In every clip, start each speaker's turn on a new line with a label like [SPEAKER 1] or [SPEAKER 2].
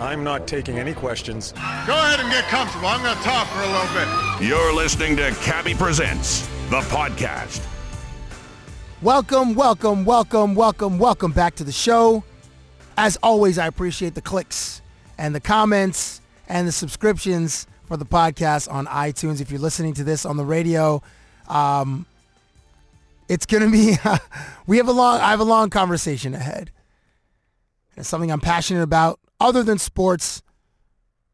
[SPEAKER 1] I'm not taking any questions.
[SPEAKER 2] Go ahead and get comfortable. I'm going to talk for a little bit.
[SPEAKER 3] You're listening to Cabby Presents, the podcast.
[SPEAKER 4] Welcome, welcome, welcome, welcome, welcome back to the show. As always, I appreciate the clicks and the comments and the subscriptions for the podcast on iTunes. If you're listening to this on the radio, um, it's gonna be we have a long I have a long conversation ahead. It's something I'm passionate about. Other than sports,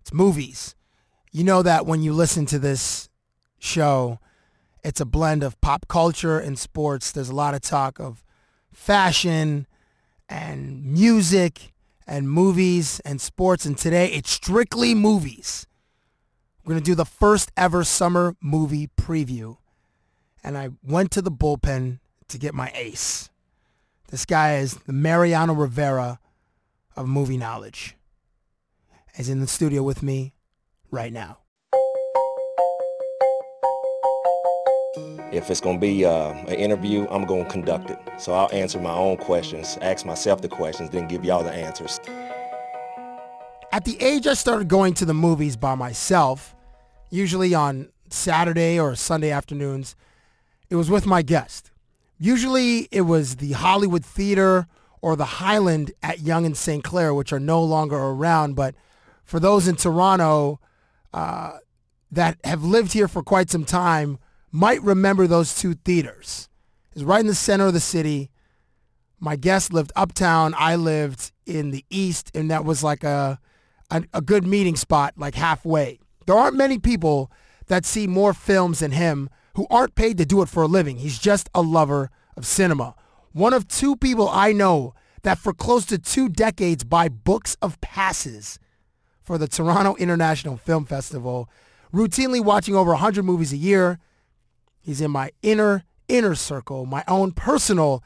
[SPEAKER 4] it's movies. You know that when you listen to this show, it's a blend of pop culture and sports. There's a lot of talk of fashion and music and movies and sports. And today it's strictly movies. We're going to do the first ever summer movie preview. And I went to the bullpen to get my ace. This guy is the Mariano Rivera of movie knowledge. Is in the studio with me right now.
[SPEAKER 5] If it's going to be uh, an interview, I'm going to conduct it. So I'll answer my own questions, ask myself the questions, then give y'all the answers.
[SPEAKER 4] at the age I started going to the movies by myself, usually on Saturday or Sunday afternoons, it was with my guest. Usually it was the Hollywood Theater or the Highland at Young and St. Clair, which are no longer around. But for those in Toronto uh, that have lived here for quite some time, might remember those two theaters. It's right in the center of the city my guest lived uptown. I lived in the east, and that was like a, a a good meeting spot, like halfway. There aren't many people that see more films than him who aren't paid to do it for a living. He's just a lover of cinema. One of two people I know that for close to two decades buy books of passes for the Toronto International Film Festival, routinely watching over 100 movies a year. He's in my inner, inner circle, my own personal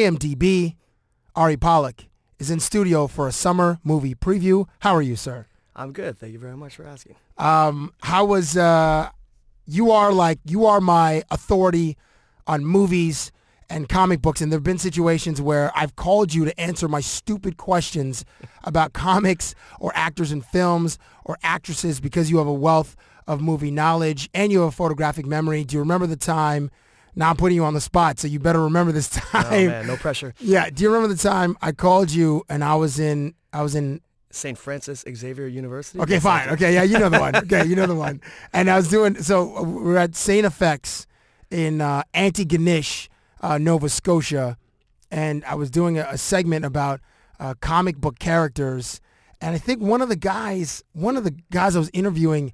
[SPEAKER 4] IMDb. Ari Pollock is in studio for a summer movie preview. How are you, sir?
[SPEAKER 6] I'm good. Thank you very much for asking.
[SPEAKER 4] How was, uh, you are like, you are my authority on movies and comic books. And there have been situations where I've called you to answer my stupid questions about comics or actors in films or actresses because you have a wealth of movie knowledge and you have a photographic memory. Do you remember the time? Now I'm putting you on the spot, so you better remember this time.
[SPEAKER 6] Oh, no pressure.
[SPEAKER 4] Yeah. Do you remember the time I called you and I was in I was in
[SPEAKER 6] St. Francis Xavier University.
[SPEAKER 4] Okay, fine. Okay, yeah, you know the one. Okay, you know the one. And I was doing so we we're at Saint Effects in uh, Antigonish, uh, Nova Scotia, and I was doing a, a segment about uh, comic book characters, and I think one of the guys, one of the guys I was interviewing,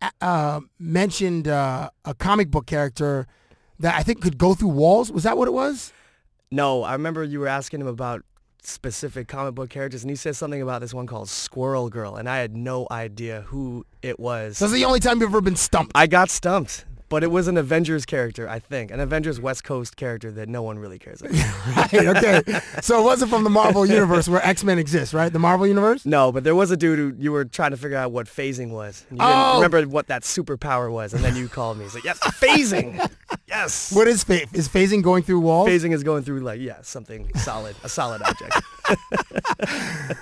[SPEAKER 4] a- uh, mentioned uh, a comic book character that I think could go through walls. Was that what it was?
[SPEAKER 6] No, I remember you were asking him about specific comic book characters, and he said something about this one called Squirrel Girl, and I had no idea who it was.
[SPEAKER 4] That's the only time you've ever been stumped.
[SPEAKER 6] I got stumped, but it was an Avengers character, I think, an Avengers West Coast character that no one really cares about.
[SPEAKER 4] right, okay. So it wasn't from the Marvel universe where X-Men exists, right? The Marvel universe?
[SPEAKER 6] no, but there was a dude who you were trying to figure out what phasing was. and You didn't
[SPEAKER 4] Oh.
[SPEAKER 6] remember what that superpower was, and then you called me. He's like, yes, phasing. yes.
[SPEAKER 4] What is phase? Is phasing going through walls?
[SPEAKER 6] Phasing is going through like yeah something solid a solid object.
[SPEAKER 4] Uh,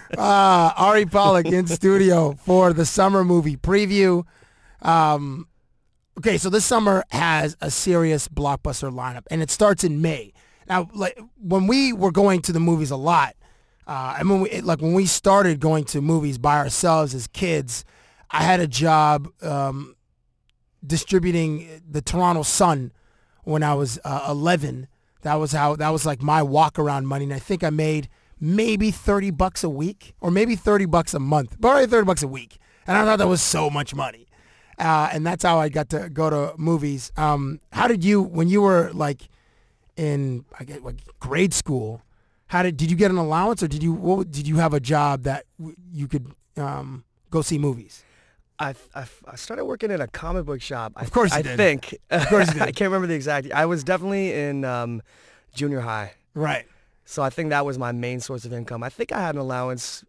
[SPEAKER 4] Ari Pollock in studio for the summer movie preview. Um, okay, so this summer has a serious blockbuster lineup, and it starts in May. Now, like when we were going to the movies a lot, uh, and when we like when we started going to movies by ourselves as kids, I had a job um, distributing the Toronto Sun when I was uh, 11. That was how that was like my walk around money, and I think I made maybe 30 bucks a week, or maybe 30 bucks a month, but already 30 bucks a week, and I thought that was so much money. Uh, and that's how I got to go to movies. Um, how did you, when you were like in I guess, like grade school, how did did you get an allowance, or did you what, did you have a job that w- you could um, go see movies?
[SPEAKER 6] I, I, I started working in a comic book shop. I,
[SPEAKER 4] Of course you
[SPEAKER 6] I
[SPEAKER 4] did.
[SPEAKER 6] think. Of
[SPEAKER 4] course you did.
[SPEAKER 6] I can't remember the exact. I was definitely in um, junior high.
[SPEAKER 4] Right.
[SPEAKER 6] So I think that was my main source of income. I think I had an allowance,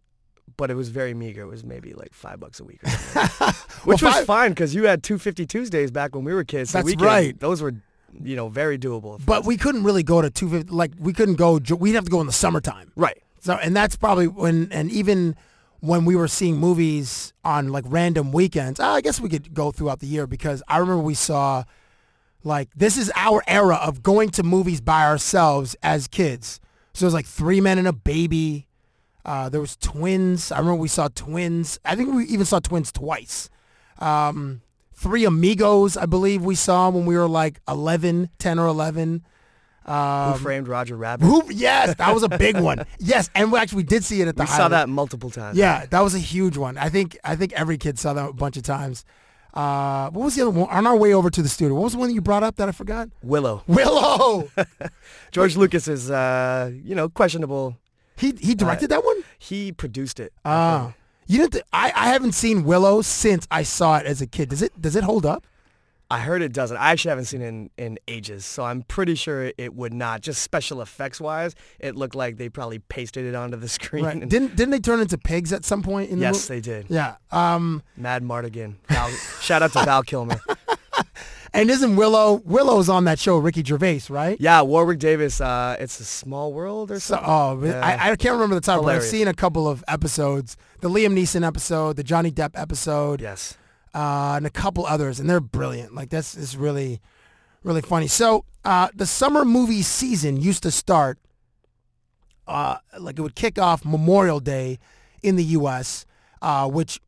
[SPEAKER 6] but it was very meager. It was maybe like five bucks a week, or something. which was
[SPEAKER 4] five-
[SPEAKER 6] fine because you had two fifty Tuesdays back when we were kids. so
[SPEAKER 4] That's
[SPEAKER 6] we could-
[SPEAKER 4] right. Um,
[SPEAKER 6] Those were, you know, very doable.
[SPEAKER 4] But we couldn't really go to 250 like we couldn't go ju- we'd have to go in the summertime.
[SPEAKER 6] right.
[SPEAKER 4] So and that's probably when and even when we were seeing movies on like random weekends, ah, I guess we could go throughout the year because I remember we saw like this is our era of going to movies by ourselves as kids. So it was like three men and a baby. Uh, there was twins. I remember we saw twins. I think we even saw twins twice. Um, three amigos, I believe we saw when we were like 11, 10 or 11.
[SPEAKER 6] Who framed Roger Rabbit?
[SPEAKER 4] Who? Yes, that was a big one. Yes, and we actually did see it at the
[SPEAKER 6] we saw
[SPEAKER 4] Highland.
[SPEAKER 6] that multiple times.
[SPEAKER 4] Yeah, that was a huge one. I think I think every kid saw that a bunch of times. Uh, what was the other one? On our way over to the studio, what was the one that you brought up that I forgot?
[SPEAKER 6] Willow.
[SPEAKER 4] Willow.
[SPEAKER 6] George Lucas is, uh, you know, questionable.
[SPEAKER 4] he he directed that one.
[SPEAKER 6] He produced it.
[SPEAKER 4] Ah, you didn't. I I haven't seen Willow since I saw it as a kid. Does it does it hold up?
[SPEAKER 6] I heard it doesn't. I actually haven't seen it in, in ages, so I'm pretty sure it would not. Just special effects wise, it looked like they probably pasted it onto the screen.
[SPEAKER 4] Right.
[SPEAKER 6] and-
[SPEAKER 4] Didn't didn't they turn into pigs at some point in the
[SPEAKER 6] yes,
[SPEAKER 4] movie?
[SPEAKER 6] they did.
[SPEAKER 4] Yeah. Um.
[SPEAKER 6] Mad Mardigan. Val, shout out to Val Kilmer.
[SPEAKER 4] And isn't Willow Willow's on that show? Ricky Gervais, right?
[SPEAKER 6] Yeah, Warwick Davis. Uh, it's a small world or
[SPEAKER 4] So,
[SPEAKER 6] something.
[SPEAKER 4] oh,
[SPEAKER 6] Yeah.
[SPEAKER 4] I, I can't remember the title, but
[SPEAKER 6] Hilarious.
[SPEAKER 4] I've seen a couple of episodes. The Liam Neeson episode, the Johnny Depp episode,
[SPEAKER 6] yes.
[SPEAKER 4] uh, and a couple others, and they're brilliant. Like that's is really, really funny. So uh, the summer movie season used to start, uh, like it would kick off Memorial Day in the U.S., uh, which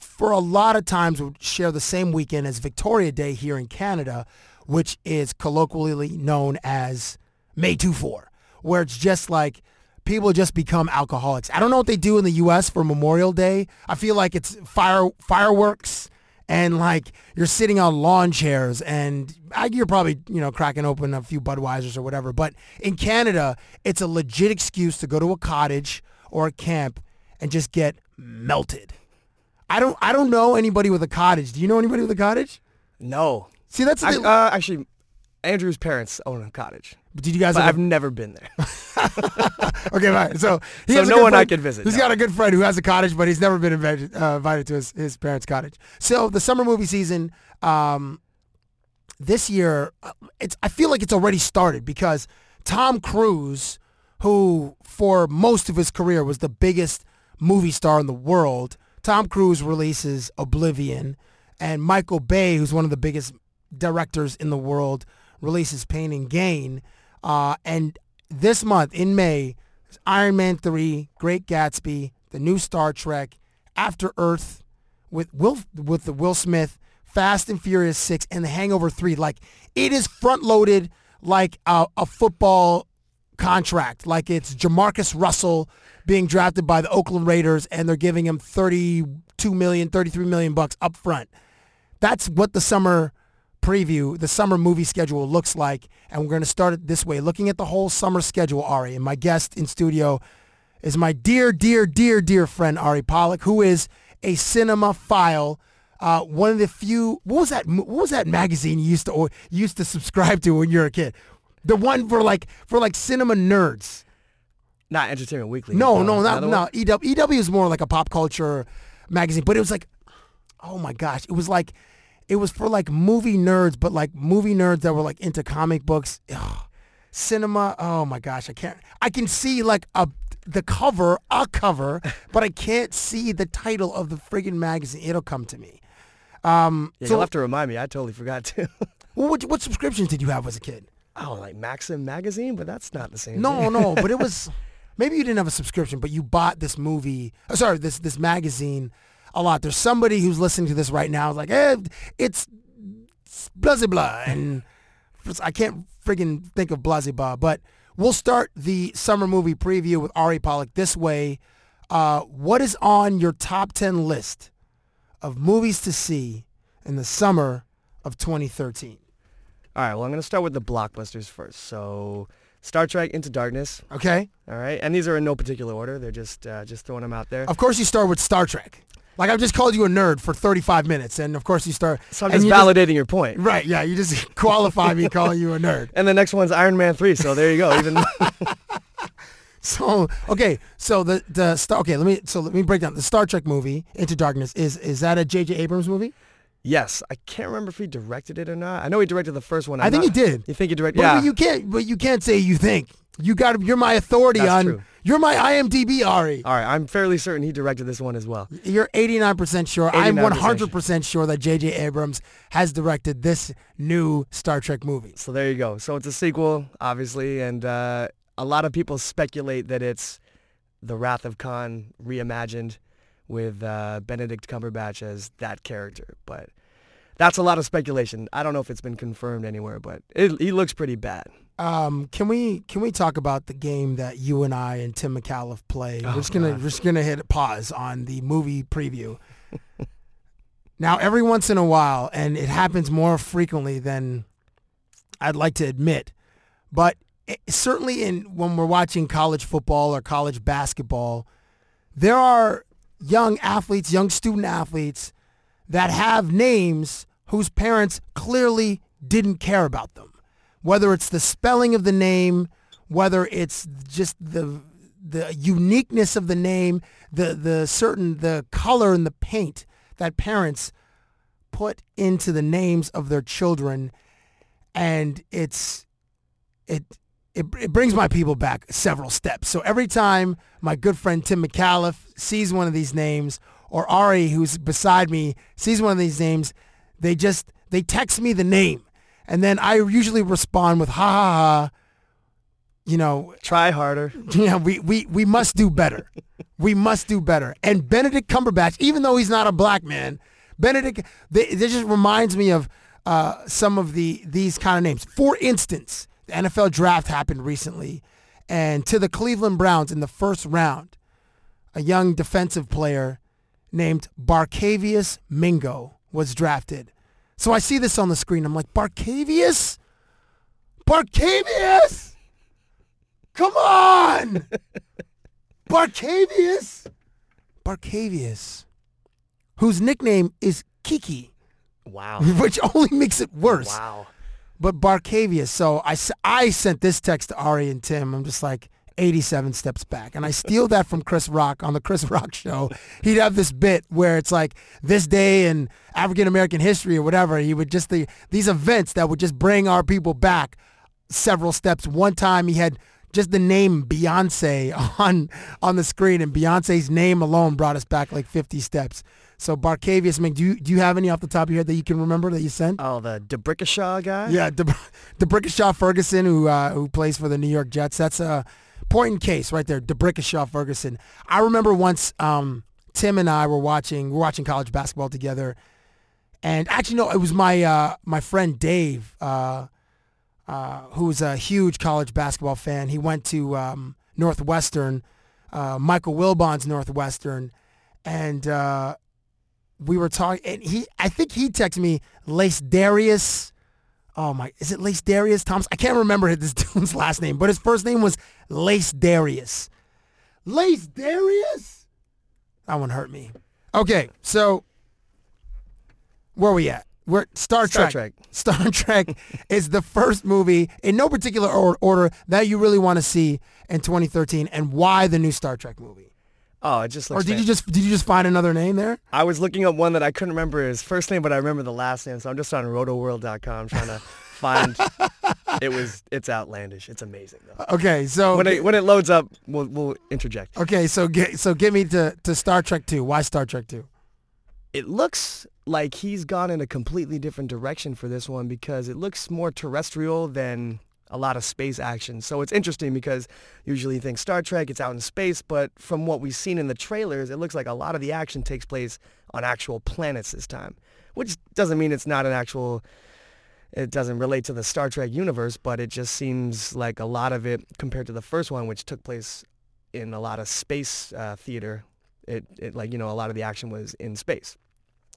[SPEAKER 4] for a lot of times would share the same weekend as Victoria Day here in Canada, which is colloquially known as May 24, where it's just like people just become alcoholics. I don't know what they do in the U.S. for Memorial Day. I feel like it's fire fireworks and like you're sitting on lawn chairs and I, you're probably you know cracking open a few Budweisers or whatever. But in Canada, it's a legit excuse to go to a cottage or a camp and just get melted. I don't I don't know anybody with a cottage. Do you know anybody with a cottage?
[SPEAKER 6] No.
[SPEAKER 4] See, that's the
[SPEAKER 6] I,
[SPEAKER 4] thing.
[SPEAKER 6] uh, actually, Andrew's parents own a cottage,
[SPEAKER 4] Did you guys?
[SPEAKER 6] but
[SPEAKER 4] ever-
[SPEAKER 6] I've never been there.
[SPEAKER 4] okay, fine. So he
[SPEAKER 6] So
[SPEAKER 4] has a
[SPEAKER 6] no
[SPEAKER 4] good
[SPEAKER 6] one I
[SPEAKER 4] friend-
[SPEAKER 6] could visit,
[SPEAKER 4] He's
[SPEAKER 6] no.
[SPEAKER 4] got a good friend who has a cottage, but he's never been invited, uh, invited to his, his parents' cottage. So the summer movie season um, this year, uh, it's I feel like it's already started because Tom Cruise, who for most of his career was the biggest movie star in the world, Tom Cruise releases Oblivion, and Michael Bay, who's one of the biggest directors in the world, releases Pain and Gain. Uh, and this month in May, it's Iron Man 3, Great Gatsby, the new Star Trek, After Earth with Will with the Will Smith, Fast and Furious 6 and The Hangover 3. Like it is front loaded like a, a football contract. Like it's Jamarcus Russell being drafted by the Oakland Raiders and they're giving him 32 million, 33 million bucks up front that's what the summer preview, the summer movie schedule looks like. And we're going to start it this way, looking at the whole summer schedule, Ari. And my guest in studio is my dear, dear, dear, dear friend, Ari Pollock, who is a cinema file. Uh, one of the few, what was that? What was that magazine you used to or you used to subscribe to when you were a kid? The one for like for like cinema nerds.
[SPEAKER 6] Not Entertainment Weekly.
[SPEAKER 4] No,
[SPEAKER 6] Uh,
[SPEAKER 4] no, not E
[SPEAKER 6] another one?
[SPEAKER 4] no. EW, EW is more like a pop culture magazine, but it was like, oh my gosh, it was like, it was for like movie nerds, but like movie nerds that were like into comic books, Ugh. cinema. Oh my gosh, I can't. I can see like a the cover, a cover, but I can't see the title of the friggin' magazine. It'll come to me. Um,
[SPEAKER 6] Yeah,
[SPEAKER 4] So-
[SPEAKER 6] you'll have to remind me. I totally forgot to.
[SPEAKER 4] Well, what what subscriptions did you have as a kid?
[SPEAKER 6] oh, like Maxim magazine, but that's not the same.
[SPEAKER 4] No,
[SPEAKER 6] thing.
[SPEAKER 4] no, but it was maybe you didn't have a subscription, but you bought this movie. uh, Sorry, this this magazine a lot. There's somebody who's listening to this right now. Like, eh, it's blase blah, and I can't friggin' think of blase blah. But we'll start the summer movie preview with Ari Pollock this way. Uh, what is on your top ten list of movies to see in the summer of 2013?
[SPEAKER 6] All right, well, I'm going to start with the blockbusters first. So, Star Trek Into Darkness,
[SPEAKER 4] Okay, Oh,
[SPEAKER 6] all right? And these are in no particular order. They're just uh, just throwing them out there.
[SPEAKER 4] of course you start with Star Trek. Like I've just called you a nerd for 35 minutes, and of course you start.
[SPEAKER 6] So I'm
[SPEAKER 4] and
[SPEAKER 6] just
[SPEAKER 4] you
[SPEAKER 6] validating your point.
[SPEAKER 4] right? Yeah, you just qualify me calling you a nerd.
[SPEAKER 6] And the next one's Iron Man 3, so there you go. Even
[SPEAKER 4] So okay, so the the star. Okay, let me so let me break down the Star Trek movie Into Darkness. Is is that a J.J. Abrams movie?
[SPEAKER 6] Yes, I can't remember if he directed it or not. I know he directed the first one.
[SPEAKER 4] I
[SPEAKER 6] I'm
[SPEAKER 4] think he
[SPEAKER 6] not-
[SPEAKER 4] did.
[SPEAKER 6] You think he directed?
[SPEAKER 4] But
[SPEAKER 6] Yeah.
[SPEAKER 4] you can't. But you can't say you think. You got. to You're my authority
[SPEAKER 6] That's
[SPEAKER 4] on.
[SPEAKER 6] true.
[SPEAKER 4] You're my IMDb, Ari.
[SPEAKER 6] All right, I'm fairly certain he directed this one as well.
[SPEAKER 4] E. You're 89% sure. I'm
[SPEAKER 6] 89%
[SPEAKER 4] 100% sure that J.J. Abrams has directed this new Star Trek movie.
[SPEAKER 6] So there you go. So it's a sequel, obviously, and uh, a lot of people speculate that it's the Wrath of Khan reimagined with uh, Benedict Cumberbatch as that character, but. That's a lot of speculation. I don't know if it's been confirmed anywhere, but it, he looks pretty bad.
[SPEAKER 4] Um, can we can we talk about the game that you and I and Tim McAuliffe play? we're just gonna we're just gonna hit pause on the movie preview. now, every once in a while, and it happens more frequently than I'd like to admit, but it, certainly in when we're watching college football or college basketball, there are young athletes, young student athletes that have names whose parents clearly didn't care about them. Whether it's the spelling of the name, whether it's just the the uniqueness of the name, the the certain the color and the paint that parents put into the names of their children and it's it it, it brings my people back several steps. So every time my good friend Tim McAuliffe sees one of these names, or Ari, who's beside me, sees one of these names, they just they text me the name, and then I usually respond with ha ha ha. You know,
[SPEAKER 6] Try harder.
[SPEAKER 4] yeah, we, we, we must do better. we must do better. And Benedict Cumberbatch, even though he's not a black man, Benedict, they, this just reminds me of uh, some of the these kind of names. For instance, the NFL draft happened recently, and to the Cleveland Browns in the first round, a young defensive player named Barcavius Mingo was drafted. So I see this on the screen. I'm like, Barcavius? Barcavius! Come on! Barcavius! Barcavius, whose nickname is Kiki,
[SPEAKER 6] Wow.
[SPEAKER 4] which only makes it worse.
[SPEAKER 6] Wow.
[SPEAKER 4] But Barcavius, so I, s- I sent this text to Ari and Tim. I'm just like, 87 steps back. And I steal that from Chris Rock on the Chris Rock show. He'd have this bit where it's like this day in African American history or whatever. He would just, the, these events that would just bring our people back several steps. One time he had just the name Beyonce on on the screen, and Beyonce's name alone brought us back like 50 steps. So Barcavius, Mink, do you, do you have any off the top of your head that you can remember that you sent?
[SPEAKER 6] Oh, the Debrickashaw guy?
[SPEAKER 4] Yeah, De- DeBrickashaw Ferguson, who uh, who plays for the New York Jets. That's a important case right there. DeBrickashaw Ferguson. I remember once um, Tim and I were watching we were watching college basketball together, and actually no, it was my uh, my friend Dave, uh, uh, who's a huge college basketball fan. He went to um, Northwestern, uh, Michael Wilbon's Northwestern, and. Uh, we were talking, and he, I think he texted me, Lace Darius, oh my, is it Lace Darius Thompson? I can't remember this dude's last name, but his first name was Lace Darius. Lace Darius? That one hurt me. Okay, so where we at? We're Star
[SPEAKER 6] Star
[SPEAKER 4] Trek.
[SPEAKER 6] Trek.
[SPEAKER 4] Star Trek is the first movie in no particular or- order that you really want to see in 2013, and why the new Star Trek movie?
[SPEAKER 6] Oh, it just
[SPEAKER 4] Or
[SPEAKER 6] looks
[SPEAKER 4] did
[SPEAKER 6] fan-
[SPEAKER 4] you just did you just find another name there?
[SPEAKER 6] I was looking up one that I couldn't remember his first name, but I remember the last name. So I'm just on rotoworld.com trying to find. it was. It's outlandish. It's amazing though.
[SPEAKER 4] Okay, so
[SPEAKER 6] When it when it loads up, we'll we'll interject.
[SPEAKER 4] okay, so get so get me to to Star Trek Two. Why Star Trek Two?
[SPEAKER 6] It looks like he's gone in a completely different direction for this one because it looks more terrestrial than a lot of space action. So it's interesting because usually you think Star Trek, it's out in space, but from what we've seen in the trailers, it looks like a lot of the action takes place on actual planets this time, which doesn't mean it's not an actual it doesn't relate to the Star Trek universe, but it just seems like a lot of it compared to the first one, which took place in a lot of space uh, theater. It, it like you know a lot of the action was in space,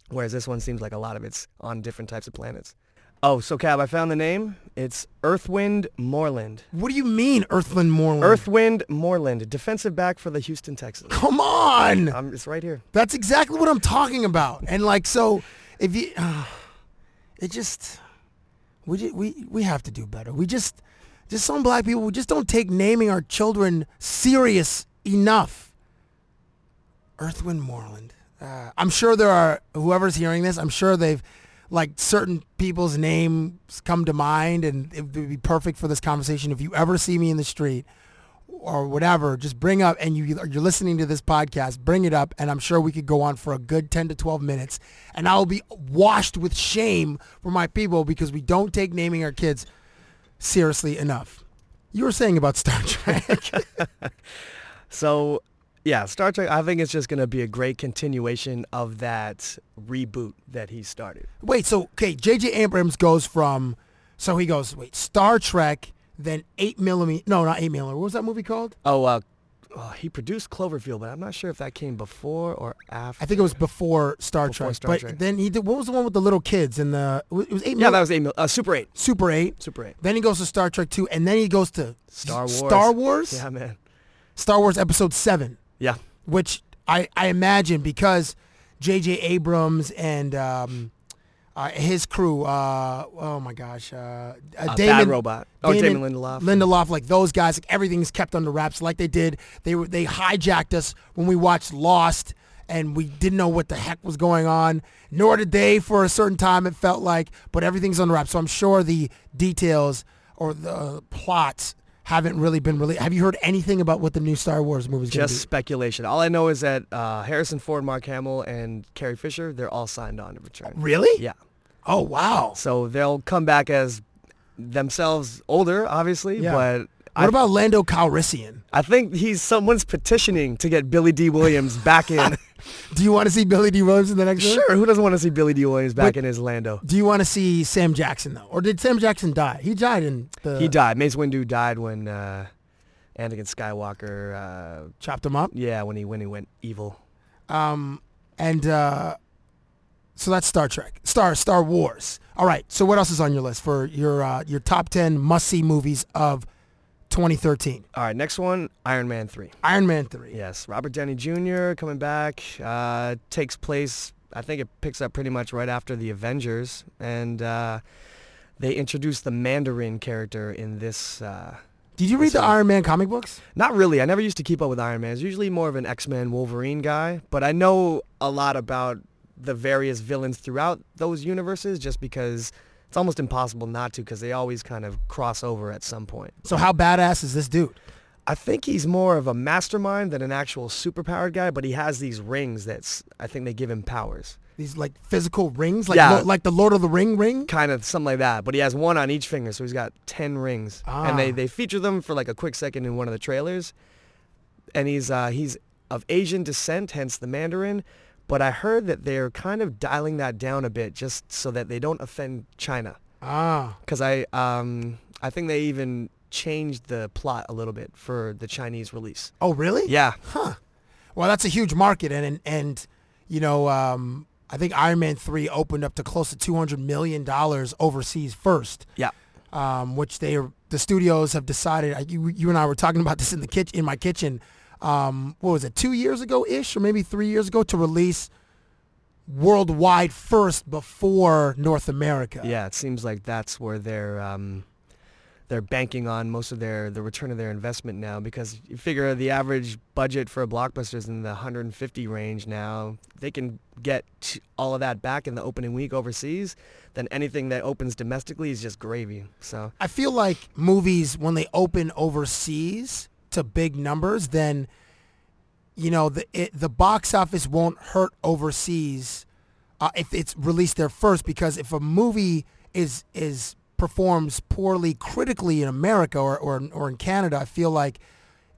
[SPEAKER 6] whereas this one seems like a lot of it's on different types of planets. Oh, so Cab, I found the name. It's Earthwind Moreland.
[SPEAKER 4] What do you mean, Earthland Moreland?
[SPEAKER 6] Earthwind Moreland, defensive back for the Houston Texans.
[SPEAKER 4] Come on.
[SPEAKER 6] Um, it's right here.
[SPEAKER 4] That's exactly what I'm talking about. And like, so if you, uh, it just, we ju- we we have to do better. We just, just some black people, we just don't take naming our children serious enough. Earthwind Moreland. Uh, I'm sure there are whoever's hearing this. I'm sure they've, like, certain people's names come to mind, and it would be perfect for this conversation. If you ever see me in the street, or whatever, just bring up and you you're listening to this podcast, bring it up and I'm sure we could go on for a good 10 to 12 minutes and I'll be washed with shame for my people because we don't take naming our kids seriously enough. You were saying about Star Trek.
[SPEAKER 6] So, yeah, Star Trek, I think it's just going to be a great continuation of that reboot that he started.
[SPEAKER 4] wait, so okay, JJ Abrams goes from so he goes, wait, Star Trek, then 8 millimeter. No, not 8 millimeter. What was that movie called?
[SPEAKER 6] Oh, uh, oh, he produced Cloverfield, but I'm not sure if that came before or after.
[SPEAKER 4] I think it was before Star
[SPEAKER 6] Before
[SPEAKER 4] Trek.
[SPEAKER 6] Star
[SPEAKER 4] but
[SPEAKER 6] Trek.
[SPEAKER 4] then he did what was the one with the little kids and the it was 8
[SPEAKER 6] Yeah,
[SPEAKER 4] mil-
[SPEAKER 6] that was 8 mil- uh, Super 8.
[SPEAKER 4] Super 8.
[SPEAKER 6] Super 8.
[SPEAKER 4] Then he goes to Star Trek 2, and then he goes to
[SPEAKER 6] Star Wars.
[SPEAKER 4] Star Wars?
[SPEAKER 6] Yeah, man.
[SPEAKER 4] Star Wars Episode 7,
[SPEAKER 6] Yeah.
[SPEAKER 4] which I, I imagine because J.J. Abrams and um, uh, his crew, uh, oh my gosh, uh, uh,
[SPEAKER 6] Uh,
[SPEAKER 4] Damon,
[SPEAKER 6] Bad Robot. Oh, Damon Lindelof.
[SPEAKER 4] Lindelof, like those guys, like everything's kept under wraps like they did. They, were, they hijacked us when we watched Lost. And we didn't know what the heck was going on, nor did they for a certain time, it felt like, but everything's under wraps. So I'm sure the details or the plots haven't really been really. Have you heard anything about what the new Star Wars movie is going to
[SPEAKER 6] Just speculation. All I know is that uh, Harrison Ford, Mark Hamill, and Carrie Fisher, they're all signed on to return.
[SPEAKER 4] Really?
[SPEAKER 6] Yeah.
[SPEAKER 4] Oh wow.
[SPEAKER 6] So they'll come back as themselves older, obviously,
[SPEAKER 4] Yeah.
[SPEAKER 6] but I,
[SPEAKER 4] what about Lando Calrissian?
[SPEAKER 6] I think he's someone's petitioning to get Billy D. Williams back in.
[SPEAKER 4] Do you want to see Billy D. Williams in the next? one?
[SPEAKER 6] sure, who doesn't want to see Billy D. Williams back in his Lando?
[SPEAKER 4] Do you want to see Sam Jackson though, or did Sam Jackson die? He died in the.
[SPEAKER 6] He died. Mace Windu died when uh, Anakin Skywalker, uh,
[SPEAKER 4] Chopped him up.
[SPEAKER 6] yeah, when he when he went evil.
[SPEAKER 4] Um, and uh, so that's Star Trek, Star Star Wars. All right. So what else is on your list for your uh, your top ten must see movies of 2013?
[SPEAKER 6] All right, next one, Iron Man three.
[SPEAKER 4] Iron Man three.
[SPEAKER 6] Yes, Robert Downey Jr. coming back uh, takes place. I think it picks up pretty much right after the Avengers, and uh, they introduce the Mandarin character in this. Uh,
[SPEAKER 4] Did you read
[SPEAKER 6] This
[SPEAKER 4] the
[SPEAKER 6] one.
[SPEAKER 4] Iron Man comic books?
[SPEAKER 6] Not really. I never used to keep up with Iron Man. I was usually more of an X-Men Wolverine guy, but I know a lot about the various villains throughout those universes just because it's almost impossible not to because they always kind of cross over at some point.
[SPEAKER 4] So how badass is this dude?
[SPEAKER 6] I think he's more of a mastermind than an actual superpowered guy, but he has these rings that's I think they give him powers.
[SPEAKER 4] These like physical rings, like
[SPEAKER 6] Yeah.
[SPEAKER 4] lo- like the Lord of the Ring ring.
[SPEAKER 6] Kind of something like that, but he has one on each finger, so he's got 10 rings. And
[SPEAKER 4] Ah.
[SPEAKER 6] they, they feature them for like a quick second in one of the trailers. and he's uh, he's of Asian descent, hence the Mandarin. But I heard that they're kind of dialing that down a bit just so that they don't offend China.
[SPEAKER 4] Ah,
[SPEAKER 6] Because I um, I think they even changed the plot a little bit for the Chinese release.
[SPEAKER 4] oh really?
[SPEAKER 6] Yeah,
[SPEAKER 4] Well, that's a huge market, and and, and you know, um, I think Iron Man three opened up to close to two hundred million dollars overseas first,
[SPEAKER 6] yeah.
[SPEAKER 4] um, which they are the studios have decided. I- You, you and I were talking about this in the kitchen, in my kitchen. Um, what was it? Two years ago ish, or maybe three years ago, to release worldwide first before North America.
[SPEAKER 6] Yeah, it seems like that's where they're um, they're banking on most of their the return of their investment now because you figure the average budget for a blockbuster is in the 150 range now. They can get t- all of that back in the opening week overseas, then anything that opens domestically is just gravy. So
[SPEAKER 4] I feel like movies when they open overseas to big numbers, then you know the it, the box office won't hurt overseas uh, if it's released there first. Because if a movie is is performs poorly critically in America or or, or in Canada, I feel like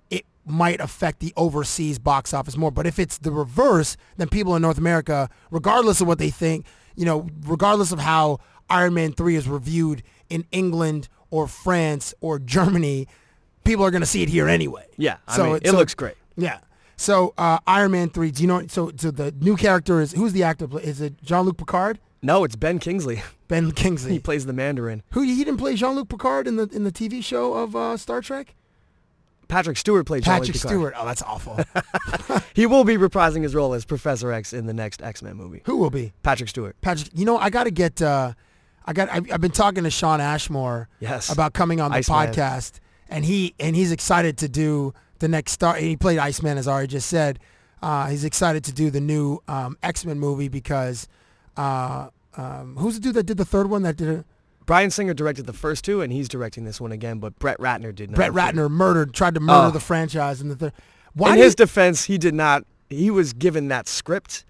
[SPEAKER 4] it might affect the overseas box office more. But if it's the reverse, then people in North America, regardless of what they think, you know, regardless of how Iron Man 3 is reviewed in England or France or Germany, people are going to see it here anyway.
[SPEAKER 6] Yeah, I mean, it looks great.
[SPEAKER 4] Yeah. So uh, Iron Man 3, do you know, so, so the new character is, who's the actor? Is it Jean-Luc Picard?
[SPEAKER 6] No, it's Ben Kingsley.
[SPEAKER 4] Ben
[SPEAKER 6] he
[SPEAKER 4] Kingsley.
[SPEAKER 6] plays the Mandarin.
[SPEAKER 4] Who he didn't play Jean Luc Picard in the in the TV show of uh, Star Trek?
[SPEAKER 6] Patrick Stewart played Jean-Luc
[SPEAKER 4] Patrick
[SPEAKER 6] Picard.
[SPEAKER 4] Stewart. Oh, that's awful.
[SPEAKER 6] He will be reprising his role as Professor X in the next X-Men movie.
[SPEAKER 4] Who will be
[SPEAKER 6] Patrick Stewart.
[SPEAKER 4] Patrick? You know, I got to get. Uh, I got. I've, I've been talking to Sean Ashmore.
[SPEAKER 6] Yes.
[SPEAKER 4] About coming on the
[SPEAKER 6] Iceman.
[SPEAKER 4] podcast, and he and he's excited to do the next star. He played Iceman, as Ari just said. Uh, he's excited to do the new um, X Men movie because uh, um, who's the dude that did the third one that did it?
[SPEAKER 6] Brian Singer directed the first two, and he's directing this one again, but Brett Ratner did not.
[SPEAKER 4] Brett Ratner murdered, tried to murder
[SPEAKER 6] Oh.
[SPEAKER 4] the franchise and the third.
[SPEAKER 6] In
[SPEAKER 4] Why
[SPEAKER 6] his
[SPEAKER 4] did-
[SPEAKER 6] defense, he did not. He was given that script,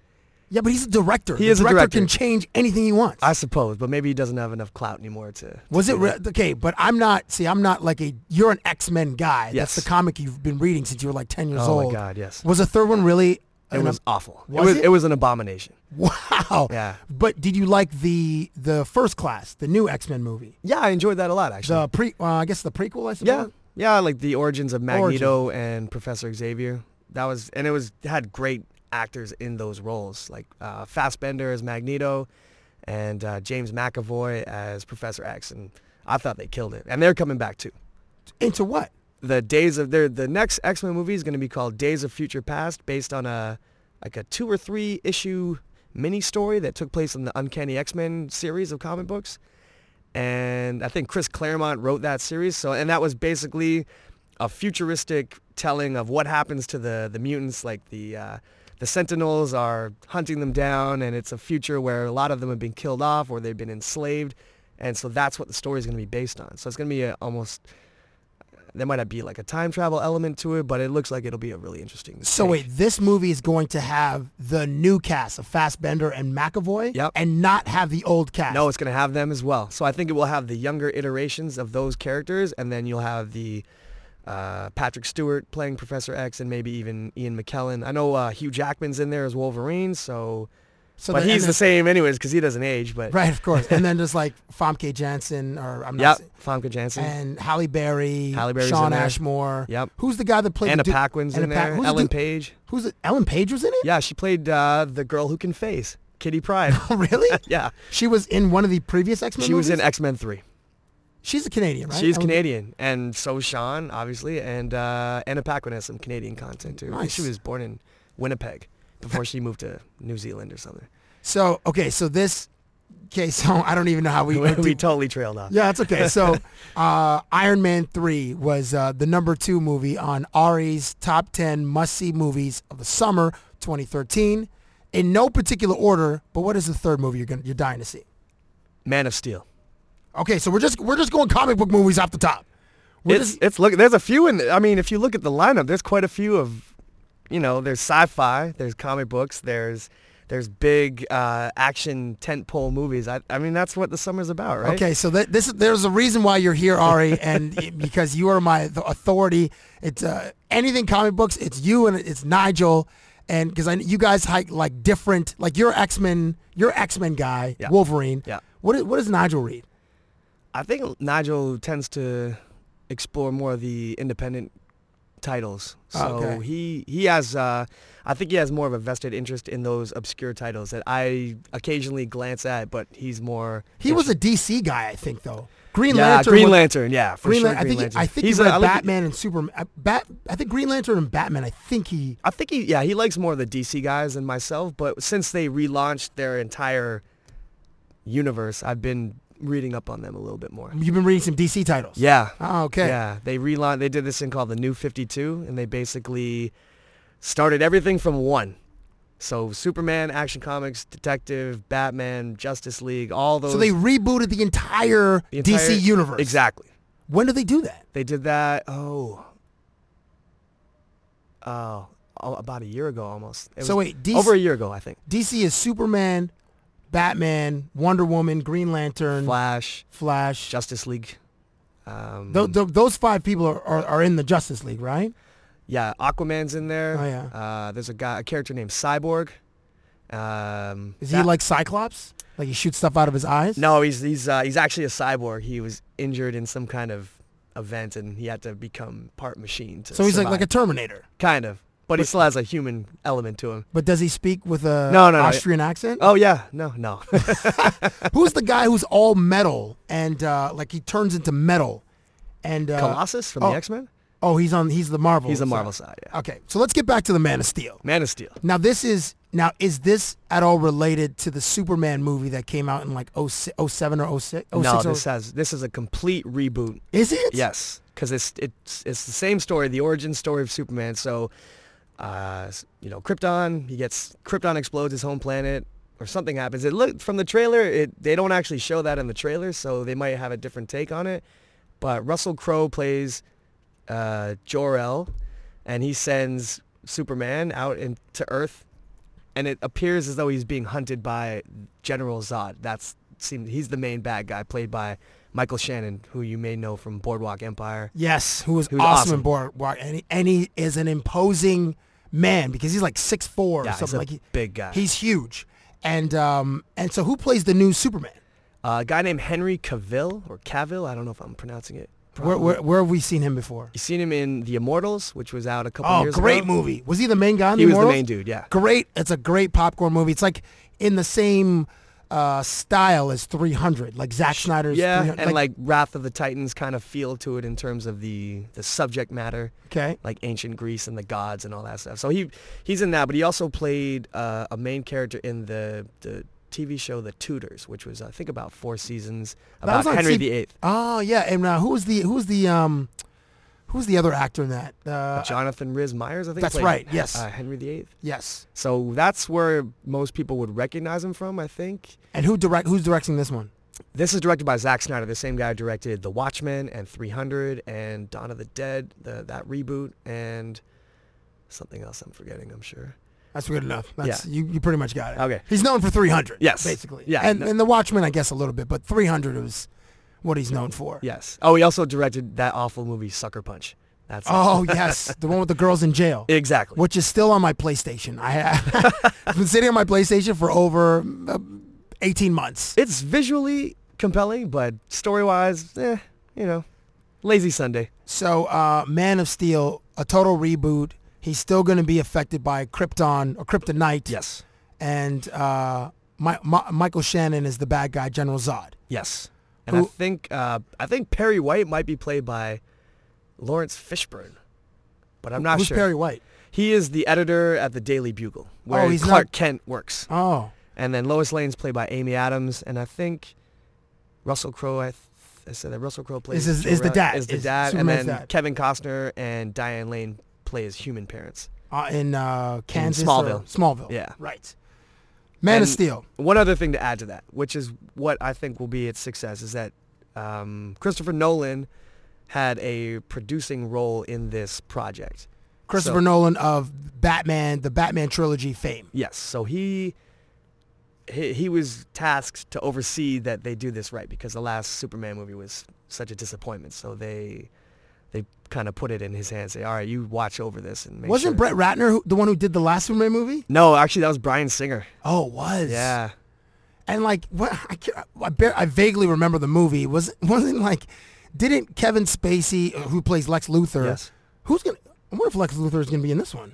[SPEAKER 4] yeah, but he's a director.
[SPEAKER 6] He
[SPEAKER 4] the
[SPEAKER 6] is a
[SPEAKER 4] director.
[SPEAKER 6] director.
[SPEAKER 4] Can change anything he wants.
[SPEAKER 6] I suppose, but maybe he doesn't have enough clout anymore to. to
[SPEAKER 4] Was it
[SPEAKER 6] do
[SPEAKER 4] re-
[SPEAKER 6] that.
[SPEAKER 4] okay? But I'm not. See, I'm not like a. You're an X Men guy.
[SPEAKER 6] Yes.
[SPEAKER 4] That's the comic you've been reading since you were like ten years
[SPEAKER 6] Oh my
[SPEAKER 4] old.
[SPEAKER 6] God, yes.
[SPEAKER 4] Was the third one really?
[SPEAKER 6] It
[SPEAKER 4] an-
[SPEAKER 6] was awful.
[SPEAKER 4] Was
[SPEAKER 6] it was
[SPEAKER 4] it?
[SPEAKER 6] it was an abomination.
[SPEAKER 4] wow.
[SPEAKER 6] Yeah.
[SPEAKER 4] But did you like the the first class, the new X Men movie,
[SPEAKER 6] Yeah, I enjoyed that a lot actually.
[SPEAKER 4] the pre? Uh, I guess the prequel. I
[SPEAKER 6] Yeah,
[SPEAKER 4] suppose.
[SPEAKER 6] yeah, like the origins of Magneto and Professor Xavier. That was, and it was had great actors in those roles, like uh, Fassbender as Magneto, and uh, James McAvoy as Professor X. And I thought they killed it, and they're coming back too.
[SPEAKER 4] Into what?
[SPEAKER 6] The days of their the next X Men movie is going to be called Days of Future Past, based on a like a two or three issue mini story that took place in the Uncanny X Men series of comic books and I think Chris Claremont wrote that series. So, and that was basically a futuristic telling of what happens to the the mutants. Like the uh, the Sentinels are hunting them down, and it's a future where a lot of them have been killed off or they've been enslaved, and so that's what the story is going to be based on. So it's going to be a, almost. There might not be like a time travel element to it, but it looks like it'll be a really interesting.
[SPEAKER 4] So
[SPEAKER 6] take.
[SPEAKER 4] wait, this movie is going to have the new cast of Fassbender and McAvoy,
[SPEAKER 6] Yep.
[SPEAKER 4] and not have the old cast.
[SPEAKER 6] No, it's going to have them as well. So I think it will have the younger iterations of those characters, and then you'll have the uh, Patrick Stewart playing Professor X, and maybe even Ian McKellen. I know uh, Hugh Jackman's in there as Wolverine, so,
[SPEAKER 4] so
[SPEAKER 6] but
[SPEAKER 4] the- and
[SPEAKER 6] he's the
[SPEAKER 4] then-
[SPEAKER 6] same anyways because he doesn't age. But
[SPEAKER 4] Right, of course. and then there's like Famke Janssen, or I'm not.
[SPEAKER 6] yep,
[SPEAKER 4] saying-
[SPEAKER 6] Famke Janssen.
[SPEAKER 4] and Halle Berry,
[SPEAKER 6] Halle Berry's
[SPEAKER 4] Sean
[SPEAKER 6] in there.
[SPEAKER 4] Ashmore.
[SPEAKER 6] Yep.
[SPEAKER 4] Who's the guy that played
[SPEAKER 6] Anna
[SPEAKER 4] the dude-
[SPEAKER 6] Paquin's in
[SPEAKER 4] Anna Pa-
[SPEAKER 6] there.
[SPEAKER 4] who's the
[SPEAKER 6] Ellen
[SPEAKER 4] dude-
[SPEAKER 6] Page.
[SPEAKER 4] Who's it? Ellen Page was in it?
[SPEAKER 6] Yeah, she played uh, the girl who can phase Kitty Pride.
[SPEAKER 4] really?
[SPEAKER 6] yeah,
[SPEAKER 4] She was in one of the previous X Men.
[SPEAKER 6] she was in X Men Three.
[SPEAKER 4] She's a Canadian, right?
[SPEAKER 6] She's
[SPEAKER 4] Ellen-
[SPEAKER 6] Canadian, and so is Sean, obviously, and uh, Anna Paquin has some Canadian content too. I think She
[SPEAKER 4] Nice.
[SPEAKER 6] was born in Winnipeg before she moved to New Zealand or something.
[SPEAKER 4] So okay, so this. Okay, so I don't even know how we.
[SPEAKER 6] We, we totally trailed off.
[SPEAKER 4] yeah, it's okay. So, uh, Iron Man three was uh, the number two movie on Ari's top ten must see movies of the summer 2013, in no particular order. But what is the third movie you're gonna you're dying to see?
[SPEAKER 6] Man of Steel.
[SPEAKER 4] Okay, so we're just we're just going comic book movies off the top. We're
[SPEAKER 6] It's
[SPEAKER 4] just,
[SPEAKER 6] it's look. There's a few in. I mean, if you look at the lineup, there's quite a few of, you know, there's sci-fi, there's comic books, there's there's big uh, action tentpole movies. I I mean, that's what the summer's about, right?
[SPEAKER 4] okay, so that, this there's a reason why you're here, Ari, and it- because you are my th- authority. It's uh, anything comic books. It's you and it's Nigel, and because I you guys hike like different. Like you're X Men, you're X Men guy,
[SPEAKER 6] Yeah.
[SPEAKER 4] Wolverine.
[SPEAKER 6] Yeah.
[SPEAKER 4] What is- what does Nigel read?
[SPEAKER 6] I think Nigel tends to explore more of the independent titles. So
[SPEAKER 4] Ah, Okay.
[SPEAKER 6] he he has uh, I think he has more of a vested interest in those obscure titles that I occasionally glance at, but he's more
[SPEAKER 4] He was a DC guy, I think, though. Green
[SPEAKER 6] yeah,
[SPEAKER 4] Lantern.
[SPEAKER 6] Green
[SPEAKER 4] was-
[SPEAKER 6] Lantern, yeah, for
[SPEAKER 4] Green
[SPEAKER 6] sure.
[SPEAKER 4] Lan- I
[SPEAKER 6] Green
[SPEAKER 4] think he-
[SPEAKER 6] Lantern.
[SPEAKER 4] I think
[SPEAKER 6] he's
[SPEAKER 4] he read
[SPEAKER 6] a- I like-
[SPEAKER 4] Batman and Superman. uh, Bat, I think Green Lantern and Batman. I think he
[SPEAKER 6] I think he yeah he likes more of the DC guys than myself, but since they relaunched their entire universe, I've been reading up on them a little bit more.
[SPEAKER 4] You've been reading some DC titles.
[SPEAKER 6] Yeah.
[SPEAKER 4] Oh, okay.
[SPEAKER 6] Yeah, they relaunched. They did this thing called the New Fifty Two, and they basically started everything from one. So Superman, Action Comics, Detective, Batman, Justice League, all those.
[SPEAKER 4] So they rebooted the entire,
[SPEAKER 6] the entire-
[SPEAKER 4] DC universe.
[SPEAKER 6] Exactly.
[SPEAKER 4] When did they do that?
[SPEAKER 6] They did that. Oh. Oh, a- about a year ago almost. It
[SPEAKER 4] So
[SPEAKER 6] was
[SPEAKER 4] wait, DC
[SPEAKER 6] over a year ago, I think.
[SPEAKER 4] DC is Superman, Batman, Wonder Woman, Green Lantern,
[SPEAKER 6] Flash,
[SPEAKER 4] Flash.
[SPEAKER 6] Justice League. Um,
[SPEAKER 4] Tho- tho- those five people are, are, are in the Justice League, right?
[SPEAKER 6] Yeah, Aquaman's in there.
[SPEAKER 4] Oh, yeah.
[SPEAKER 6] Uh, there's a guy, a character named Cyborg. Um,
[SPEAKER 4] Is he
[SPEAKER 6] that-
[SPEAKER 4] like Cyclops? Like he shoots stuff out of his eyes?
[SPEAKER 6] No, he's he's uh, he's actually a cyborg. He was injured in some kind of event, and he had to become part machine to.
[SPEAKER 4] So he's like,
[SPEAKER 6] survive.
[SPEAKER 4] like a Terminator.
[SPEAKER 6] kind of, but he still has a human element to him.
[SPEAKER 4] But does he speak with a
[SPEAKER 6] No, no, no.
[SPEAKER 4] Austrian accent?
[SPEAKER 6] Oh yeah, no, no.
[SPEAKER 4] Uh, Who's the guy who's all metal and uh, like he turns into metal? And uh,
[SPEAKER 6] Colossus from
[SPEAKER 4] oh,
[SPEAKER 6] the X Men.
[SPEAKER 4] Oh, he's on. He's the Marvel.
[SPEAKER 6] He's the
[SPEAKER 4] side.
[SPEAKER 6] Marvel side. Yeah.
[SPEAKER 4] Okay, so let's get back to the Man of Steel.
[SPEAKER 6] Man of Steel.
[SPEAKER 4] Now this is now is this at all related to the Superman movie that came out in like 06 07 or 06?
[SPEAKER 6] No,
[SPEAKER 4] 06
[SPEAKER 6] this has this is a complete reboot.
[SPEAKER 4] is it?
[SPEAKER 6] Yes, because it's it's it's the same story, the origin story of Superman. So, uh, s- you know, Krypton. He gets Krypton explodes his home planet, or something happens. It look from the trailer. It they don't actually show that in the trailer, so they might have a different take on it. But Russell Crowe plays uh, Jor El, and he sends Superman out into Earth, and it appears as though he's being hunted by General Zod. That's seemed he's the main bad guy, played by Michael Shannon, who you may know from Boardwalk Empire.
[SPEAKER 4] Yes, who was,
[SPEAKER 6] He was
[SPEAKER 4] awesome,
[SPEAKER 6] awesome.
[SPEAKER 4] in Boardwalk, and he, and he is an imposing man because he's like six four or
[SPEAKER 6] Yeah, he's
[SPEAKER 4] something.
[SPEAKER 6] a
[SPEAKER 4] like he,
[SPEAKER 6] big guy.
[SPEAKER 4] He's huge, and um and so who plays the new Superman?
[SPEAKER 6] Uh, a guy named Henry Cavill or Cavill, I don't know if I'm pronouncing it.
[SPEAKER 4] Where, where where have we seen him before?
[SPEAKER 6] You seen him in The Immortals, which was out a couple
[SPEAKER 4] Oh,
[SPEAKER 6] years ago.
[SPEAKER 4] great movie. Was he the main guy? In
[SPEAKER 6] He
[SPEAKER 4] the
[SPEAKER 6] was the
[SPEAKER 4] Immortals?
[SPEAKER 6] main dude, yeah.
[SPEAKER 4] Great. It's a great popcorn movie. It's like in the same uh, style as 300, like Zack Snyder's.
[SPEAKER 6] Yeah,
[SPEAKER 4] 300,
[SPEAKER 6] and like Wrath of the Titans kind of feel to it in terms of the the subject matter.
[SPEAKER 4] okay.
[SPEAKER 6] like ancient Greece and the gods and all that stuff. So he he's in that, but he also played uh, a main character in the the TV show The Tudors, which was I think about four seasons
[SPEAKER 4] That was
[SPEAKER 6] about
[SPEAKER 4] on
[SPEAKER 6] Henry
[SPEAKER 4] C-
[SPEAKER 6] VIII.
[SPEAKER 4] Oh yeah, and uh, who was the who was the um, who was the other actor in that? Uh,
[SPEAKER 6] Jonathan Rhys Meyers, I think.
[SPEAKER 4] that's
[SPEAKER 6] played,
[SPEAKER 4] right, yes.
[SPEAKER 6] uh, Henry VIII.
[SPEAKER 4] yes.
[SPEAKER 6] So that's where most people would recognize him from, I think.
[SPEAKER 4] And who direct? Who's directing this one?
[SPEAKER 6] This is directed by Zack Snyder, the same guy who directed The Watchmen and 300 and Dawn of the Dead, the, that reboot, and something else I'm forgetting, I'm sure.
[SPEAKER 4] That's good enough. That's,
[SPEAKER 6] Yeah.
[SPEAKER 4] you, you pretty much got it.
[SPEAKER 6] Okay.
[SPEAKER 4] He's known for 300.
[SPEAKER 6] Yes.
[SPEAKER 4] Basically.
[SPEAKER 6] Yeah,
[SPEAKER 4] And,
[SPEAKER 6] no-
[SPEAKER 4] and The Watchmen, I guess, a little bit, but 300 was what he's known for.
[SPEAKER 6] Yes. Oh, he also directed that awful movie, Sucker Punch. That's
[SPEAKER 4] Oh, yes. the one with the girls in jail.
[SPEAKER 6] Exactly.
[SPEAKER 4] Which is still on my PlayStation. I, I've been sitting on my PlayStation for over uh, 18 months.
[SPEAKER 6] It's visually compelling, but story-wise, eh, you know, lazy Sunday.
[SPEAKER 4] So, uh, Man of Steel, a total reboot. He's still going to be affected by Krypton or Kryptonite.
[SPEAKER 6] Yes.
[SPEAKER 4] And uh, my, my, Michael Shannon is the bad guy, General Zod.
[SPEAKER 6] Yes. And I
[SPEAKER 4] Who-
[SPEAKER 6] think uh, I think Perry White might be played by Lawrence Fishburne, but I'm not
[SPEAKER 4] Who's
[SPEAKER 6] sure.
[SPEAKER 4] Perry White?
[SPEAKER 6] He is the editor at the Daily Bugle, where
[SPEAKER 4] he's
[SPEAKER 6] Clark
[SPEAKER 4] not-
[SPEAKER 6] Kent works.
[SPEAKER 4] Oh.
[SPEAKER 6] And then Lois Lane's played by Amy Adams, and I think Russell Crowe. I, th- I said that Russell Crowe plays
[SPEAKER 4] his-
[SPEAKER 6] Jor-El-
[SPEAKER 4] is the dad.
[SPEAKER 6] Is the
[SPEAKER 4] Is
[SPEAKER 6] dad,
[SPEAKER 4] Superman's
[SPEAKER 6] and then
[SPEAKER 4] dad.
[SPEAKER 6] Kevin Costner and Diane Lane play as human parents.
[SPEAKER 4] uh, in uh, Kansas. or
[SPEAKER 6] Smallville.
[SPEAKER 4] Smallville.
[SPEAKER 6] Yeah.
[SPEAKER 4] Right. Man of
[SPEAKER 6] And
[SPEAKER 4] Steel.
[SPEAKER 6] One other thing to add to that, which is what I think will be its success, is that um, Christopher Nolan had a producing role in this project.
[SPEAKER 4] Christopher
[SPEAKER 6] So-
[SPEAKER 4] Nolan of Batman, the Batman trilogy fame.
[SPEAKER 6] Yes, so he, he he was tasked to oversee that they do this right because the last Superman movie was such a disappointment. So they they kind of put it in his hands. Say, all right, you watch over this and make
[SPEAKER 4] Wasn't
[SPEAKER 6] sure.
[SPEAKER 4] Brett Ratner who, the one who did the last Superman movie?
[SPEAKER 6] No, actually, that was Brian Singer.
[SPEAKER 4] Oh, it was.
[SPEAKER 6] Yeah.
[SPEAKER 4] And like, what I, can't, I, bar- I vaguely remember the movie. Was wasn't like, didn't Kevin Spacey, uh, who plays Lex Luthor,
[SPEAKER 6] Yes.
[SPEAKER 4] who's gonna? I wonder if Lex Luthor is gonna be in this one.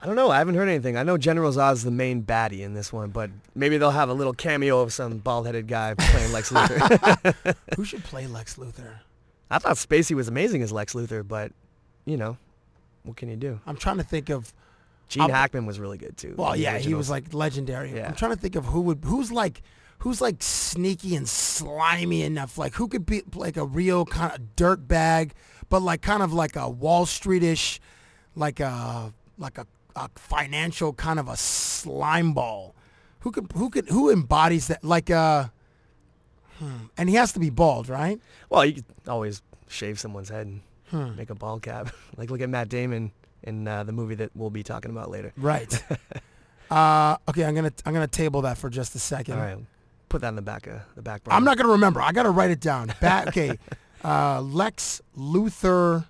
[SPEAKER 6] I don't know. I haven't heard anything. I know General Zod's the main baddie in this one, but maybe they'll have a little cameo of some bald-headed guy playing Lex Luthor.
[SPEAKER 4] who should play Lex Luthor?
[SPEAKER 6] I thought Spacey was amazing as Lex Luthor, but you know, what can you do?
[SPEAKER 4] I'm trying to think of.
[SPEAKER 6] Gene
[SPEAKER 4] I'll-
[SPEAKER 6] Hackman was really good too.
[SPEAKER 4] Well,
[SPEAKER 6] in the
[SPEAKER 4] yeah, he
[SPEAKER 6] original.
[SPEAKER 4] was like legendary.
[SPEAKER 6] Yeah.
[SPEAKER 4] I'm trying to think of who would who's like who's like sneaky and slimy enough. Like who could be like a real kind of dirt bag, but like kind of like a Wall Streetish, like a like a, a financial kind of a slime ball. Who could who could who embodies that? Like uh, hmm, and he has to be bald, right?
[SPEAKER 6] Well, you could always shave someone's head and
[SPEAKER 4] Hmm.
[SPEAKER 6] make a ball cap. like look at Matt Damon in uh, the movie that we'll be talking about later.
[SPEAKER 4] Right. uh, okay, I'm gonna I'm gonna table that for just a second.
[SPEAKER 6] All right, put that in the back of the back burner.
[SPEAKER 4] I'm not gonna remember. I gotta write it down. Bat, okay, uh, Lex Luthor.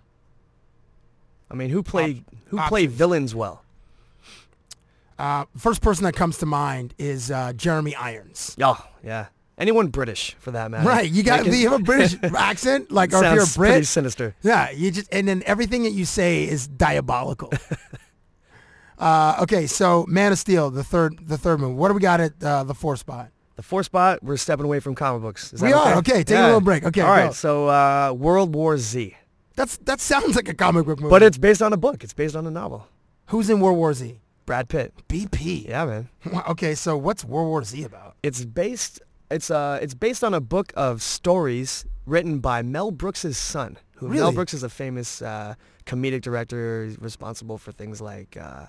[SPEAKER 6] I mean, who play who play
[SPEAKER 4] options.
[SPEAKER 6] villains well?
[SPEAKER 4] Uh, first person that comes to mind is uh, Jeremy Irons.
[SPEAKER 6] Oh, yeah. Anyone British for that matter.
[SPEAKER 4] Right, you got
[SPEAKER 6] Make it-
[SPEAKER 4] do you have a British accent, like or if you're a
[SPEAKER 6] Sounds pretty
[SPEAKER 4] Brit.
[SPEAKER 6] sinister.
[SPEAKER 4] Yeah, you just and then everything that you say is diabolical. Uh, okay, so Man of Steel, the third, the third movie. What do we got at uh, the fourth spot?
[SPEAKER 6] The four spot, we're stepping away from comic books. Is
[SPEAKER 4] We
[SPEAKER 6] that
[SPEAKER 4] are. Okay, take a little break. Okay,
[SPEAKER 6] All right.
[SPEAKER 4] go.
[SPEAKER 6] So uh, World War Z,
[SPEAKER 4] That's that sounds like a comic book movie.
[SPEAKER 6] but it's based on a book. It's based on a novel.
[SPEAKER 4] who's in World War Z?
[SPEAKER 6] Brad Pitt.
[SPEAKER 4] BP.
[SPEAKER 6] Yeah, man.
[SPEAKER 4] Wow, Okay, so what's World War Z about?
[SPEAKER 6] It's based. It's uh. It's based on a book of stories written by Mel Brooks' son. Who Mel
[SPEAKER 4] Really?
[SPEAKER 6] Brooks is a famous uh, comedic director he's responsible for things like uh,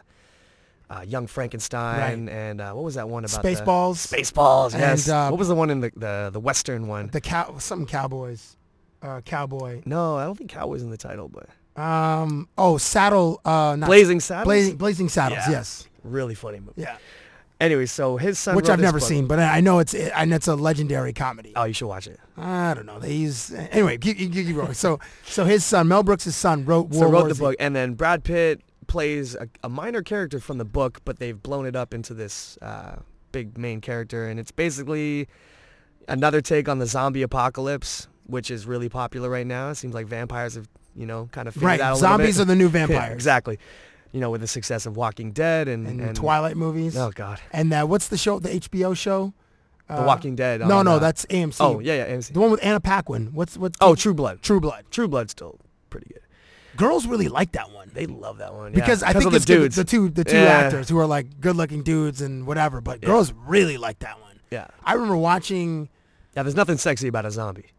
[SPEAKER 6] uh, Young Frankenstein and uh, what was that one about? the-
[SPEAKER 4] Spaceballs.
[SPEAKER 6] Spaceballs.
[SPEAKER 4] And,
[SPEAKER 6] Yes.
[SPEAKER 4] uh,
[SPEAKER 6] what was the one in the the, the Western one?
[SPEAKER 4] The cow, some cowboys, uh, cowboy.
[SPEAKER 6] no, I don't think Cowboy's in the title, but
[SPEAKER 4] Um, oh, saddle. Uh, not,
[SPEAKER 6] Blazing Saddles?
[SPEAKER 4] Blazing, Blazing saddles.
[SPEAKER 6] Yeah.
[SPEAKER 4] Yes.
[SPEAKER 6] really funny movie.
[SPEAKER 4] Yeah.
[SPEAKER 6] Anyway, so his son,
[SPEAKER 4] Which
[SPEAKER 6] wrote
[SPEAKER 4] I've
[SPEAKER 6] this
[SPEAKER 4] never
[SPEAKER 6] book.
[SPEAKER 4] seen, but I I know it's I know it's a legendary comedy.
[SPEAKER 6] Oh, you should watch it.
[SPEAKER 4] I don't know. They use anyway. Keep, keep, keep going. So, so his son, Mel Brooks' son, wrote
[SPEAKER 6] So
[SPEAKER 4] World
[SPEAKER 6] wrote
[SPEAKER 4] War
[SPEAKER 6] the
[SPEAKER 4] Z.
[SPEAKER 6] book, and then Brad Pitt plays a, a minor character from the book, but they've blown it up into this uh, big main character, and it's basically another take on the zombie apocalypse, which is really popular right now. It seems like vampires have, you know, kind of figured
[SPEAKER 4] Right,
[SPEAKER 6] out a little
[SPEAKER 4] zombies
[SPEAKER 6] bit.
[SPEAKER 4] are the new
[SPEAKER 6] Yeah,
[SPEAKER 4] vampires.
[SPEAKER 6] exactly. You know, with the success of Walking Dead and,
[SPEAKER 4] and,
[SPEAKER 6] and-
[SPEAKER 4] Twilight movies.
[SPEAKER 6] Oh God,
[SPEAKER 4] And uh, what's the show? The HBO show?
[SPEAKER 6] The Walking Dead.
[SPEAKER 4] Uh, no,
[SPEAKER 6] on,
[SPEAKER 4] no,
[SPEAKER 6] uh,
[SPEAKER 4] that's AMC.
[SPEAKER 6] oh yeah, yeah. AMC.
[SPEAKER 4] the one with Anna Paquin. What's what's
[SPEAKER 6] Oh, True Blood.
[SPEAKER 4] True Blood.
[SPEAKER 6] True Blood's still pretty good.
[SPEAKER 4] Girls really like that one
[SPEAKER 6] They love that one yeah.
[SPEAKER 4] because I
[SPEAKER 6] of
[SPEAKER 4] think
[SPEAKER 6] the
[SPEAKER 4] it's 'cause
[SPEAKER 6] dudes,
[SPEAKER 4] the two the two
[SPEAKER 6] Yeah.
[SPEAKER 4] actors who are like good looking dudes and whatever, but girls really like that one.
[SPEAKER 6] Yeah.
[SPEAKER 4] I remember watching.
[SPEAKER 6] Yeah, there's nothing sexy about a zombie.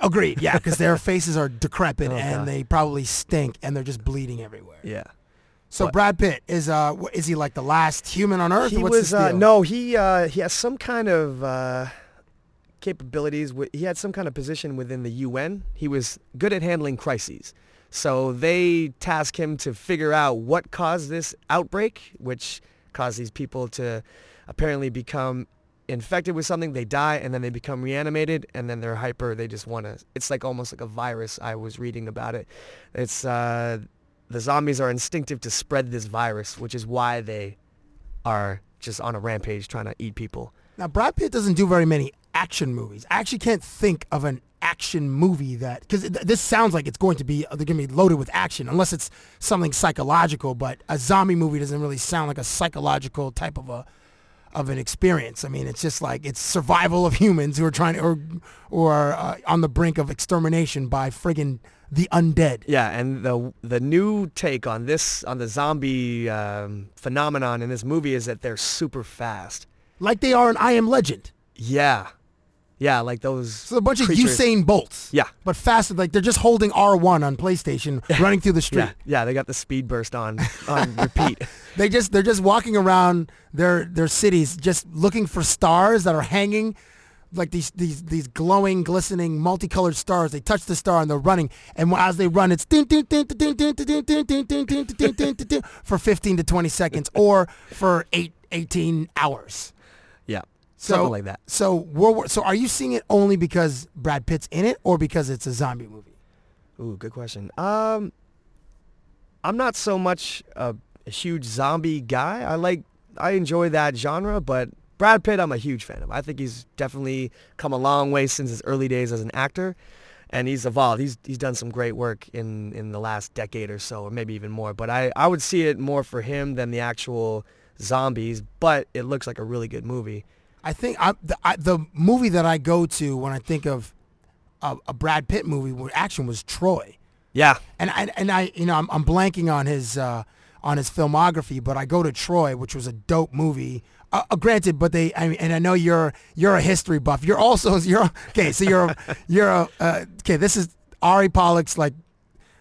[SPEAKER 4] Agreed. Yeah, because their faces are decrepit
[SPEAKER 6] Oh,
[SPEAKER 4] and
[SPEAKER 6] God.
[SPEAKER 4] they probably stink and they're just bleeding everywhere.
[SPEAKER 6] Yeah.
[SPEAKER 4] So Brad Pitt is uh wh- is he like the last human on Earth?
[SPEAKER 6] he
[SPEAKER 4] or what's
[SPEAKER 6] was
[SPEAKER 4] his
[SPEAKER 6] uh,
[SPEAKER 4] deal?
[SPEAKER 6] no he uh, he has some kind of uh, capabilities wi- he had some kind of position within the UN he was good at handling crises so they task him to figure out what caused this outbreak which caused these people to apparently become infected with something they die and then they become reanimated and then they're hyper they just want to it's like almost like a virus i was reading about it it's uh the zombies are instinctive to spread this virus which is why they are just on a rampage trying to eat people.
[SPEAKER 4] Now Brad Pitt doesn't do very many action movies. I actually can't think of an action movie that because th- this sounds like it's going to be they're going to be loaded with action unless it's something psychological. But a zombie movie doesn't really sound like a psychological type of a of an experience. I mean, it's just like it's survival of humans who are trying to or or uh, on the brink of extermination by friggin' the undead.
[SPEAKER 6] Yeah, and the the new take on this on the zombie um, phenomenon in this movie is that they're super fast.
[SPEAKER 4] like they are in I Am Legend.
[SPEAKER 6] Yeah, yeah, like those.
[SPEAKER 4] So a bunch of
[SPEAKER 6] creatures.
[SPEAKER 4] Usain Bolts.
[SPEAKER 6] Yeah.
[SPEAKER 4] But faster, like they're just holding R1 on PlayStation, running through the street.
[SPEAKER 6] Yeah, yeah, they got the speed burst on on repeat.
[SPEAKER 4] They just they're just walking around their their cities, just looking for stars that are hanging, like these these these glowing, glistening, multicolored stars. They touch the star and they're running. And wh- as they run, it's ding, ding, ding, ding, ding, ding, ding, ding, ding, ding, ding, ding, ding, ding, ding, for 15 to 20 seconds, or for eight 18 hours.
[SPEAKER 6] Yeah, something like that.
[SPEAKER 4] So World War. So are you seeing it only because Brad Pitt's in it, or because it's a zombie movie?
[SPEAKER 6] Ooh, good question. Um, I'm not so much a, a huge zombie guy. I like, I enjoy that genre, but Brad Pitt, I'm a huge fan of. I think he's definitely come a long way since his early days as an actor, and he's evolved. He's he's done some great work in in the last decade or so, or maybe even more. But I I would see it more for him than the actual zombies. But it looks like a really good movie.
[SPEAKER 4] I think I, the, I, the movie that I go to when I think of a, a Brad Pitt movie with action was Troy,
[SPEAKER 6] Yeah,
[SPEAKER 4] and I and I you know I'm, I'm blanking on his uh, on his filmography, but I go to Troy, which was a dope movie. Uh, uh, granted, but they I mean, and I know you're you're a history buff. You're also you're okay. So you're a, you're a, uh, okay. This is Ari Pollock's like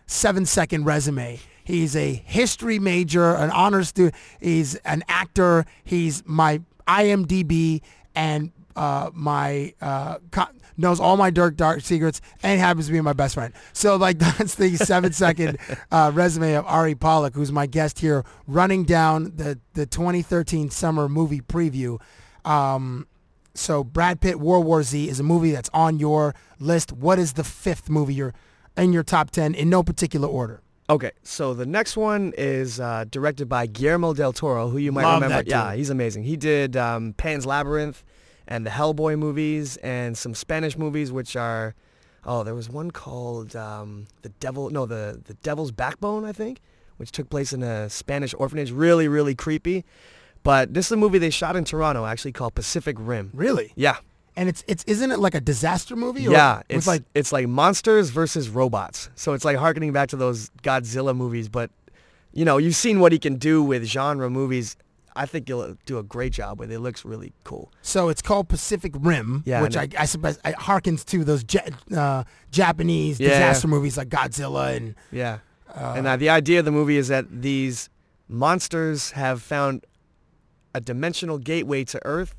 [SPEAKER 4] seven second resume. He's a history major, an honors student. He's an actor. He's my IMDb and uh, my uh, co- knows all my dark dark secrets and happens to be my best friend. So like that's the seven second uh, resume of Ari Pollock, who's my guest here, running down the the 2013 summer movie preview. Um, so Brad Pitt, World War Z is a movie that's on your list. What is the fifth movie you're in your top ten in no particular order?
[SPEAKER 6] Okay, so the next one is uh, directed by Guillermo del Toro, who you might
[SPEAKER 4] Love
[SPEAKER 6] remember.
[SPEAKER 4] that dude.
[SPEAKER 6] Yeah, he's amazing. He did um, Pan's Labyrinth and the Hellboy movies and some Spanish movies, which are, oh, there was one called um, the Devil, no, the the Devil's Backbone, I think, which took place in a Spanish orphanage. Really, really creepy. But this is a movie they shot in Toronto, actually called Pacific Rim.
[SPEAKER 4] Really?
[SPEAKER 6] Yeah,
[SPEAKER 4] And it's it's isn't it like a disaster movie? Or
[SPEAKER 6] yeah.
[SPEAKER 4] with
[SPEAKER 6] It's
[SPEAKER 4] like
[SPEAKER 6] like it's like monsters versus robots. So it's like harkening back to those Godzilla movies. But you know, you've seen what he can do with genre movies. I think he'll do a great job with it. It looks really cool.
[SPEAKER 4] so it's called Pacific Rim,
[SPEAKER 6] Yeah,
[SPEAKER 4] which I,
[SPEAKER 6] and
[SPEAKER 4] I suppose it harkens to those ja- uh, Japanese
[SPEAKER 6] Yeah,
[SPEAKER 4] disaster
[SPEAKER 6] yeah.
[SPEAKER 4] movies like Godzilla and
[SPEAKER 6] Yeah. and uh, the idea of the movie is that these monsters have found a dimensional gateway to Earth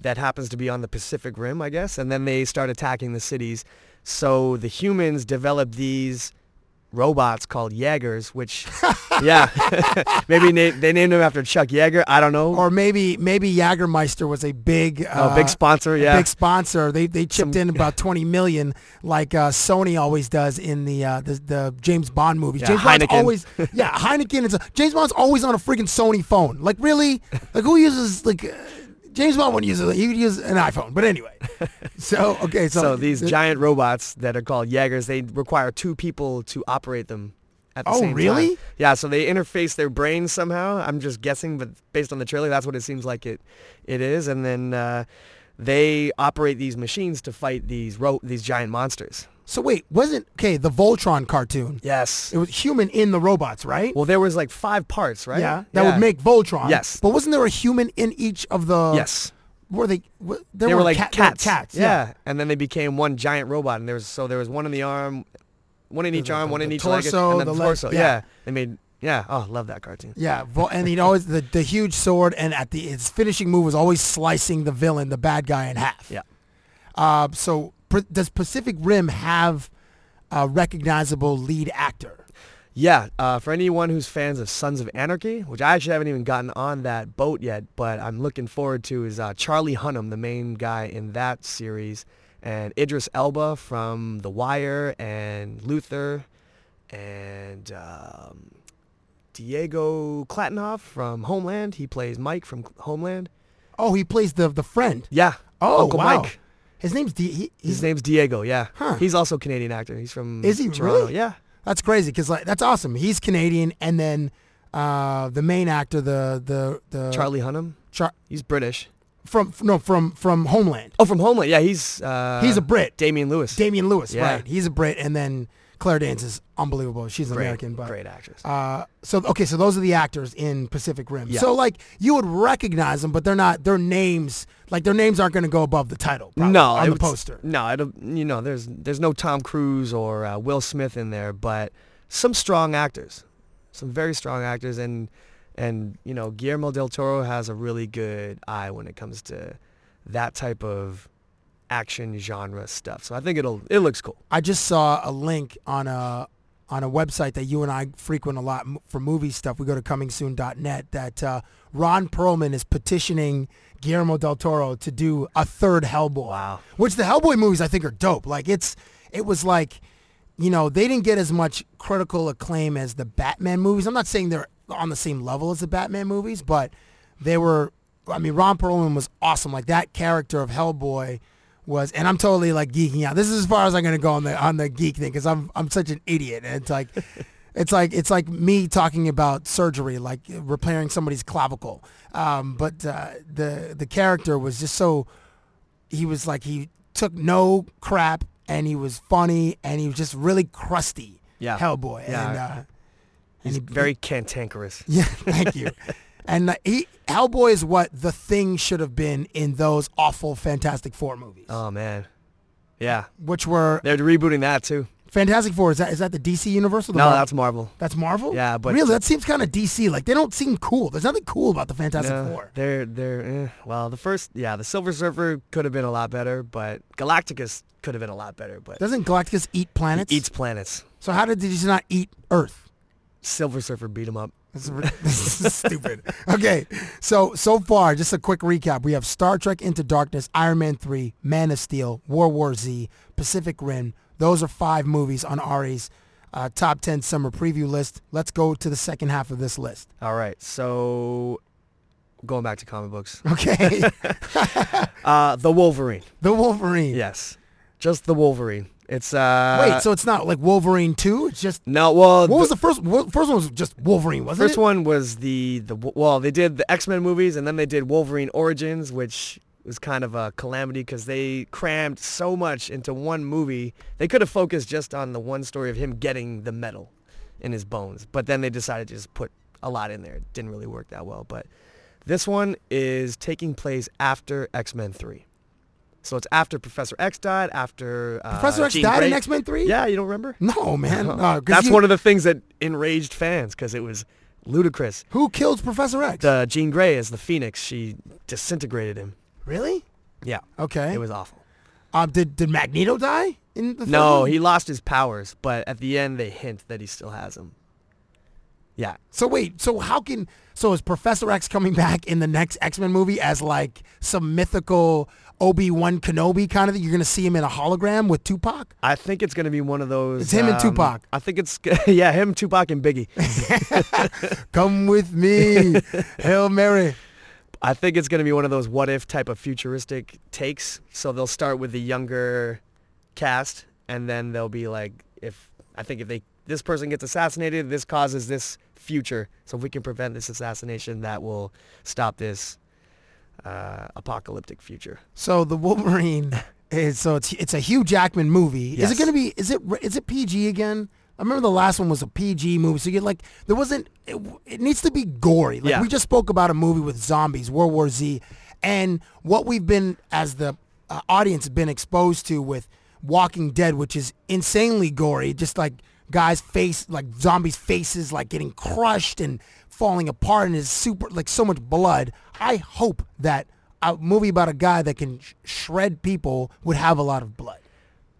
[SPEAKER 6] that happens to be on the Pacific Rim, I guess, and then they start attacking the cities. So the humans develop these robots called Jaegers, which, yeah, maybe na- they named them after Chuck Yeager. I don't know.
[SPEAKER 4] or maybe maybe Jagermeister was a big uh,
[SPEAKER 6] big sponsor,
[SPEAKER 4] a
[SPEAKER 6] yeah.
[SPEAKER 4] big sponsor. They they chipped in about twenty million, like uh, Sony always does in the uh, the, the James Bond movies.
[SPEAKER 6] Yeah,
[SPEAKER 4] James Bond's
[SPEAKER 6] Heineken.
[SPEAKER 4] always yeah Heineken is a, James Bond's always on a freaking Sony phone. Like really, like who uses like. Uh, James Bond wouldn't use it. He would use an iPhone. But anyway, so okay, so,
[SPEAKER 6] so these
[SPEAKER 4] th-
[SPEAKER 6] giant robots that are called Jaegers, they require two people to operate them at the
[SPEAKER 4] Oh,
[SPEAKER 6] same time.
[SPEAKER 4] really?
[SPEAKER 6] Yeah, so they interface their brains somehow. I'm just guessing, but based on the trailer, that's what it seems like it, it is. And then uh, they operate these machines to fight these ro- these giant monsters.
[SPEAKER 4] So wait, wasn't okay the Voltron cartoon?
[SPEAKER 6] Yes.
[SPEAKER 4] It was human in the robots, right?
[SPEAKER 6] Well, there was like five parts, right?
[SPEAKER 4] yeah, that would make Voltron.
[SPEAKER 6] Yes.
[SPEAKER 4] but wasn't there a human in each of the?
[SPEAKER 6] Yes.
[SPEAKER 4] were they? Were, there
[SPEAKER 6] They were, like
[SPEAKER 4] cat- they were
[SPEAKER 6] cats.
[SPEAKER 4] cats.
[SPEAKER 6] Yeah. and then they became one giant robot, and there was so there was one in the arm, one in each arm, one in
[SPEAKER 4] the
[SPEAKER 6] each leg,
[SPEAKER 4] torso,
[SPEAKER 6] and then
[SPEAKER 4] the
[SPEAKER 6] the
[SPEAKER 4] leg-
[SPEAKER 6] torso.
[SPEAKER 4] yeah.
[SPEAKER 6] yeah, they made yeah. Oh, love that cartoon.
[SPEAKER 4] yeah. Vol- and he'd always the, the huge sword, and at the his finishing move was always slicing the villain, the bad guy, in half.
[SPEAKER 6] Yeah.
[SPEAKER 4] Uh, so pr- does Pacific Rim have a recognizable lead actor?
[SPEAKER 6] Yeah, uh, for anyone who's fans of Sons of Anarchy, which I actually haven't even gotten on that boat yet, but I'm looking forward to is uh, Charlie Hunnam, the main guy in that series, and Idris Elba from The Wire and Luther, and um, Diego Klatinoff from Homeland. He plays Mike from Homeland.
[SPEAKER 4] Oh, he plays the the friend.
[SPEAKER 6] Yeah.
[SPEAKER 4] Oh,
[SPEAKER 6] Uncle
[SPEAKER 4] wow.
[SPEAKER 6] Mike.
[SPEAKER 4] His name's D. He, he's
[SPEAKER 6] His name's Diego. Yeah.
[SPEAKER 4] Huh.
[SPEAKER 6] He's also a Canadian actor. He's from
[SPEAKER 4] Is he
[SPEAKER 6] Toronto.
[SPEAKER 4] really?
[SPEAKER 6] Yeah.
[SPEAKER 4] That's crazy because like that's awesome. He's Canadian, and then uh, the main actor, the the the
[SPEAKER 6] Charlie Hunnam.
[SPEAKER 4] Char-
[SPEAKER 6] He's British.
[SPEAKER 4] from no from from Homeland.
[SPEAKER 6] Oh, from Homeland. Yeah, he's uh,
[SPEAKER 4] He's a Brit.
[SPEAKER 6] Damian Lewis.
[SPEAKER 4] Damian Lewis,
[SPEAKER 6] Yeah.
[SPEAKER 4] right? He's a Brit, and then Claire Danes is unbelievable. She's
[SPEAKER 6] great,
[SPEAKER 4] American, but
[SPEAKER 6] great actress.
[SPEAKER 4] Uh, so okay, so those are the actors in Pacific Rim.
[SPEAKER 6] Yeah.
[SPEAKER 4] So like you would recognize them, but they're not. Their names, like their names, aren't going to go above the title. probably,
[SPEAKER 6] no,
[SPEAKER 4] on
[SPEAKER 6] it
[SPEAKER 4] the
[SPEAKER 6] was-
[SPEAKER 4] poster.
[SPEAKER 6] No, it'll, you know, there's there's no Tom Cruise or uh, Will Smith in there, but some strong actors, some very strong actors, and and you know Guillermo del Toro has a really good eye when it comes to that type of action genre stuff. So I think it'll it looks cool.
[SPEAKER 4] I just saw a link on a on a website that you and I frequent a lot m- for movie stuff. We go to comingsoon.net that uh, Ron Perlman is petitioning Guillermo del Toro to do a third Hellboy.
[SPEAKER 6] Wow.
[SPEAKER 4] Which the Hellboy movies I think are dope. Like it's it was like you know, they didn't get as much critical acclaim as the Batman movies. I'm not saying they're on the same level as the Batman movies, but they were I mean, Ron Perlman was awesome. Like that character of Hellboy was, and I'm totally like geeking out. This is as far as I'm gonna go on the on the geek thing because I'm I'm such an idiot. And it's like, it's like it's like me talking about surgery, like repairing somebody's clavicle. Um, but uh, the the character was just so he was like he took no crap and he was funny and he was just really crusty.
[SPEAKER 6] Yeah.
[SPEAKER 4] Hellboy.
[SPEAKER 6] Yeah.
[SPEAKER 4] And, uh,
[SPEAKER 6] He's
[SPEAKER 4] and he-
[SPEAKER 6] very cantankerous.
[SPEAKER 4] yeah, thank you. And uh, he, Hellboy is what the thing should have been in those awful Fantastic Four movies,
[SPEAKER 6] Oh man, yeah,
[SPEAKER 4] which were
[SPEAKER 6] they're rebooting that too.
[SPEAKER 4] Fantastic Four. Is that is that the DC universe? Or the
[SPEAKER 6] No,
[SPEAKER 4] Marvel?
[SPEAKER 6] that's Marvel.
[SPEAKER 4] that's Marvel.
[SPEAKER 6] Yeah, but-
[SPEAKER 4] really, that seems kind of DC. Like they don't seem cool. There's nothing cool about the Fantastic
[SPEAKER 6] No,
[SPEAKER 4] Four.
[SPEAKER 6] They're they're eh. well. The first, yeah, the Silver Surfer could have been a lot better, but Galacticus could have been a lot better, but
[SPEAKER 4] Doesn't Galactus eat planets?
[SPEAKER 6] eats planets.
[SPEAKER 4] So how did he just not eat Earth?
[SPEAKER 6] Silver Surfer beat him up.
[SPEAKER 4] This is, ri- this is stupid. Okay, so so far, just a quick recap. We have Star Trek Into Darkness, Iron Man 3, Man of Steel, World War Z, Pacific Rim. Those are five movies on Ari's uh, top 10 summer preview list. Let's go to the second half of this list.
[SPEAKER 6] All right, so going back to comic books,
[SPEAKER 4] Okay,
[SPEAKER 6] uh, the Wolverine.
[SPEAKER 4] The Wolverine.
[SPEAKER 6] Yes, just the Wolverine. It's uh
[SPEAKER 4] Wait, so it's not like Wolverine 2? It's just.
[SPEAKER 6] no. Well,
[SPEAKER 4] What was
[SPEAKER 6] the
[SPEAKER 4] the first wo- First one was just Wolverine, wasn't
[SPEAKER 6] first
[SPEAKER 4] it?
[SPEAKER 6] one was the the well they did the X Men movies and then they did Wolverine Origins, which was kind of a calamity because they crammed so much into one movie. They could have focused just on the one story of him getting the metal in his bones, but then they decided to just put a lot in there. It didn't really work that well, but this one is taking place after X Men Three. So it's after Professor X died, after uh,
[SPEAKER 4] Professor X
[SPEAKER 6] Jean
[SPEAKER 4] died in
[SPEAKER 6] Grey-
[SPEAKER 4] X-Men 3?
[SPEAKER 6] Yeah, you don't remember?
[SPEAKER 4] No, man. Uh, 'cause
[SPEAKER 6] Uh-huh. That's
[SPEAKER 4] you-
[SPEAKER 6] one of the things that enraged fans because it was ludicrous.
[SPEAKER 4] Who killed Professor X?
[SPEAKER 6] The Jean Grey as the Phoenix, she disintegrated him.
[SPEAKER 4] really?
[SPEAKER 6] Yeah.
[SPEAKER 4] Okay.
[SPEAKER 6] It was awful.
[SPEAKER 4] Um, did did Magneto die in the? third
[SPEAKER 6] No,
[SPEAKER 4] one?
[SPEAKER 6] he lost his powers, but at the end they hint that he still has them. Yeah.
[SPEAKER 4] So wait, so how can so is Professor X coming back in the next X Men movie as like some mythical Obi Wan Kenobi kind of thing? You're gonna see him in a hologram with Tupac.
[SPEAKER 6] I think it's going to be one of those. um,
[SPEAKER 4] It's him and Tupac.
[SPEAKER 6] I think it's, yeah, him, Tupac, and Biggie.
[SPEAKER 4] Come with me, Hail Mary.
[SPEAKER 6] I think it's going to be one of those what if type of futuristic takes. So they'll start with the younger cast and then they'll be like if I think if they this person gets assassinated, this causes this future. So if we can prevent this assassination, that will stop this uh, apocalyptic future.
[SPEAKER 4] So the Wolverine is so it's it's a Hugh Jackman movie. Is
[SPEAKER 6] Yes.
[SPEAKER 4] it gonna be? Is it is it PG again? I remember the last one was a PG movie, so you like there wasn't. It, it needs to be gory. Like
[SPEAKER 6] Yeah.
[SPEAKER 4] we just spoke about a movie with zombies, World War Z, and what we've been as the uh, audience been exposed to with Walking Dead, which is insanely gory. Just like guys' face, like zombies' faces, like getting crushed and falling apart, and is super like so much blood. I hope that a movie about a guy that can sh- shred people would have a lot of blood.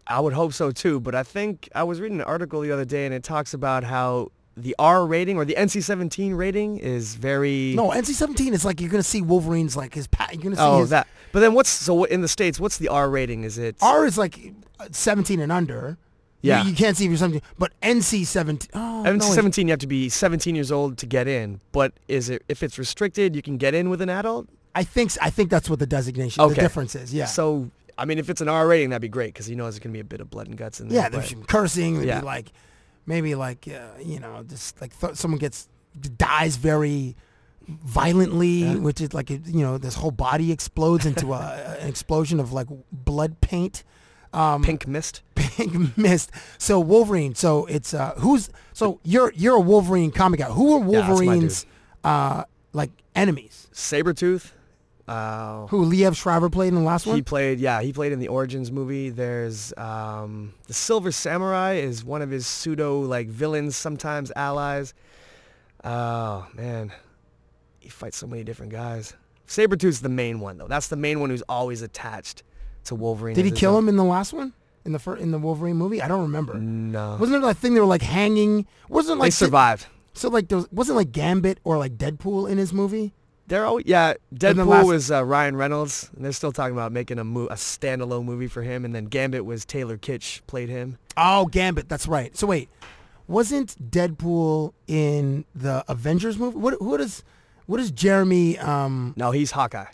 [SPEAKER 6] I would hope so too, but I think I was reading an article the other day and it talks about how the R rating or the NC-17 rating is very
[SPEAKER 4] No, NC-17 is like you're gonna see Wolverine's like his pat. You're gonna see
[SPEAKER 6] oh
[SPEAKER 4] his
[SPEAKER 6] that. But then what's so what in the states? What's the R rating? Is it
[SPEAKER 4] R is like 17 and under. You-
[SPEAKER 6] Yeah.
[SPEAKER 4] you, can't see if you're 17, but NC-17. Oh,
[SPEAKER 6] MC
[SPEAKER 4] no, it's-
[SPEAKER 6] 17, you have to be 17 years old to get in. But is it if it's restricted, you can get in with an adult?
[SPEAKER 4] I think s- I think that's what the designation, the difference is. Yeah.
[SPEAKER 6] So I mean, if it's an R rating, that'd be great because you know there's gonna be a bit of blood and guts in there.
[SPEAKER 4] yeah, there's
[SPEAKER 6] but-
[SPEAKER 4] some cursing. There'd
[SPEAKER 6] Yeah.
[SPEAKER 4] be like maybe like uh, you know just like th- someone gets dies very violently, which is like it- you know this whole body explodes into a, an explosion of like blood paint. Um,
[SPEAKER 6] pink mist.
[SPEAKER 4] pink mist. So Wolverine. So it's uh, who's so you're you're a Wolverine comic guy. Who are
[SPEAKER 6] that's my dude.
[SPEAKER 4] Wolverine's uh, like enemies?
[SPEAKER 6] Sabretooth. Uh,
[SPEAKER 4] Who Liev Schreiber played in the last
[SPEAKER 6] he
[SPEAKER 4] one?
[SPEAKER 6] played, yeah, he played in the Origins movie. There's um, the Silver Samurai is one of his pseudo like villains, sometimes allies. Oh man, he fights so many different guys. Sabretooth's the main one though. That's the main one who's always attached to Wolverine.
[SPEAKER 4] Did
[SPEAKER 6] as
[SPEAKER 4] he
[SPEAKER 6] his
[SPEAKER 4] kill
[SPEAKER 6] own-
[SPEAKER 4] him in the last one? In the fir- in the Wolverine movie? I don't remember.
[SPEAKER 6] No.
[SPEAKER 4] Wasn't there that thing they were like hanging? Wasn't
[SPEAKER 6] they
[SPEAKER 4] like
[SPEAKER 6] survived.
[SPEAKER 4] So like there was, wasn't like Gambit or like Deadpool in his movie?
[SPEAKER 6] They're all yeah. Deadpool
[SPEAKER 4] last-
[SPEAKER 6] was uh, Ryan Reynolds, and they're still talking about making a mo- a standalone movie for him. And then Gambit was Taylor Kitsch played him.
[SPEAKER 4] Oh, Gambit. That's right. So wait, wasn't Deadpool in the Avengers movie? What who does what is Jeremy? Um,
[SPEAKER 6] No, he's Hawkeye.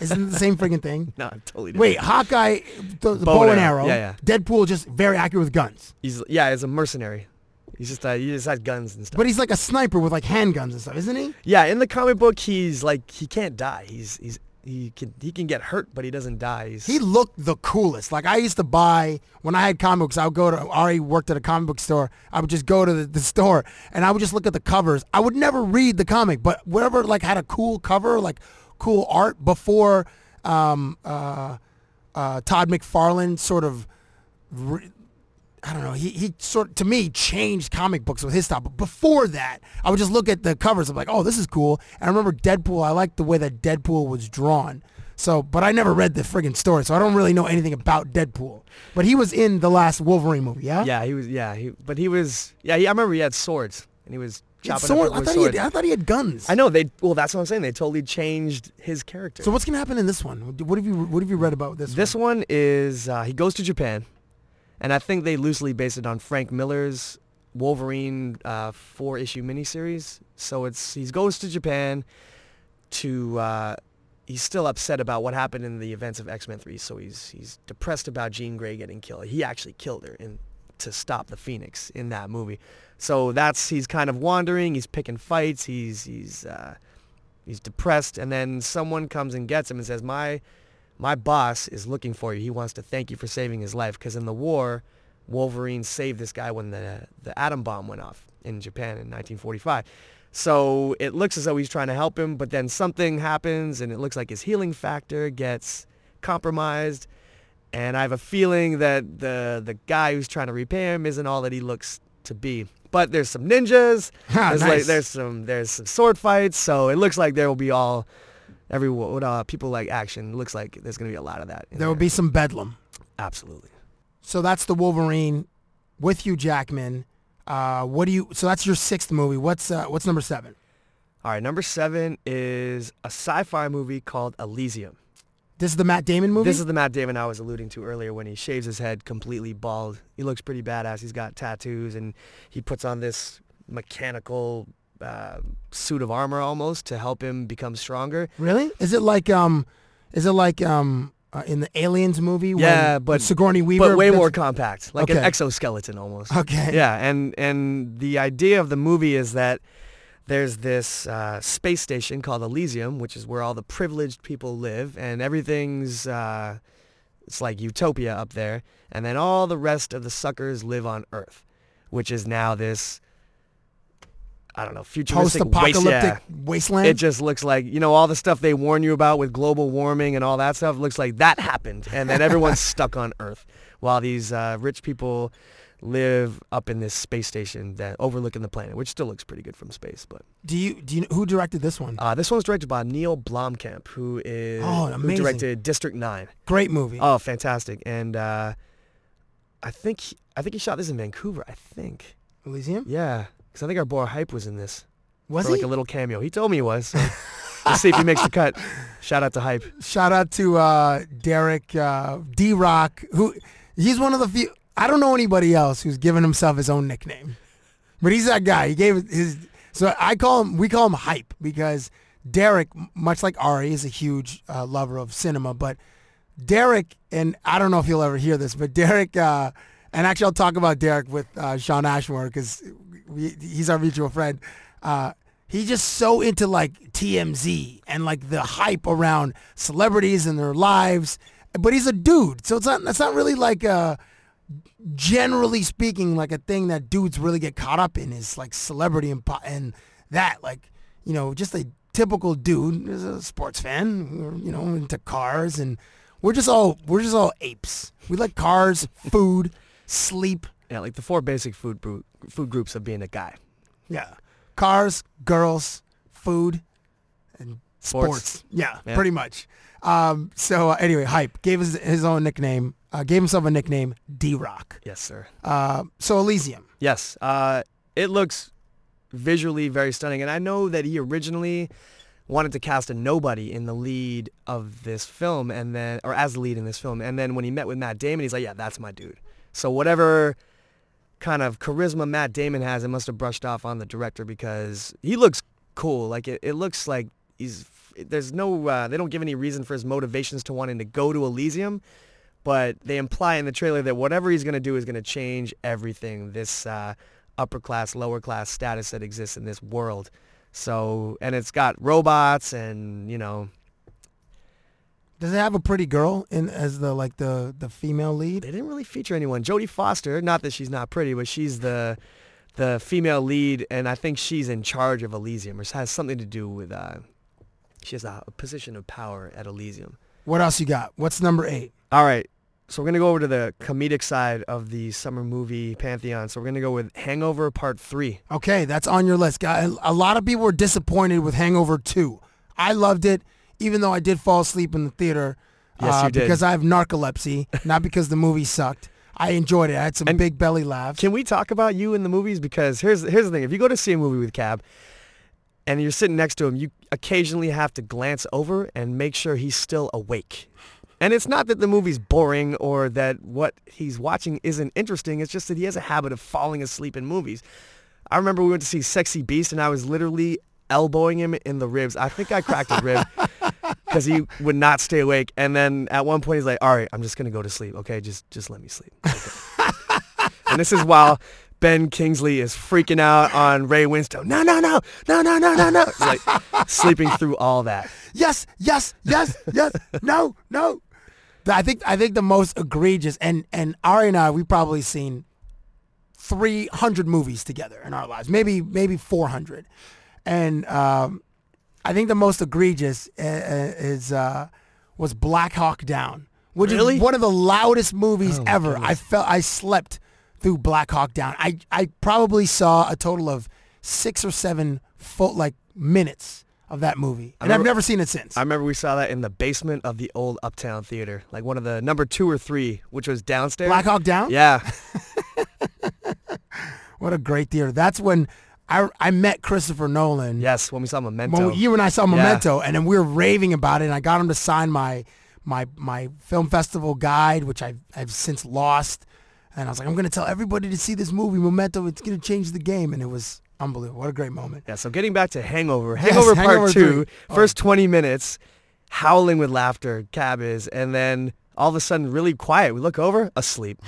[SPEAKER 4] isn't it the same friggin' thing?
[SPEAKER 6] No, I'm totally different.
[SPEAKER 4] Wait, Hawkeye, the, the bow, and arrow.
[SPEAKER 6] Yeah,
[SPEAKER 4] Deadpool just very accurate with guns,
[SPEAKER 6] he's yeah, he's a mercenary. He's just uh, he just had guns and stuff.
[SPEAKER 4] but he's like a sniper with like handguns and stuff, isn't he?
[SPEAKER 6] yeah, in the comic book, he's like he can't die. He's he's he can he can get hurt, but he doesn't die. He's,
[SPEAKER 4] He looked the coolest. Like I used to buy when I had comic books. I would go to. I already worked at a comic book store. I would just go to the, the store and I would just look at the covers. I would never read the comic, but whatever like had a cool cover, like cool art before um, uh, uh, Todd McFarlane sort of I don't know. He he sort to me changed comic books with his style. But before that, I would just look at the covers. I'm like, oh, this is cool. And I remember Deadpool. I liked the way that Deadpool was drawn. So, but I never read the friggin' story, so I don't really know anything about Deadpool. But he was in the last Wolverine movie, yeah.
[SPEAKER 6] yeah, he was yeah, he but he was yeah. He, I remember he had swords and he was
[SPEAKER 4] He had
[SPEAKER 6] chopping
[SPEAKER 4] sword-
[SPEAKER 6] up people
[SPEAKER 4] I
[SPEAKER 6] with
[SPEAKER 4] thought he
[SPEAKER 6] swords.
[SPEAKER 4] had, I thought he had guns.
[SPEAKER 6] I know they well. That's what I'm saying. They totally changed his character.
[SPEAKER 4] So what's gonna happen in this one? What have you What have you read about this?
[SPEAKER 6] This one is uh, he goes to Japan, and I think they loosely based it on Frank Miller's Wolverine uh, four issue miniseries. So it's he goes to Japan to uh, he's still upset about what happened in the events of X-Men 3, so he's he's depressed about Jean Grey getting killed. He actually killed her in to stop the Phoenix in that movie. So that's he's kind of wandering, he's picking fights, he's he's uh, he's depressed and then someone comes and gets him and says, "My my boss is looking for you. He wants to thank you for saving his life because in the war, Wolverine saved this guy when the the atom bomb went off in Japan in 1945. So it looks as though he's trying to help him, but then something happens and it looks like his healing factor gets compromised. And I have a feeling that the the guy who's trying to repair him isn't all that he looks to be. But there's some ninjas.
[SPEAKER 4] Ah,
[SPEAKER 6] there's like
[SPEAKER 4] nice.
[SPEAKER 6] there's some there's some sword fights. So it looks like there will be all every what uh, people like action. It looks like there's gonna be a lot of that. in
[SPEAKER 4] There will be some bedlam.
[SPEAKER 6] absolutely.
[SPEAKER 4] So that's the Wolverine with Hugh Jackman. Uh, what do you? So that's your sixth movie. What's uh, what's number seven?
[SPEAKER 6] All right, number seven is a sci-fi movie called Elysium.
[SPEAKER 4] This is the Matt Damon movie.
[SPEAKER 6] This is the Matt Damon I was alluding to earlier when he shaves his head completely bald. He looks pretty badass. He's got tattoos and he puts on this mechanical uh, suit of armor almost to help him become stronger.
[SPEAKER 4] really? Is it like um, is it like um, uh, in the Aliens movie?
[SPEAKER 6] Yeah,
[SPEAKER 4] when
[SPEAKER 6] but
[SPEAKER 4] Sigourney Weaver.
[SPEAKER 6] but way
[SPEAKER 4] does-
[SPEAKER 6] more compact, like an
[SPEAKER 4] Okay.
[SPEAKER 6] exoskeleton almost.
[SPEAKER 4] Okay.
[SPEAKER 6] Yeah, and and the idea of the movie is that there's this uh, space station called Elysium, which is where all the privileged people live, and everything's uh, it's like utopia up there, and then all the rest of the suckers live on Earth, which is now this. I don't know, futuristic waste-
[SPEAKER 4] Post-apocalyptic
[SPEAKER 6] yeah.
[SPEAKER 4] wasteland?
[SPEAKER 6] It just looks like you know all the stuff they warn you about with global warming and all that stuff. Looks like that happened, and then everyone's stuck on Earth while these uh, rich people live up in this space station that overlooking the planet, which still looks pretty good from space. But
[SPEAKER 4] Do you do you who directed this one?
[SPEAKER 6] uh, this one's directed by Neil Blomkamp, who is
[SPEAKER 4] Oh,
[SPEAKER 6] who
[SPEAKER 4] amazing.
[SPEAKER 6] directed District Nine.
[SPEAKER 4] Great movie.
[SPEAKER 6] Oh, fantastic! And uh, I think he, I think he shot this in Vancouver. I think
[SPEAKER 4] Elysium.
[SPEAKER 6] yeah, because I think our boy Hype was in this.
[SPEAKER 4] Was
[SPEAKER 6] for
[SPEAKER 4] he?
[SPEAKER 6] like a little cameo. He told me he was. So let's see if he makes the cut. Shout out to Hype.
[SPEAKER 4] Shout out to uh, Derek uh, D Rock, who he's one of the few. I don't know anybody else who's given himself his own nickname, but he's that guy. He gave his. So I call him. We call him hype because Derek, m- much like Ari, is a huge uh, lover of cinema. But Derek, and I don't know if you'll ever hear this, but Derek, uh, and actually I'll talk about Derek with uh, Sean Ashmore because he's our mutual friend. Uh, he's just so into like TMZ and like the hype around celebrities and their lives, but he's a dude, so it's not that's not really like a generally speaking like a thing that dudes really get caught up in is like celebrity and po- and that like you know just a typical dude is a sports fan we're, you know into cars and we're just all we're just all apes we like cars food sleep
[SPEAKER 6] Yeah, like the four basic food bru- food groups of being a guy.
[SPEAKER 4] yeah cars girls food and sports,
[SPEAKER 6] Sports.
[SPEAKER 4] Yeah,
[SPEAKER 6] Yeah.
[SPEAKER 4] pretty much um, so uh, anyway hype gave his, his own nickname uh, gave himself a nickname d-rock
[SPEAKER 6] Yes, sir.
[SPEAKER 4] uh, so elysium
[SPEAKER 6] Yes. Uh, it looks visually very stunning, and I know that he originally wanted to cast a nobody in the lead of this film, and then or as the lead in this film, and then when he met with Matt Damon, he's like, "Yeah, that's my dude." So whatever kind of charisma Matt Damon has, it must have brushed off on the director because he looks cool. Like it, it looks like he's there's no uh, they don't give any reason for his motivations to wanting to go to Elysium, but they imply in the trailer that whatever he's gonna do is gonna change everything. This uh, upper class, lower class status that exists in this world. So and it's got robots and you know
[SPEAKER 4] Does it have a pretty girl in as the like the the female lead?
[SPEAKER 6] they didn't really feature anyone. Jodie Foster, not that she's not pretty, but she's the the female lead, and I think she's in charge of Elysium, or has something to do with. Uh, she has a, a position of power at Elysium.
[SPEAKER 4] What else you got? What's number eight?
[SPEAKER 6] All right, so we're gonna go over to the comedic side of the summer movie pantheon. So we're gonna go with Hangover Part Three.
[SPEAKER 4] Okay, that's on your list. Guy- A lot of people were disappointed with Hangover Two. I loved it, even though I did fall asleep in the theater. uh,
[SPEAKER 6] Yes, you did.
[SPEAKER 4] Because I have narcolepsy, not because the movie sucked. I enjoyed it. I had some
[SPEAKER 6] And-
[SPEAKER 4] big belly laughs.
[SPEAKER 6] Can we talk about you in the movies? Because here's here's the thing: if you go to see a movie with Cab, and you're sitting next to him, you occasionally have to glance over and make sure he's still awake. And it's not that the movie's boring or that what he's watching isn't interesting. It's just that he has a habit of falling asleep in movies. I remember we went to see Sexy Beast, and I was literally elbowing him in the ribs. I think I cracked a rib. because he would not stay awake. And then at one point he's like, "All right, I'm just gonna go to sleep. Okay, just just let me sleep." Okay." and this is while Ben Kingsley is freaking out on Ray Winstone. No, no, no, no, no, no, no, no. It's Like sleeping through all that.
[SPEAKER 4] yes, yes, yes, yes. no, no. But I think I think the most egregious and and Ari and I we probably seen 300 movies together in our lives, maybe maybe 400. And um, I think the most egregious uh, uh, is uh, was Black Hawk Down, which
[SPEAKER 6] Really? Oh,
[SPEAKER 4] is one of the loudest movies ever. I felt I slept through Black Hawk Down. I I probably saw a total of six or seven full like minutes of that movie, and I've
[SPEAKER 6] remember-
[SPEAKER 4] never seen it since.
[SPEAKER 6] I remember we saw that in the basement of the old Uptown Theater, like one of the number two or three, which was downstairs.
[SPEAKER 4] Black Hawk Down.
[SPEAKER 6] Yeah.
[SPEAKER 4] What a great theater. That's when I I met Christopher Nolan.
[SPEAKER 6] Yes, when we saw Memento.
[SPEAKER 4] When we- you and I saw
[SPEAKER 6] Yeah.
[SPEAKER 4] Memento, and then we were raving about it, and I got him to sign my my my film festival guide, which I've I've since lost. And I was like, I'm gonna tell everybody to see this movie, Memento. It's gonna change the game, and it was unbelievable. What a great moment.
[SPEAKER 6] Yeah, so getting back to Hangover.
[SPEAKER 4] Yes,
[SPEAKER 6] Hangover Part
[SPEAKER 4] Hangover
[SPEAKER 6] 2,
[SPEAKER 4] three. Oh.
[SPEAKER 6] first 20 minutes, howling with laughter, Cab is, and then all of a sudden really quiet. We look over, asleep.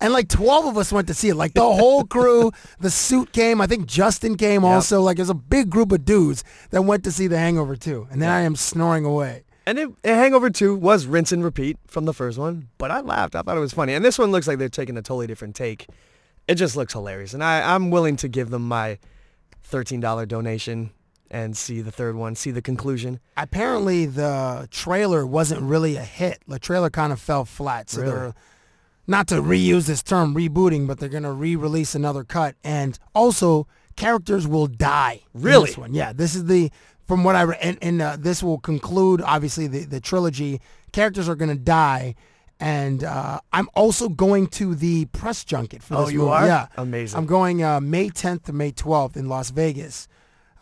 [SPEAKER 4] And like 12 of us went to see it. Like the whole crew, the suit came. I think Justin came also. Like it was a big group of dudes that went to see The Hangover too. And then I am snoring away.
[SPEAKER 6] And it, and Hangover 2 was rinse and repeat from the first one, but I laughed. I thought it was funny. And this one looks like they're taking a totally different take. It just looks hilarious. And I, I'm willing to give them my $13 donation and see the third one, see the conclusion.
[SPEAKER 4] apparently the trailer wasn't really a hit. The trailer kind of fell flat. So
[SPEAKER 6] Really?
[SPEAKER 4] they're not to reuse this term rebooting, but they're gonna re-release another cut. And also characters will die. in
[SPEAKER 6] Really?
[SPEAKER 4] This one. Yeah. This is the from what I re- and, and uh, this will conclude obviously the, the trilogy. Characters are gonna die. And uh, I'm also going to the press junket for
[SPEAKER 6] Oh,
[SPEAKER 4] this
[SPEAKER 6] you
[SPEAKER 4] movie.
[SPEAKER 6] are?
[SPEAKER 4] Yeah,
[SPEAKER 6] Amazing.
[SPEAKER 4] I'm going uh, May 10th to May 12th in Las Vegas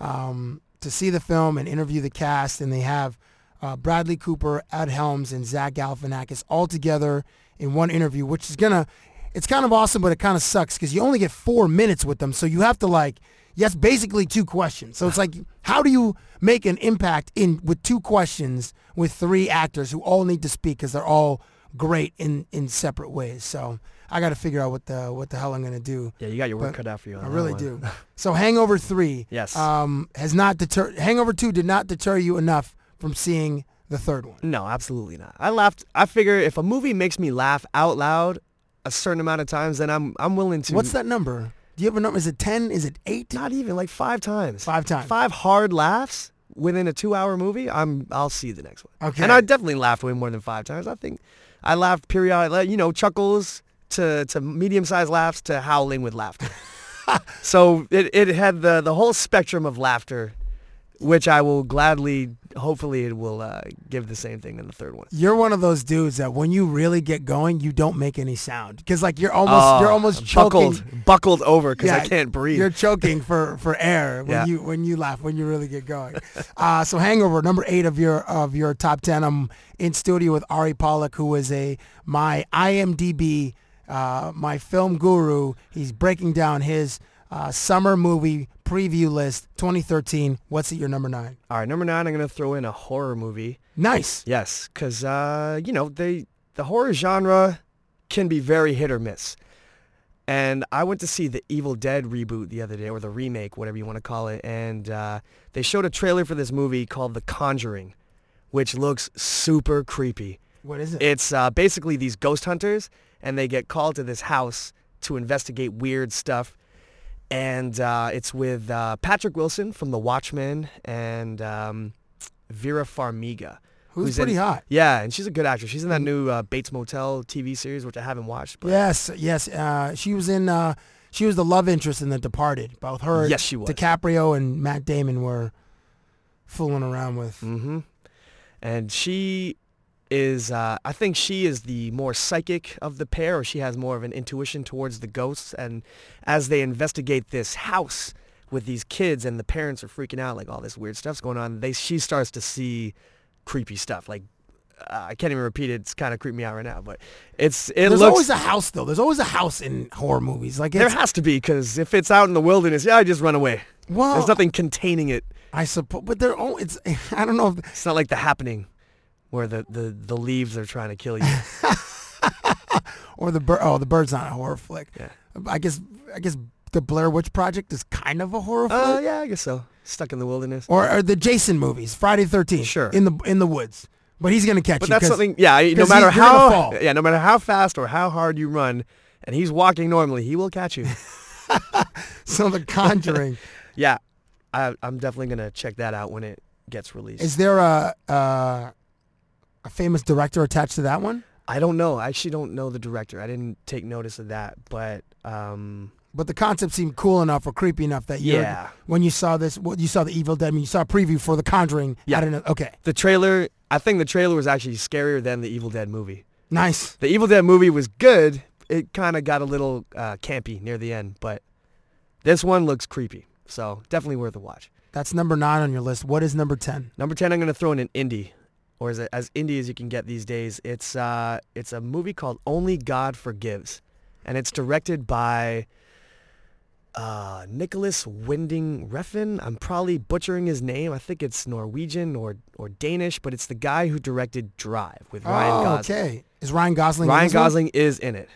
[SPEAKER 4] um, to see the film and interview the cast, and they have uh, Bradley Cooper, Ed Helms, and Zach Galifianakis all together in one interview, which is gonna, it's kind of awesome, but it kind of sucks because you only get four minutes with them, so you have to like, yes, basically two questions. So it's like, how do you make an impact in with two questions with three actors who all need to speak because they're all great in in separate ways? So I got to figure out what the what the hell I'm gonna do.
[SPEAKER 6] Yeah, you got your work
[SPEAKER 4] But
[SPEAKER 6] cut out for you. on
[SPEAKER 4] I
[SPEAKER 6] that
[SPEAKER 4] really
[SPEAKER 6] one.
[SPEAKER 4] do. So Hangover 3
[SPEAKER 6] Yes.
[SPEAKER 4] um, has not deter Hangover 2 did not deter you enough from seeing the third one.
[SPEAKER 6] No, absolutely not. I laughed. I figure if a movie makes me laugh out loud a certain amount of times, then I'm I'm willing to.
[SPEAKER 4] What's that number? Do you have a number? Is it 10? Is it 8?
[SPEAKER 6] Not even like five times.
[SPEAKER 4] Five times.
[SPEAKER 6] Five hard laughs within a two-hour movie. I'm I'll see the next one.
[SPEAKER 4] Okay.
[SPEAKER 6] And I definitely laughed way more than five times. I think I laughed periodically. You know, chuckles to to medium-sized laughs to howling with laughter. so it it had the the whole spectrum of laughter, which I will gladly. Hopefully, it will uh, give the same thing in the third one.
[SPEAKER 4] You're one of those dudes that when you really get going, you don't make any sound because like you're almost you're
[SPEAKER 6] Oh,
[SPEAKER 4] almost
[SPEAKER 6] I'm
[SPEAKER 4] choking.
[SPEAKER 6] buckled buckled over because I
[SPEAKER 4] Yeah,
[SPEAKER 6] can't breathe.
[SPEAKER 4] You're choking for, for air when
[SPEAKER 6] Yeah.
[SPEAKER 4] you when you laugh when you really get going. Uh, so Hangover number eight of your of your top ten. I'm in studio with Ari Pollack, who is a my IMDb uh, my film guru. He's breaking down his uh, summer movie preview list 2013. What's at your number nine?
[SPEAKER 6] All right, number nine, I'm gonna throw in a horror movie.
[SPEAKER 4] Nice.
[SPEAKER 6] Yes, because uh, you know they the horror genre can be very hit or miss. And I went to see the Evil Dead reboot the other day, or the remake, whatever you want to call it. And uh, they showed a trailer for this movie called The Conjuring, which looks super creepy.
[SPEAKER 4] What is it?
[SPEAKER 6] It's uh, basically these ghost hunters, and they get called to this house to investigate weird stuff. And uh, it's with uh, Patrick Wilson from The Watchmen and um, Vera Farmiga.
[SPEAKER 4] Who's pretty
[SPEAKER 6] in,
[SPEAKER 4] hot. Mm.
[SPEAKER 6] Yeah, and she's a good actress. She's in that new uh, Bates Motel TV series, which I haven't watched. But
[SPEAKER 4] Yes, yes. Uh, she was in. Uh, she was the love interest in The Departed. Both her,
[SPEAKER 6] Yes, she was.
[SPEAKER 4] DiCaprio and Matt Damon were fooling around with.
[SPEAKER 6] Mm-hmm. and she is uh, I think she is the more psychic of the pair or she has more of an intuition towards the ghosts and as they investigate this house with these kids and the parents are freaking out like all this weird stuff's going on they she starts to see creepy stuff like uh, I can't even repeat it it's kind of creeping me out right now but it's it
[SPEAKER 4] There's
[SPEAKER 6] looks
[SPEAKER 4] always a house though. There's always a house in horror movies. Like
[SPEAKER 6] there
[SPEAKER 4] it's,
[SPEAKER 6] has to be because if it's out in the wilderness yeah I just run away
[SPEAKER 4] Well,
[SPEAKER 6] There's nothing containing it.
[SPEAKER 4] I suppose, but they're all. It's I don't know. If,
[SPEAKER 6] It's not like the happening where the, the, the leaves are trying to kill you.
[SPEAKER 4] or the bird. Oh, the bird's not a horror flick.
[SPEAKER 6] Yeah.
[SPEAKER 4] I guess I guess the Blair Witch Project is kind of a horror flick.
[SPEAKER 6] Oh, yeah, I guess so. Stuck in the wilderness.
[SPEAKER 4] Or, or the Jason movies, Friday Thirteenth.
[SPEAKER 6] Sure.
[SPEAKER 4] In the in the woods, but he's gonna catch
[SPEAKER 6] But
[SPEAKER 4] you.
[SPEAKER 6] that's
[SPEAKER 4] 'cause-
[SPEAKER 6] something, yeah, I- no
[SPEAKER 4] 'cause he-
[SPEAKER 6] matter
[SPEAKER 4] you're gonna
[SPEAKER 6] how
[SPEAKER 4] fall.
[SPEAKER 6] yeah, no matter how fast or how hard you run, and he's walking normally, he will catch you.
[SPEAKER 4] So the Conjuring.
[SPEAKER 6] yeah, I, I'm definitely going to check that out when it gets released.
[SPEAKER 4] is there a, a a famous director attached to that one?
[SPEAKER 6] I don't know. I actually don't know the director. I didn't take notice of that, but um,
[SPEAKER 4] But the concept seemed cool enough or creepy enough that you
[SPEAKER 6] Yeah.
[SPEAKER 4] when you saw this, well, you saw the Evil Dead, I mean, you saw a preview for the Conjuring.
[SPEAKER 6] Yeah.
[SPEAKER 4] I don't know. Okay,
[SPEAKER 6] the trailer, I think the trailer was actually scarier than the Evil Dead movie.
[SPEAKER 4] nice.
[SPEAKER 6] The Evil Dead movie was good. It kind of got a little uh, campy near the end, but this one looks creepy. So definitely worth a watch.
[SPEAKER 4] That's number nine on your list. What is number ten?
[SPEAKER 6] Number ten, I'm gonna throw in an indie, or is it as indie as you can get these days? It's uh, it's a movie called Only God Forgives, and it's directed by uh, Nicholas Winding Refn. I'm probably butchering his name. I think it's Norwegian or or Danish, but it's the guy who directed Drive with Ryan
[SPEAKER 4] oh,
[SPEAKER 6] Gosling.
[SPEAKER 4] okay. Is Ryan Gosling? in
[SPEAKER 6] Ryan
[SPEAKER 4] this one?
[SPEAKER 6] Gosling is in it.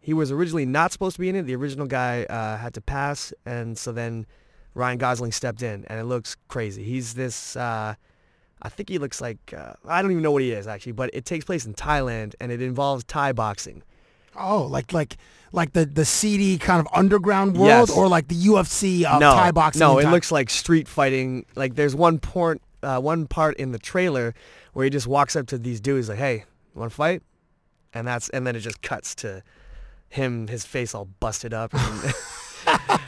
[SPEAKER 6] He was originally not supposed to be in it. The original guy uh, had to pass, and so then Ryan Gosling stepped in, and it looks crazy. He's this. Uh, I think he looks like uh, I don't even know what he is actually, but it takes place in Thailand, and it involves Thai boxing.
[SPEAKER 4] Oh, like like like the the seedy kind of underground world,
[SPEAKER 6] Yes.
[SPEAKER 4] or like the UFC of
[SPEAKER 6] no,
[SPEAKER 4] uh, Thai boxing.
[SPEAKER 6] No,
[SPEAKER 4] in
[SPEAKER 6] it
[SPEAKER 4] Thai-
[SPEAKER 6] looks like street fighting. Like there's one point, uh, one part in the trailer where he just walks up to these dudes like, "Hey, you want to fight?" And that's and then it just cuts to him, his face all busted up. and-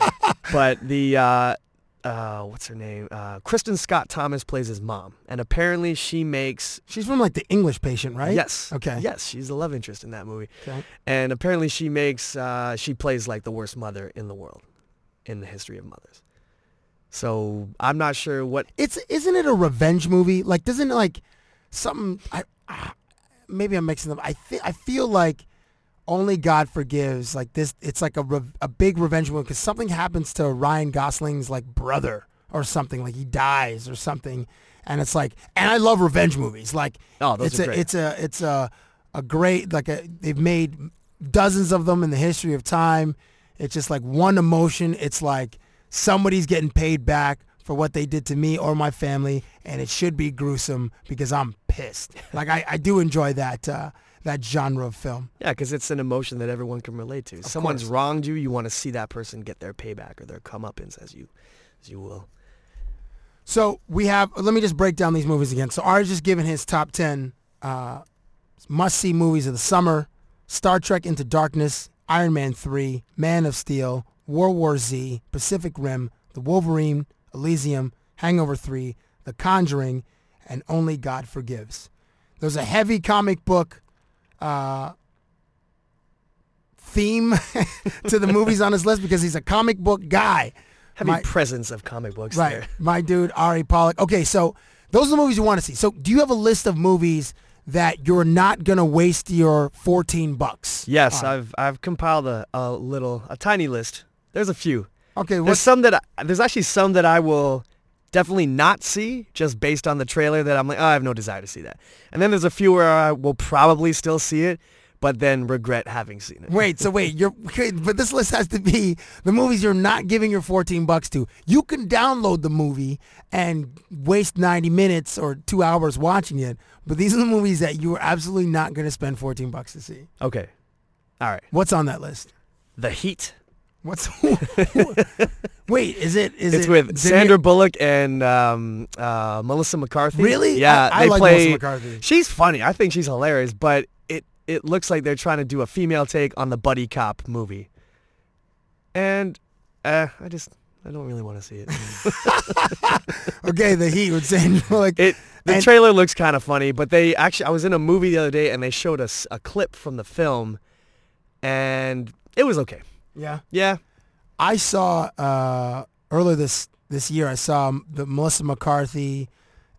[SPEAKER 6] but the uh, uh, what's her name? Uh, Kristen Scott Thomas plays his mom, and apparently she makes
[SPEAKER 4] She's from like the English Patient, right?
[SPEAKER 6] Yes.
[SPEAKER 4] Okay.
[SPEAKER 6] Yes, she's the love interest in that movie.
[SPEAKER 4] Okay.
[SPEAKER 6] And apparently she makes uh, she plays like the worst mother in the world in the history of mothers. So I'm not sure what
[SPEAKER 4] It's isn't it a revenge movie? Like doesn't it like something? I ah, maybe I'm mixing them. I think I feel like only God forgives. Like this, it's like a rev- a big revenge movie because something happens to Ryan Gosling's like brother or something. Like he dies or something, and it's like. And I love revenge movies. Like
[SPEAKER 6] Oh, those
[SPEAKER 4] it's
[SPEAKER 6] are
[SPEAKER 4] a
[SPEAKER 6] great.
[SPEAKER 4] it's a it's a a great like a, they've made dozens of them in the history of time. It's just like one emotion. It's like somebody's getting paid back for what they did to me or my family, and it should be gruesome because I'm pissed. Like I, I do enjoy that uh, that genre of film.
[SPEAKER 6] yeah, because it's an emotion that everyone can relate to. Someone's
[SPEAKER 4] course.
[SPEAKER 6] wronged you, you want to see that person get their payback or their comeuppance as you as you will.
[SPEAKER 4] So we have. Let me just break down these movies again. So Ari's just given his top ten uh, must-see movies of the summer: Star Trek Into Darkness, Iron Man Three, Man of Steel, World War Z, Pacific Rim, The Wolverine, Elysium, Hangover Three, The Conjuring, and Only God Forgives. There's a heavy comic book uh, theme to the movies on his list because he's a comic book guy.
[SPEAKER 6] Heavy
[SPEAKER 4] My-
[SPEAKER 6] presence of comic books
[SPEAKER 4] Right.
[SPEAKER 6] there.
[SPEAKER 4] My dude, Ari Pollock. Okay, so those are the movies you want to see. So do you have a list of movies that you're not going to waste your 14 bucks?
[SPEAKER 6] Yes,
[SPEAKER 4] on?
[SPEAKER 6] I've I've compiled a, a little a tiny list. There's a few.
[SPEAKER 4] Okay,
[SPEAKER 6] There's
[SPEAKER 4] what's,
[SPEAKER 6] some that I, there's actually some that I will definitely not see just based on the trailer that I'm like, oh, I have no desire to see that. And then there's a few where I will probably still see it, but then regret having seen it.
[SPEAKER 4] wait, so wait, you're okay, but this list has to be the movies you're not giving your 14 bucks to. You can download the movie and waste 90 minutes or 2 hours watching it, but these are the movies that you are absolutely not going to spend 14 bucks to see.
[SPEAKER 6] Okay. All right.
[SPEAKER 4] What's on that list?
[SPEAKER 6] The Heat.
[SPEAKER 4] What's Wait, is it is
[SPEAKER 6] It's
[SPEAKER 4] it
[SPEAKER 6] with
[SPEAKER 4] De-
[SPEAKER 6] Sandra Bullock and um, uh, Melissa McCarthy.
[SPEAKER 4] Really?
[SPEAKER 6] Yeah,
[SPEAKER 4] I- I
[SPEAKER 6] they
[SPEAKER 4] like Melissa
[SPEAKER 6] play.
[SPEAKER 4] McCarthy.
[SPEAKER 6] She's funny. I think she's hilarious, but it it looks like they're trying to do a female take on the buddy cop movie. And uh, I just I don't really want to see it.
[SPEAKER 4] Okay, the Heat with Sandra like
[SPEAKER 6] It the
[SPEAKER 4] And-
[SPEAKER 6] trailer looks kind of funny, but they actually I was in a movie the other day and they showed us a clip from the film, and it was okay.
[SPEAKER 4] Yeah.
[SPEAKER 6] Yeah,
[SPEAKER 4] I saw uh, earlier this this year. I saw um, the Melissa McCarthy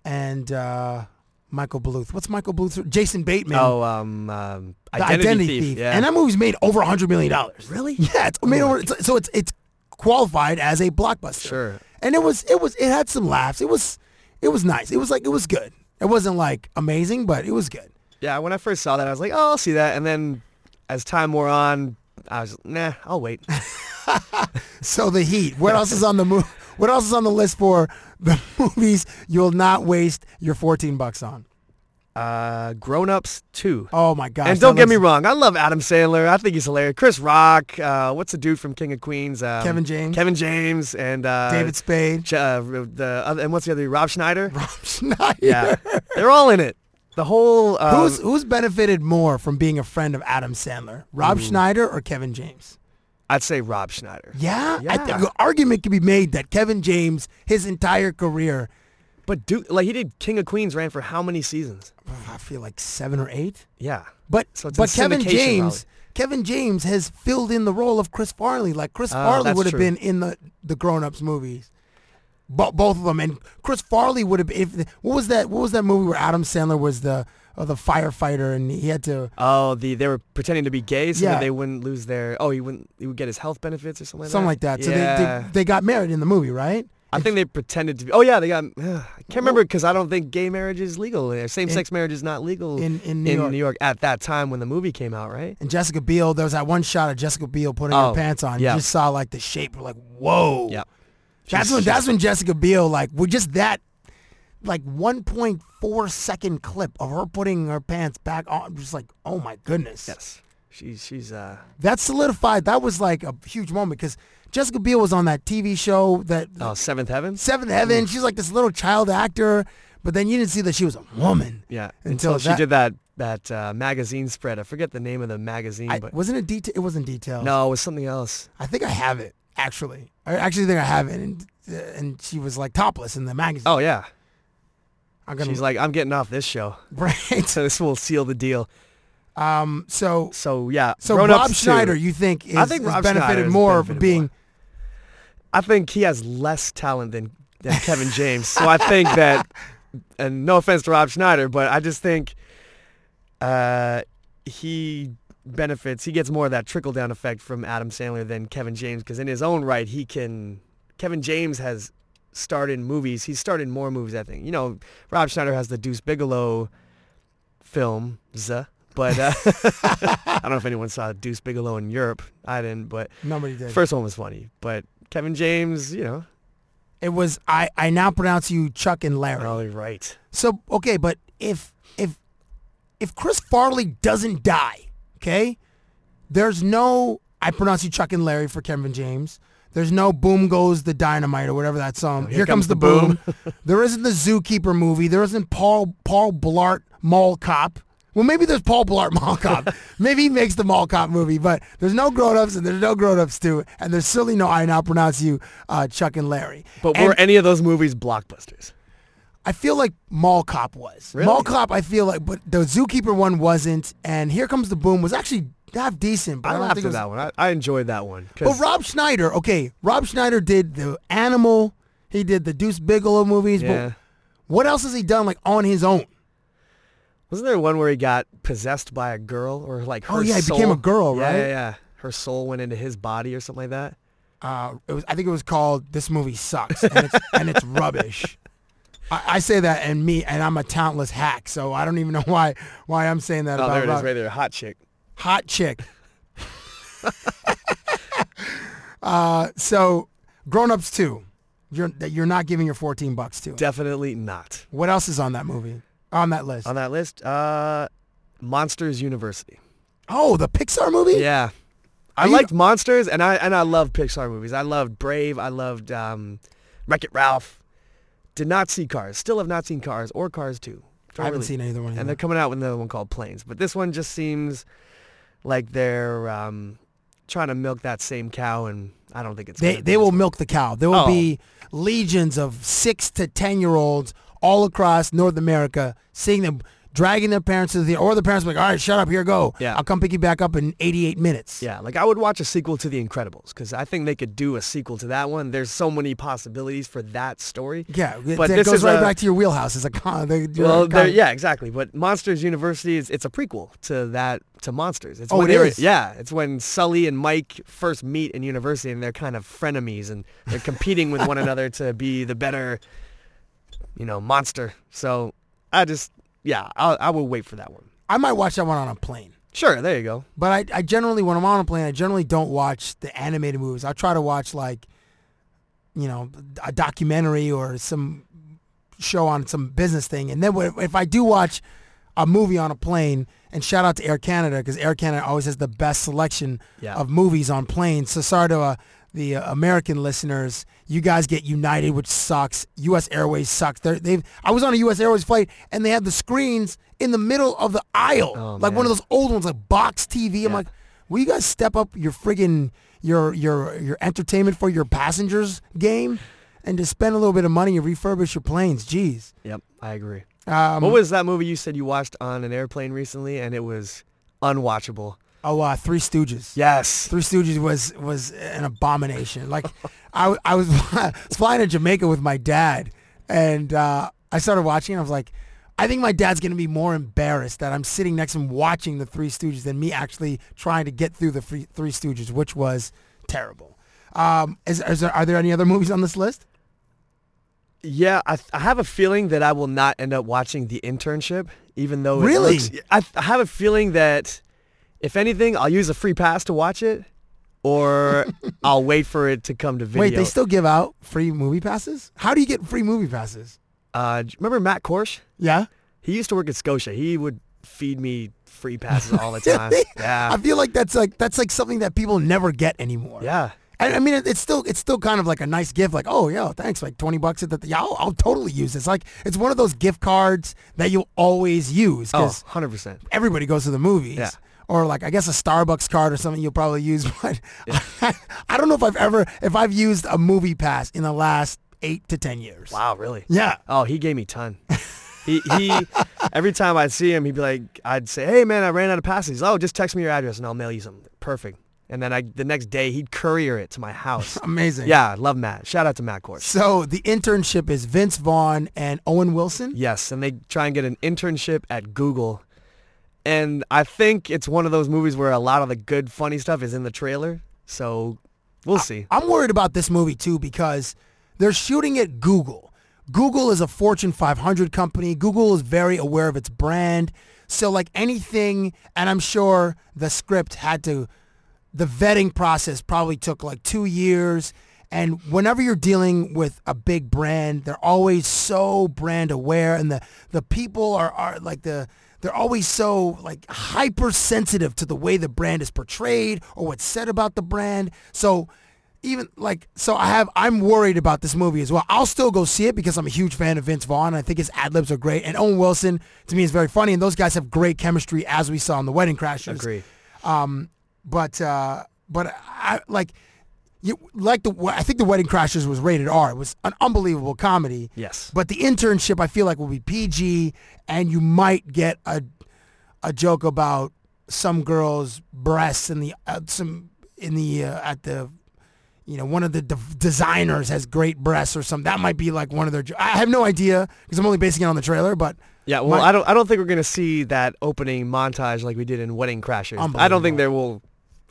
[SPEAKER 4] and uh, Michael Bluth. What's Michael Bluth? Jason Bateman.
[SPEAKER 6] oh um, um
[SPEAKER 4] the
[SPEAKER 6] identity, thief. Yeah.
[SPEAKER 4] And that movie's made over a hundred million dollars.
[SPEAKER 6] Really?
[SPEAKER 4] Yeah. It's made over. it's- so it's it's qualified as a blockbuster.
[SPEAKER 6] Sure.
[SPEAKER 4] and it was it was it had some laughs. It was it was nice. It was like it was good. It wasn't like amazing, but it was good.
[SPEAKER 6] Yeah, when I first saw that, I was like, oh, I'll see that. And then as time wore on, I was, nah, I'll wait.
[SPEAKER 4] So the heat. What else is on the mo- What else is on the list for the movies you'll not waste your fourteen bucks on?
[SPEAKER 6] Uh, Grown Ups 2.
[SPEAKER 4] Oh my gosh!
[SPEAKER 6] and don't
[SPEAKER 4] that
[SPEAKER 6] get me
[SPEAKER 4] looks-
[SPEAKER 6] wrong, I love Adam Sandler. I think he's hilarious. Chris Rock, uh, what's the dude from King of Queens? Um,
[SPEAKER 4] Kevin James.
[SPEAKER 6] Kevin James and uh,
[SPEAKER 4] David Spade,
[SPEAKER 6] Ch- uh, the other, and what's the other? Rob Schneider.
[SPEAKER 4] Rob Schneider.
[SPEAKER 6] Yeah, they're all in it. The whole um,
[SPEAKER 4] Who's who's benefited more from being a friend of Adam Sandler, Rob Schneider or Kevin James?
[SPEAKER 6] I'd say Rob Schneider.
[SPEAKER 4] Yeah, I think
[SPEAKER 6] Yeah.
[SPEAKER 4] an argument could be made that Kevin James, his entire career,
[SPEAKER 6] But dude, like he did King of Queens, ran for how many seasons?
[SPEAKER 4] I feel like seven or eight.
[SPEAKER 6] Yeah,
[SPEAKER 4] But
[SPEAKER 6] So it's in
[SPEAKER 4] but Kevin
[SPEAKER 6] syndication
[SPEAKER 4] James,
[SPEAKER 6] mode.
[SPEAKER 4] Kevin James has filled in the role of Chris Farley. Like Chris
[SPEAKER 6] Oh,
[SPEAKER 4] Farley
[SPEAKER 6] that's
[SPEAKER 4] would have
[SPEAKER 6] true.
[SPEAKER 4] been in the the Grown Ups movies, Bo- both of them. And Chris Farley would have. If what was that? What was that movie where Adam Sandler was the uh, the firefighter and he had to
[SPEAKER 6] Oh, the they were pretending to be gay so
[SPEAKER 4] Yeah.
[SPEAKER 6] that they wouldn't lose their. Oh, he wouldn't. He would get his health benefits or something like
[SPEAKER 4] something like
[SPEAKER 6] that.
[SPEAKER 4] that. So
[SPEAKER 6] yeah.
[SPEAKER 4] they, they they got married in the movie, right?
[SPEAKER 6] I think they pretended to be. Oh yeah, they got. I can't remember because I don't think gay marriage is legal. there. Same-sex marriage is not legal
[SPEAKER 4] in- in New York.
[SPEAKER 6] at that time when the movie came out, right?
[SPEAKER 4] And Jessica Biel, there was that one shot of Jessica Biel putting
[SPEAKER 6] Oh,
[SPEAKER 4] her pants on.
[SPEAKER 6] yeah.
[SPEAKER 4] You just saw like the shape. We're like, whoa.
[SPEAKER 6] Yep.
[SPEAKER 4] That's
[SPEAKER 6] She's-
[SPEAKER 4] when
[SPEAKER 6] she's-
[SPEAKER 4] that's when Jessica Biel like with just that like 1.4 second clip of her putting her pants back on. I'm Just like, oh my goodness.
[SPEAKER 6] Yes. She's she's uh
[SPEAKER 4] That solidified. That was like a huge moment because Jessica Biel was on that TV show that
[SPEAKER 6] oh Mm. Seventh Heaven.
[SPEAKER 4] Seventh Heaven. She's like this little child actor, but then you didn't see that she was a woman.
[SPEAKER 6] Yeah. Until,
[SPEAKER 4] Until that-
[SPEAKER 6] she did that that uh, magazine spread. I forget the name of the magazine,
[SPEAKER 4] I,
[SPEAKER 6] but
[SPEAKER 4] wasn't it detail? It wasn't detailed.
[SPEAKER 6] no, it was something else.
[SPEAKER 4] I think I have it actually. I actually think I have it, and and she was like topless in the magazine.
[SPEAKER 6] Oh yeah.
[SPEAKER 4] I'm gonna
[SPEAKER 6] She's like, I'm getting off this show,
[SPEAKER 4] right.
[SPEAKER 6] so this will seal the deal.
[SPEAKER 4] So
[SPEAKER 6] So yeah.
[SPEAKER 4] so
[SPEAKER 6] Grown
[SPEAKER 4] Rob
[SPEAKER 6] Ups two.
[SPEAKER 4] Schneider, you think is,
[SPEAKER 6] I think
[SPEAKER 4] is
[SPEAKER 6] Rob Schneider
[SPEAKER 4] benefited
[SPEAKER 6] has
[SPEAKER 4] more for
[SPEAKER 6] benefited
[SPEAKER 4] being
[SPEAKER 6] more. I think he has less talent than, than Kevin James. So I think that, and no offense to Rob Schneider, but I just think uh, he benefits, he gets more of that trickle down effect from Adam Sandler than Kevin James because in his own right, he can. Kevin James has starred in movies. He's starred in more movies, I think. You know, Rob Schneider has the Deuce Bigelow film, Zuh, but uh, I don't know if anyone saw Deuce Bigelow in Europe. I didn't, but
[SPEAKER 4] nobody did.
[SPEAKER 6] First one was funny, but Kevin James, you know,
[SPEAKER 4] it was I I now pronounce you Chuck and Larry.
[SPEAKER 6] probably right.
[SPEAKER 4] So okay, but if if if Chris Farley doesn't die, okay, there's no I pronounce you Chuck and Larry for Kevin James. There's no boom goes the dynamite or whatever that song. here, comes, the boom. there isn't the Zookeeper movie. There isn't Paul Paul Blart Mall Cop. Well, maybe there's Paul Blart Mall Cop. maybe he makes the Mall Cop movie, but there's no grown ups and there's no grown ups too, and there's certainly no I now pronounce you uh, Chuck and Larry.
[SPEAKER 6] But
[SPEAKER 4] And-
[SPEAKER 6] were any of those movies blockbusters?
[SPEAKER 4] I feel like Mall Cop was.
[SPEAKER 6] Really?
[SPEAKER 4] Mall Cop, I feel like, but the Zookeeper one wasn't. And Here Comes the Boom was actually half decent, but I,
[SPEAKER 6] I
[SPEAKER 4] don't
[SPEAKER 6] laughed
[SPEAKER 4] think it
[SPEAKER 6] at
[SPEAKER 4] was.
[SPEAKER 6] that one. I, I enjoyed that one. 'cause-
[SPEAKER 4] But Rob Schneider, okay, Rob Schneider did the Animal. He did the Deuce Bigelow movies.
[SPEAKER 6] yeah.
[SPEAKER 4] But what else has he done like on his own?
[SPEAKER 6] Wasn't there one where he got possessed by a girl or like her
[SPEAKER 4] Oh, yeah, he became
[SPEAKER 6] soul-
[SPEAKER 4] a girl,
[SPEAKER 6] Yeah,
[SPEAKER 4] right?
[SPEAKER 6] Yeah, yeah. Her soul went into his body or something like that.
[SPEAKER 4] Uh, it was. I think it was called "This Movie Sucks" and it's, and it's rubbish. I, I say that, and me, and I'm a talentless hack, so I don't even know why why I'm saying that
[SPEAKER 6] Oh,
[SPEAKER 4] about
[SPEAKER 6] there it
[SPEAKER 4] Rob.
[SPEAKER 6] is right there. Hot chick.
[SPEAKER 4] hot chick. uh, so, Grown Ups Two, you're that you're not giving your fourteen bucks to.
[SPEAKER 6] Definitely not.
[SPEAKER 4] What else is on that movie? On that list?
[SPEAKER 6] On that list, uh, Monsters University.
[SPEAKER 4] oh, the Pixar movie.
[SPEAKER 6] Yeah. I
[SPEAKER 4] you-
[SPEAKER 6] liked Monsters and I and I love Pixar movies. I loved Brave. I loved um, Wreck It Ralph. Did not see Cars. Still have not seen Cars or Cars 2.
[SPEAKER 4] I haven't seen either one.
[SPEAKER 6] And
[SPEAKER 4] either.
[SPEAKER 6] they're coming out with another one called Planes. But this one just seems like they're um, trying to milk that same cow, and I don't think it's.
[SPEAKER 4] They
[SPEAKER 6] gonna
[SPEAKER 4] they
[SPEAKER 6] be.
[SPEAKER 4] will milk the cow. There will
[SPEAKER 6] Oh.
[SPEAKER 4] be legions of six to ten year olds all across North America seeing them. dragging their parents to the theater, or the parents be like, all right, shut up, here go.
[SPEAKER 6] Yeah.
[SPEAKER 4] I'll come pick you back up in 88 minutes.
[SPEAKER 6] Yeah, like I would watch a sequel to The Incredibles because I think they could do a sequel to that one. There's so many possibilities for that story.
[SPEAKER 4] Yeah, it,
[SPEAKER 6] but
[SPEAKER 4] it
[SPEAKER 6] this
[SPEAKER 4] goes
[SPEAKER 6] is
[SPEAKER 4] right
[SPEAKER 6] a-
[SPEAKER 4] back to your wheelhouse. It's a con. They, you're
[SPEAKER 6] Well,
[SPEAKER 4] a
[SPEAKER 6] there-
[SPEAKER 4] con-
[SPEAKER 6] yeah, exactly. But Monsters University is it's a prequel to that to Monsters. It's
[SPEAKER 4] Oh,
[SPEAKER 6] when
[SPEAKER 4] it
[SPEAKER 6] they were-
[SPEAKER 4] is?
[SPEAKER 6] yeah, it's when Sully and Mike first meet in university and they're kind of frenemies and they're competing with one another to be the better, you know, monster. So I just yeah, I'll, I will wait for that one.
[SPEAKER 4] I might watch that one on a plane.
[SPEAKER 6] Sure, there you go.
[SPEAKER 4] But I, I generally, when I'm on a plane, I generally don't watch the animated movies. I try to watch like, you know, a documentary or some show on some business thing. And then when, if I do watch a movie on a plane, and shout out to Air Canada because Air Canada always has the best selection
[SPEAKER 6] Yeah.
[SPEAKER 4] of movies on planes. So sorry to uh, the uh, American listeners, you guys get United, which sucks. U.S. Airways sucks. They're, they've I was on a U.S. Airways flight, and they had the screens in the middle of the aisle, like one of those old ones, like box TV. I'm like, will you guys step up your friggin' your your your entertainment for your passengers game, and just spend a little bit of money and refurbish your planes? Jeez.
[SPEAKER 6] Yep, I agree.
[SPEAKER 4] Um,
[SPEAKER 6] what was that movie you said you watched on an airplane recently and it was unwatchable?
[SPEAKER 4] Oh, uh, Three Stooges.
[SPEAKER 6] Yes.
[SPEAKER 4] Three Stooges was was an abomination. Like I, w- I was, I was flying to Jamaica with my dad, and uh, I started watching. And I was like, I think my dad's gonna be more embarrassed that I'm sitting next to him watching the Three Stooges than me actually trying to get through the Three, three Stooges, which was terrible. Um, is, is there, are there any other movies on this list?
[SPEAKER 6] Yeah, I, th- I have a feeling that I will not end up watching the internship, even though it
[SPEAKER 4] Really?
[SPEAKER 6] looks- I, I have a feeling that if anything, I'll use a free pass to watch it, or I'll wait for it to come to video.
[SPEAKER 4] Wait, they still give out free movie passes? How do you get free movie passes?
[SPEAKER 6] uh, d- remember Matt Korsh?
[SPEAKER 4] Yeah.
[SPEAKER 6] He used to work at Scotia. He would feed me free passes all the time.
[SPEAKER 4] I
[SPEAKER 6] yeah,
[SPEAKER 4] feel like that's like that's like something that people never get anymore.
[SPEAKER 6] yeah.
[SPEAKER 4] And I mean, it- it's still it's still kind of like a nice gift, like oh yeah, thanks, like twenty bucks at the yeah, I'll, I'll totally use this. Like it's one of those gift cards that you'll always use
[SPEAKER 6] Oh,
[SPEAKER 4] because
[SPEAKER 6] 100 percent.
[SPEAKER 4] everybody goes to the movies.
[SPEAKER 6] Yeah.
[SPEAKER 4] Or like I guess a Starbucks card or something you'll probably use, but I don't know if I've ever if I've used a movie pass in the last eight to ten years.
[SPEAKER 6] Wow, really?
[SPEAKER 4] Yeah.
[SPEAKER 6] Oh, he gave me ton. He, he every time I'd see him, he'd be like, I'd say, hey man, I ran out of passes. Oh, just text me your address and I'll mail you something. Perfect. And then I, the next day he'd courier it to my house.
[SPEAKER 4] Amazing.
[SPEAKER 6] yeah, I love Matt. Shout out to Matt Kors.
[SPEAKER 4] So the internship is Vince Vaughn and Owen Wilson.
[SPEAKER 6] Yes, and they try and get an internship at Google. And I think it's one of those movies where a lot of the good funny stuff is in the trailer. So we'll see.
[SPEAKER 4] I'm worried about this movie too because they're shooting at Google. Google is a Fortune 500 company. Google is very aware of its brand. So like anything, and I'm sure the script had to, the vetting process probably took like two years. And whenever you're dealing with a big brand, they're always so brand aware and the, the people are, are like the, they're always so like hypersensitive to the way the brand is portrayed or what's said about the brand. So even like so I have I'm worried about this movie as well. I'll still go see it because I'm a huge fan of Vince Vaughn. I think his ad libs are great, and Owen Wilson to me is very funny, and those guys have great chemistry as we saw in The Wedding Crashers. Um,
[SPEAKER 6] Agree.
[SPEAKER 4] But uh, but I like you like the I think The Wedding Crashers was rated R. It was an unbelievable comedy.
[SPEAKER 6] Yes.
[SPEAKER 4] But the internship I feel like will be PG, and you might get a a joke about some girl's breasts in the uh, some in the uh, at the you know one of the de- designers has great breasts or something. That might be like one of their. Jo- I have no idea because I'm only basing it on the trailer, but
[SPEAKER 6] Yeah, well,
[SPEAKER 4] my-
[SPEAKER 6] I don't. I don't think we're gonna see that opening montage like we did in Wedding Crashers. I don't think there will.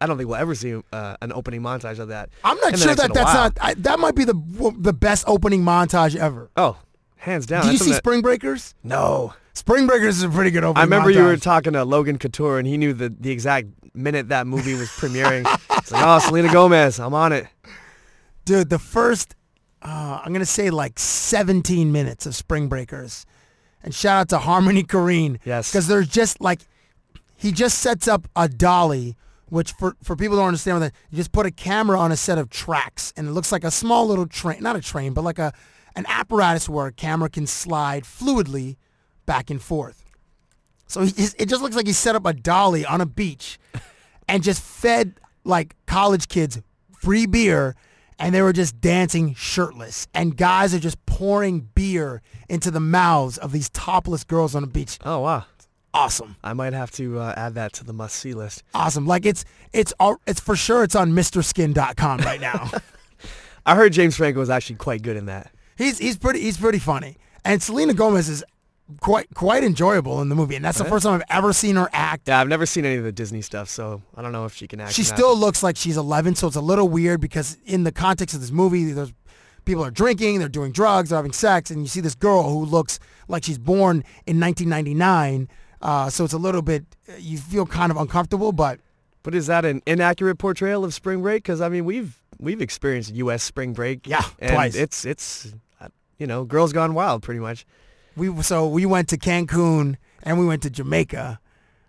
[SPEAKER 6] I don't think we'll ever see uh, an opening montage of that.
[SPEAKER 4] I'm not
[SPEAKER 6] in the
[SPEAKER 4] sure
[SPEAKER 6] next
[SPEAKER 4] that
[SPEAKER 6] little
[SPEAKER 4] that's
[SPEAKER 6] while.
[SPEAKER 4] not I, that might be the w- the best opening montage ever.
[SPEAKER 6] Oh, hands down.
[SPEAKER 4] Did you
[SPEAKER 6] that's
[SPEAKER 4] see
[SPEAKER 6] something
[SPEAKER 4] Spring Breakers?
[SPEAKER 6] that- no.
[SPEAKER 4] Spring Breakers is a pretty good opening.
[SPEAKER 6] I remember
[SPEAKER 4] montage.
[SPEAKER 6] you were talking to Logan Couture, and he knew the, the exact minute that movie was premiering. it's like, oh, Selena Gomez, I'm on it.
[SPEAKER 4] dude the first uh, i'm gonna say like 17 minutes of spring breakers and shout out to harmony Korine.
[SPEAKER 6] Yes.
[SPEAKER 4] because there's just like he just sets up a dolly which for, for people who don't understand what that you just put a camera on a set of tracks and it looks like a small little train not a train but like a an apparatus where a camera can slide fluidly back and forth so he just, it just looks like he set up a dolly on a beach and just fed like college kids free beer and they were just dancing shirtless and guys are just pouring beer into the mouths of these topless girls on the beach
[SPEAKER 6] Oh wow,
[SPEAKER 4] awesome.
[SPEAKER 6] I might have to uh, add that to the must-see list.
[SPEAKER 4] Awesome. Like it's it's all it's for sure it's on MrSkin.com right now.
[SPEAKER 6] I heard James Franco was actually quite good in that.
[SPEAKER 4] he's he's pretty he's pretty funny. And Selena Gomez is quite quite enjoyable in the movie. And that's the first time I've ever seen her act.
[SPEAKER 6] Yeah, I've never seen any of the Disney stuff, so I don't know if she can act.
[SPEAKER 4] She
[SPEAKER 6] in that.
[SPEAKER 4] still looks like she's 11, so it's a little weird because in the context of this movie, there's people are drinking, they're doing drugs, they're having sex, and you see this girl who looks like she's born in 1999. Uh, so it's a little bit you feel kind of uncomfortable, but
[SPEAKER 6] But is that an inaccurate portrayal of spring break? Because I mean, we've we've experienced U.S. spring break.
[SPEAKER 4] Yeah,
[SPEAKER 6] and
[SPEAKER 4] twice.
[SPEAKER 6] It's it's uh, you know, girls gone wild, pretty much.
[SPEAKER 4] we so we went to Cancun and we went to Jamaica.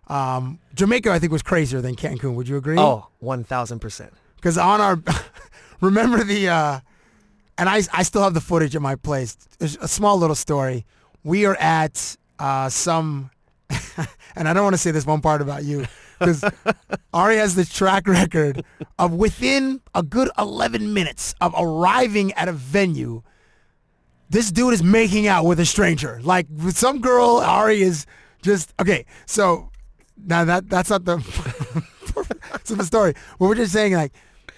[SPEAKER 4] Um, Jamaica, I think, was crazier than Cancun. Would you agree?
[SPEAKER 6] Oh, one thousand percent.
[SPEAKER 4] because on our remember the uh and I I still have the footage at my place. There's a small little story. We are at uh some and I don't want to say this one part about you because Ari has this track record of within a good 11 minutes of arriving at a venue this dude is making out with a stranger. Like with some girl, Ari is just okay. So now that that's not the it's not the story. What we're just saying, like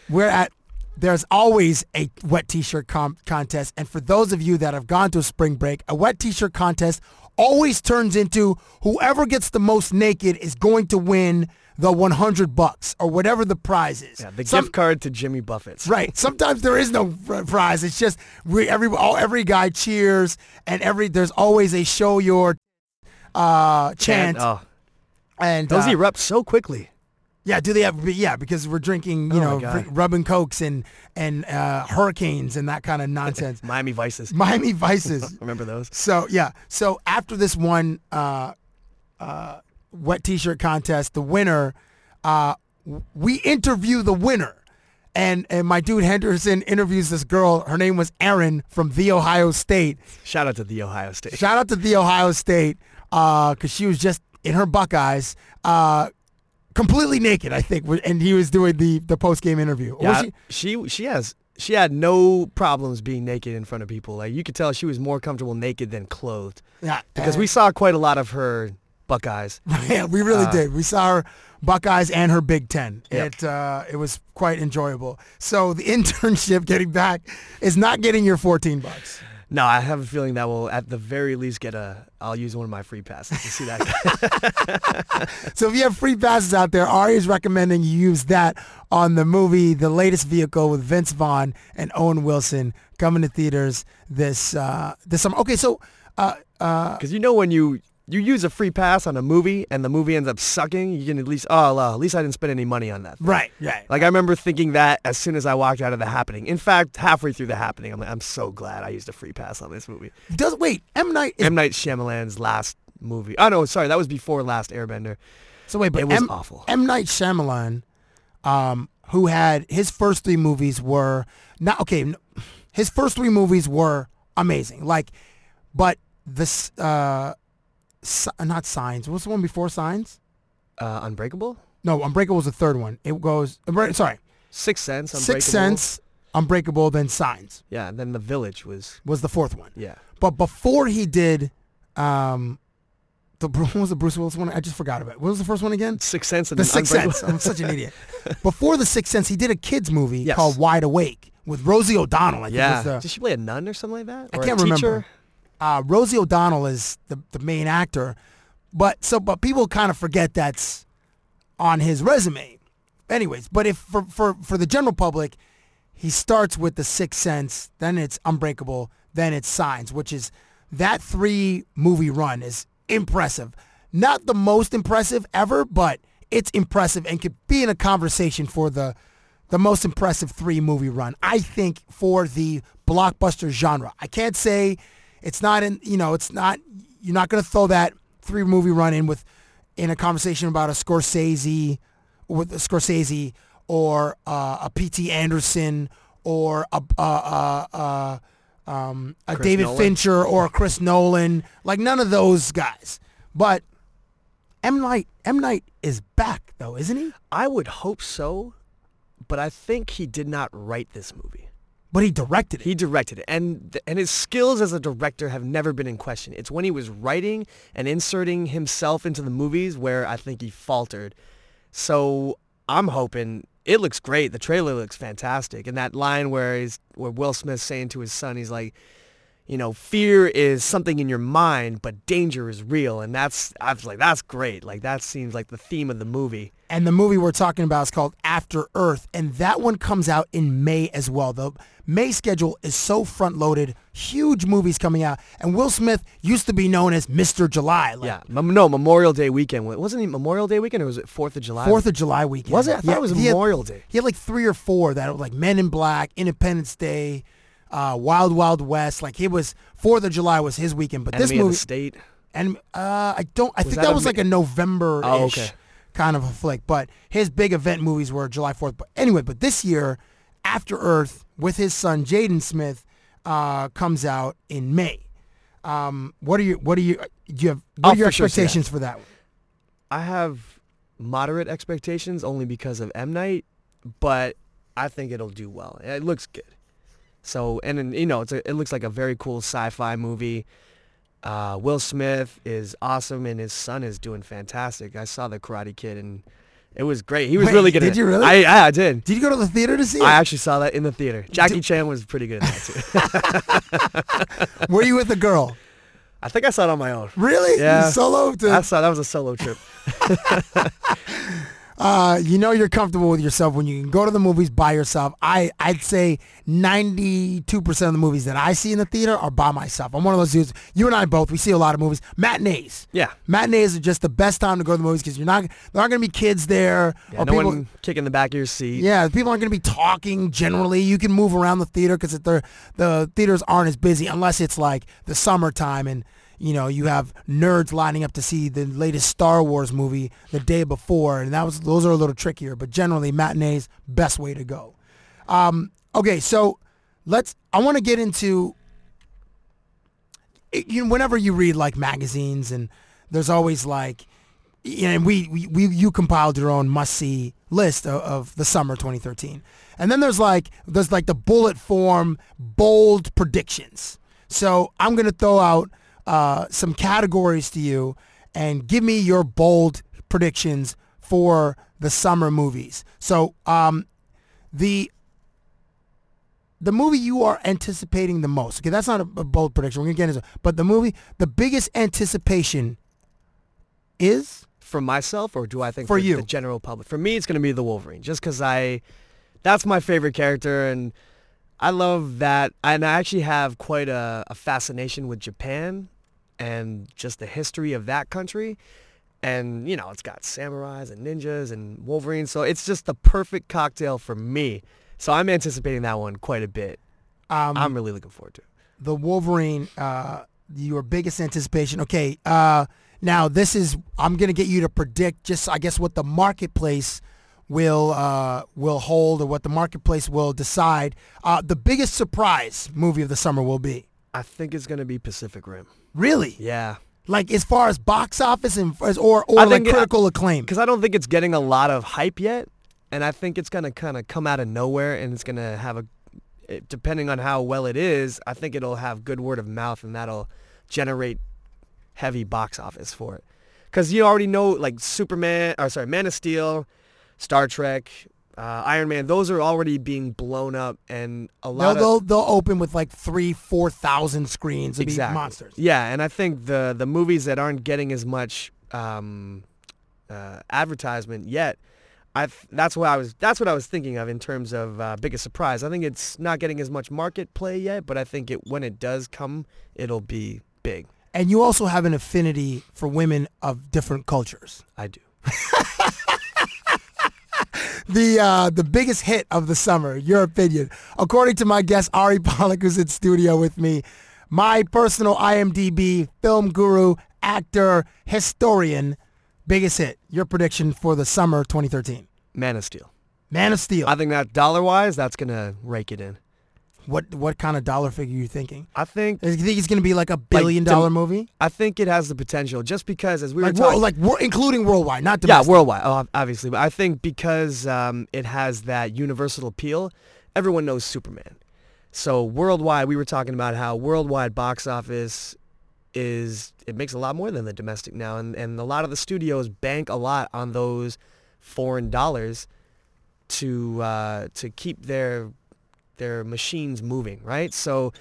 [SPEAKER 4] we're at there's always a wet t-shirt com- contest, and for those of you that have gone to a spring break, a wet t-shirt contest always turns into whoever gets the most naked is going to win the 100 bucks or whatever the prize is.
[SPEAKER 6] Yeah, the
[SPEAKER 4] Some-
[SPEAKER 6] gift card to Jimmy Buffett's.
[SPEAKER 4] Right. Sometimes there is no fr- prize. It's just we every all every guy cheers and every there's always a show your uh
[SPEAKER 6] And,
[SPEAKER 4] chant
[SPEAKER 6] oh,
[SPEAKER 4] and
[SPEAKER 6] those
[SPEAKER 4] uh,
[SPEAKER 6] erupt so quickly.
[SPEAKER 4] yeah, do they have yeah, because we're drinking, you
[SPEAKER 6] Oh my
[SPEAKER 4] know,
[SPEAKER 6] God.
[SPEAKER 4] r- rum and cokes and and uh hurricanes and that kind of nonsense.
[SPEAKER 6] Miami Vices.
[SPEAKER 4] Miami Vices.
[SPEAKER 6] Remember those?
[SPEAKER 4] So yeah. So after this one uh, uh, wet T-shirt contest, the winner, uh, w- we interview the winner, and and my dude Henderson interviews this girl. Her name was Erin from The Ohio State.
[SPEAKER 6] Shout out to the Ohio State.
[SPEAKER 4] Shout out to The Ohio State because she was just in her Buckeyes. Uh, Completely naked, I think, and he was doing the the post game interview. Or was
[SPEAKER 6] Yeah,
[SPEAKER 4] he-
[SPEAKER 6] she she has she had no problems being naked in front of people. Like you could tell she was more comfortable naked than clothed.
[SPEAKER 4] Yeah,
[SPEAKER 6] Because
[SPEAKER 4] and-
[SPEAKER 6] we saw quite a lot of her Buckeyes.
[SPEAKER 4] Yeah, we really did. We saw her Buckeyes and her Big Ten.
[SPEAKER 6] Uh, Yep.
[SPEAKER 4] It uh, it was quite enjoyable. So the internship getting back is not getting your fourteen bucks.
[SPEAKER 6] No, I have a feeling that will at the very least get a. I'll use one of my free passes to see that.
[SPEAKER 4] So if you have free passes out there, Ari is recommending you use that on the movie The Latest Vehicle with Vince Vaughn and Owen Wilson coming to theaters this uh, this summer. Okay, so uh,
[SPEAKER 6] Because you know when you you use a free pass on a movie and the movie ends up sucking, you can at least oh, well, at least I didn't spend any money on that. thing."
[SPEAKER 4] right, right.
[SPEAKER 6] Like I remember thinking that as soon as I walked out of the happening. In fact, halfway through the happening, I'm like, I'm so glad I used a free pass on this movie.
[SPEAKER 4] Does wait M Night? Is,
[SPEAKER 6] M Night Shyamalan's last movie. Oh no, sorry, that was before Last Airbender.
[SPEAKER 4] so wait, but
[SPEAKER 6] It was
[SPEAKER 4] M,
[SPEAKER 6] awful.
[SPEAKER 4] M Night Shyamalan, um, who had his first three movies were not okay. n- His first three movies were amazing. Like, but this uh, si- not Signs. What's the one before Signs?
[SPEAKER 6] Uh, Unbreakable,
[SPEAKER 4] No, Unbreakable was the third one. It goes. Unbre- Sorry,
[SPEAKER 6] Sixth Sense, Unbreakable.
[SPEAKER 4] Sixth Sense, Unbreakable, then Signs
[SPEAKER 6] Yeah, and then The Village was
[SPEAKER 4] was the fourth one.
[SPEAKER 6] yeah.
[SPEAKER 4] But before he did, um, the what was the Bruce Willis one? I just forgot about it. What was the first one again?
[SPEAKER 6] Sixth Sense and
[SPEAKER 4] The
[SPEAKER 6] then
[SPEAKER 4] Sixth
[SPEAKER 6] Unbreakable.
[SPEAKER 4] Sense. I'm such an idiot. Before The Sixth Sense, he did a kids movie
[SPEAKER 6] Yes.
[SPEAKER 4] called Wide Awake with Rosie O'Donnell. I
[SPEAKER 6] Yeah.
[SPEAKER 4] think
[SPEAKER 6] Did
[SPEAKER 4] was the,
[SPEAKER 6] she play a nun or something like that?
[SPEAKER 4] I
[SPEAKER 6] Or a
[SPEAKER 4] can't remember.
[SPEAKER 6] teacher?
[SPEAKER 4] Uh, Rosie O'Donnell is the, the main actor, but so but people kind of forget that's on his resume. Anyways, but if for for for the general public, he starts with The Sixth Sense, then it's Unbreakable, then it's Signs, which is that three movie run is impressive. Not the most impressive ever, but it's impressive and could be in a conversation for the the most impressive three movie run, I think, for the blockbuster genre. I can't say it's not in you know, it's not you're not gonna throw that three movie run in with in a conversation about a Scorsese with a Scorsese or uh, a P.T. Anderson or a, a, a, a, um, a David
[SPEAKER 6] Nolan.
[SPEAKER 4] Fincher or a Chris Nolan. Like none of those guys. But M. Night, M. Night is back though, isn't he?
[SPEAKER 6] I would hope so, but I think he did not write this movie.
[SPEAKER 4] But he directed it.
[SPEAKER 6] He directed it, and th- and his skills as a director have never been in question. It's when he was writing and inserting himself into the movies where I think he faltered. So I'm hoping it looks great. The trailer looks fantastic, and that line where he's where Will Smith's saying to his son, he's like, you know, fear is something in your mind, but danger is real, and that's I was like, that's great. Like that seems like the theme of the movie.
[SPEAKER 4] and the movie we're talking about is called After Earth, and that one comes out in May as well. The May schedule is so front loaded, huge movies coming out, and Will Smith used to be known as Mr. July, like
[SPEAKER 6] Yeah, Mem- no Memorial Day weekend wasn't it Memorial Day weekend or was it Fourth of July?
[SPEAKER 4] Fourth of July weekend.
[SPEAKER 6] Was it? I thought it was
[SPEAKER 4] he had-
[SPEAKER 6] Memorial Day.
[SPEAKER 4] He had like three or four that were like Men in Black, Independence Day, uh, Wild Wild West. Like he was Fourth of July was his weekend, but
[SPEAKER 6] Enemy
[SPEAKER 4] this
[SPEAKER 6] of
[SPEAKER 4] movie
[SPEAKER 6] the state.
[SPEAKER 4] and uh, I don't. I think
[SPEAKER 6] that
[SPEAKER 4] that,
[SPEAKER 6] a
[SPEAKER 4] was
[SPEAKER 6] mi-
[SPEAKER 4] like a November-ish
[SPEAKER 6] Oh, okay.
[SPEAKER 4] kind of a flick. But his big event movies were July Fourth. But anyway, but this year, After Earth with his son Jaden Smith uh, comes out in May. Um, what are you? What are you? Do you have? What
[SPEAKER 6] I'll
[SPEAKER 4] are
[SPEAKER 6] Oh,
[SPEAKER 4] your
[SPEAKER 6] for sure see that.
[SPEAKER 4] expectations for that? one?
[SPEAKER 6] I have moderate expectations only because of M Night, but I think it'll do well. It looks good. So and then, you know it's a, it looks like a very cool sci-fi movie. Uh, Will Smith is awesome and his son is doing fantastic. I saw the Karate Kid and it was great. He was
[SPEAKER 4] Wait,
[SPEAKER 6] really good. in
[SPEAKER 4] did
[SPEAKER 6] it.
[SPEAKER 4] you really?
[SPEAKER 6] I yeah, I did.
[SPEAKER 4] Did you go to the theater to see it?
[SPEAKER 6] I actually saw that in the theater. Jackie Chan was pretty good in that too.
[SPEAKER 4] were you with a girl?
[SPEAKER 6] I think I saw it on my own.
[SPEAKER 4] Really?
[SPEAKER 6] Yeah.
[SPEAKER 4] You solo to
[SPEAKER 6] I saw that was a solo trip.
[SPEAKER 4] Uh, you know you're comfortable with yourself when you can go to the movies by yourself. I, I'd say 92% of the movies that I see in the theater are by myself. I'm one of those dudes. You and I both, we see a lot of movies. Matinees.
[SPEAKER 6] Yeah.
[SPEAKER 4] Matinees are just the best time to go to the movies because you're not, there aren't going to be kids there.
[SPEAKER 6] Yeah,
[SPEAKER 4] or
[SPEAKER 6] no
[SPEAKER 4] people,
[SPEAKER 6] one kicking the back of your seat.
[SPEAKER 4] yeah, people aren't going to be talking generally. You can move around the theater because the theaters aren't as busy unless it's like the summertime and you know you have nerds lining up to see the latest Star Wars movie the day before, and that was those are a little trickier. But generally, matinees best way to go. Um, okay, so let's. I want to get into it- you know, whenever you read like magazines and there's always like you know, and we, we, we you compiled your own must see list of, of the summer 2013 and then there's like there's like the bullet form bold predictions so i'm going to throw out uh, some categories to you and give me your bold predictions for the summer movies so um, the the movie you are anticipating the most. Okay, that's not a, a bold prediction. We're gonna get into but the movie, the biggest anticipation is
[SPEAKER 6] for myself or do I think
[SPEAKER 4] For
[SPEAKER 6] for,
[SPEAKER 4] you.
[SPEAKER 6] the general public? For me, it's going to be the Wolverine, just because I, that's my favorite character, and I love that. And I actually have quite a, a fascination with Japan, and just the history of that country, and you know, it's got samurais and ninjas and Wolverine, so it's just the perfect cocktail for me. So I'm anticipating that one quite a bit. I'm really looking forward to. it.
[SPEAKER 4] the Wolverine. Uh, your biggest anticipation. Okay, uh, now this is I'm gonna get you to predict just I guess what the marketplace will uh, will hold or what the marketplace will decide. Uh, the biggest surprise movie of the summer will be
[SPEAKER 6] I think it's going to be Pacific Rim.
[SPEAKER 4] really
[SPEAKER 6] Yeah.
[SPEAKER 4] like as far as box office and as, or or
[SPEAKER 6] I
[SPEAKER 4] like
[SPEAKER 6] think it-
[SPEAKER 4] critical acclaim.
[SPEAKER 6] because I don't think it's getting a lot of hype yet, and I think it's gonna kind of come out of nowhere, and it's gonna have a, it- depending on how well it is, I think it'll have good word of mouth, and that'll generate heavy box office for it. Because you already know, like Superman, or sorry, Man of Steel, Star Trek, uh, Iron Man, those are already being blown up, and a
[SPEAKER 4] They'll,
[SPEAKER 6] lot of
[SPEAKER 4] they'll they'll open with like three, four thousand screens. It'll
[SPEAKER 6] exactly.
[SPEAKER 4] be monsters.
[SPEAKER 6] Yeah, and I think the the movies that aren't getting as much um, uh, advertisement yet, I that's what I was that's what I was thinking of in terms of uh, biggest surprise. I think it's not getting as much market play yet, but I think it when it does come, it'll be big.
[SPEAKER 4] And you also have an affinity for women of different cultures.
[SPEAKER 6] I do.
[SPEAKER 4] The uh, the biggest hit of the summer, your opinion, according to my guest Ari Pollack, who's in studio with me, my personal IMDb film guru, actor, historian, biggest hit. Your prediction for the summer 2013,
[SPEAKER 6] Man of Steel.
[SPEAKER 4] Man of Steel.
[SPEAKER 6] I think that dollar wise, that's gonna rake it in.
[SPEAKER 4] what what kind of dollar figure are you thinking?
[SPEAKER 6] I think
[SPEAKER 4] You think it's going to be like a billion dollar
[SPEAKER 6] dem-
[SPEAKER 4] movie?
[SPEAKER 6] I think it has the potential just because as we
[SPEAKER 4] Like,
[SPEAKER 6] were
[SPEAKER 4] wor-
[SPEAKER 6] talking,
[SPEAKER 4] like wor- including worldwide, not domestic.
[SPEAKER 6] Yeah, worldwide, oh, ob- obviously. But I think because um, it has that universal appeal, everyone knows Superman. So worldwide, we were talking about how worldwide box office is it makes a lot more than the domestic now, and and a lot of the studios bank a lot on those foreign dollars to uh, to keep their their machines moving, right? So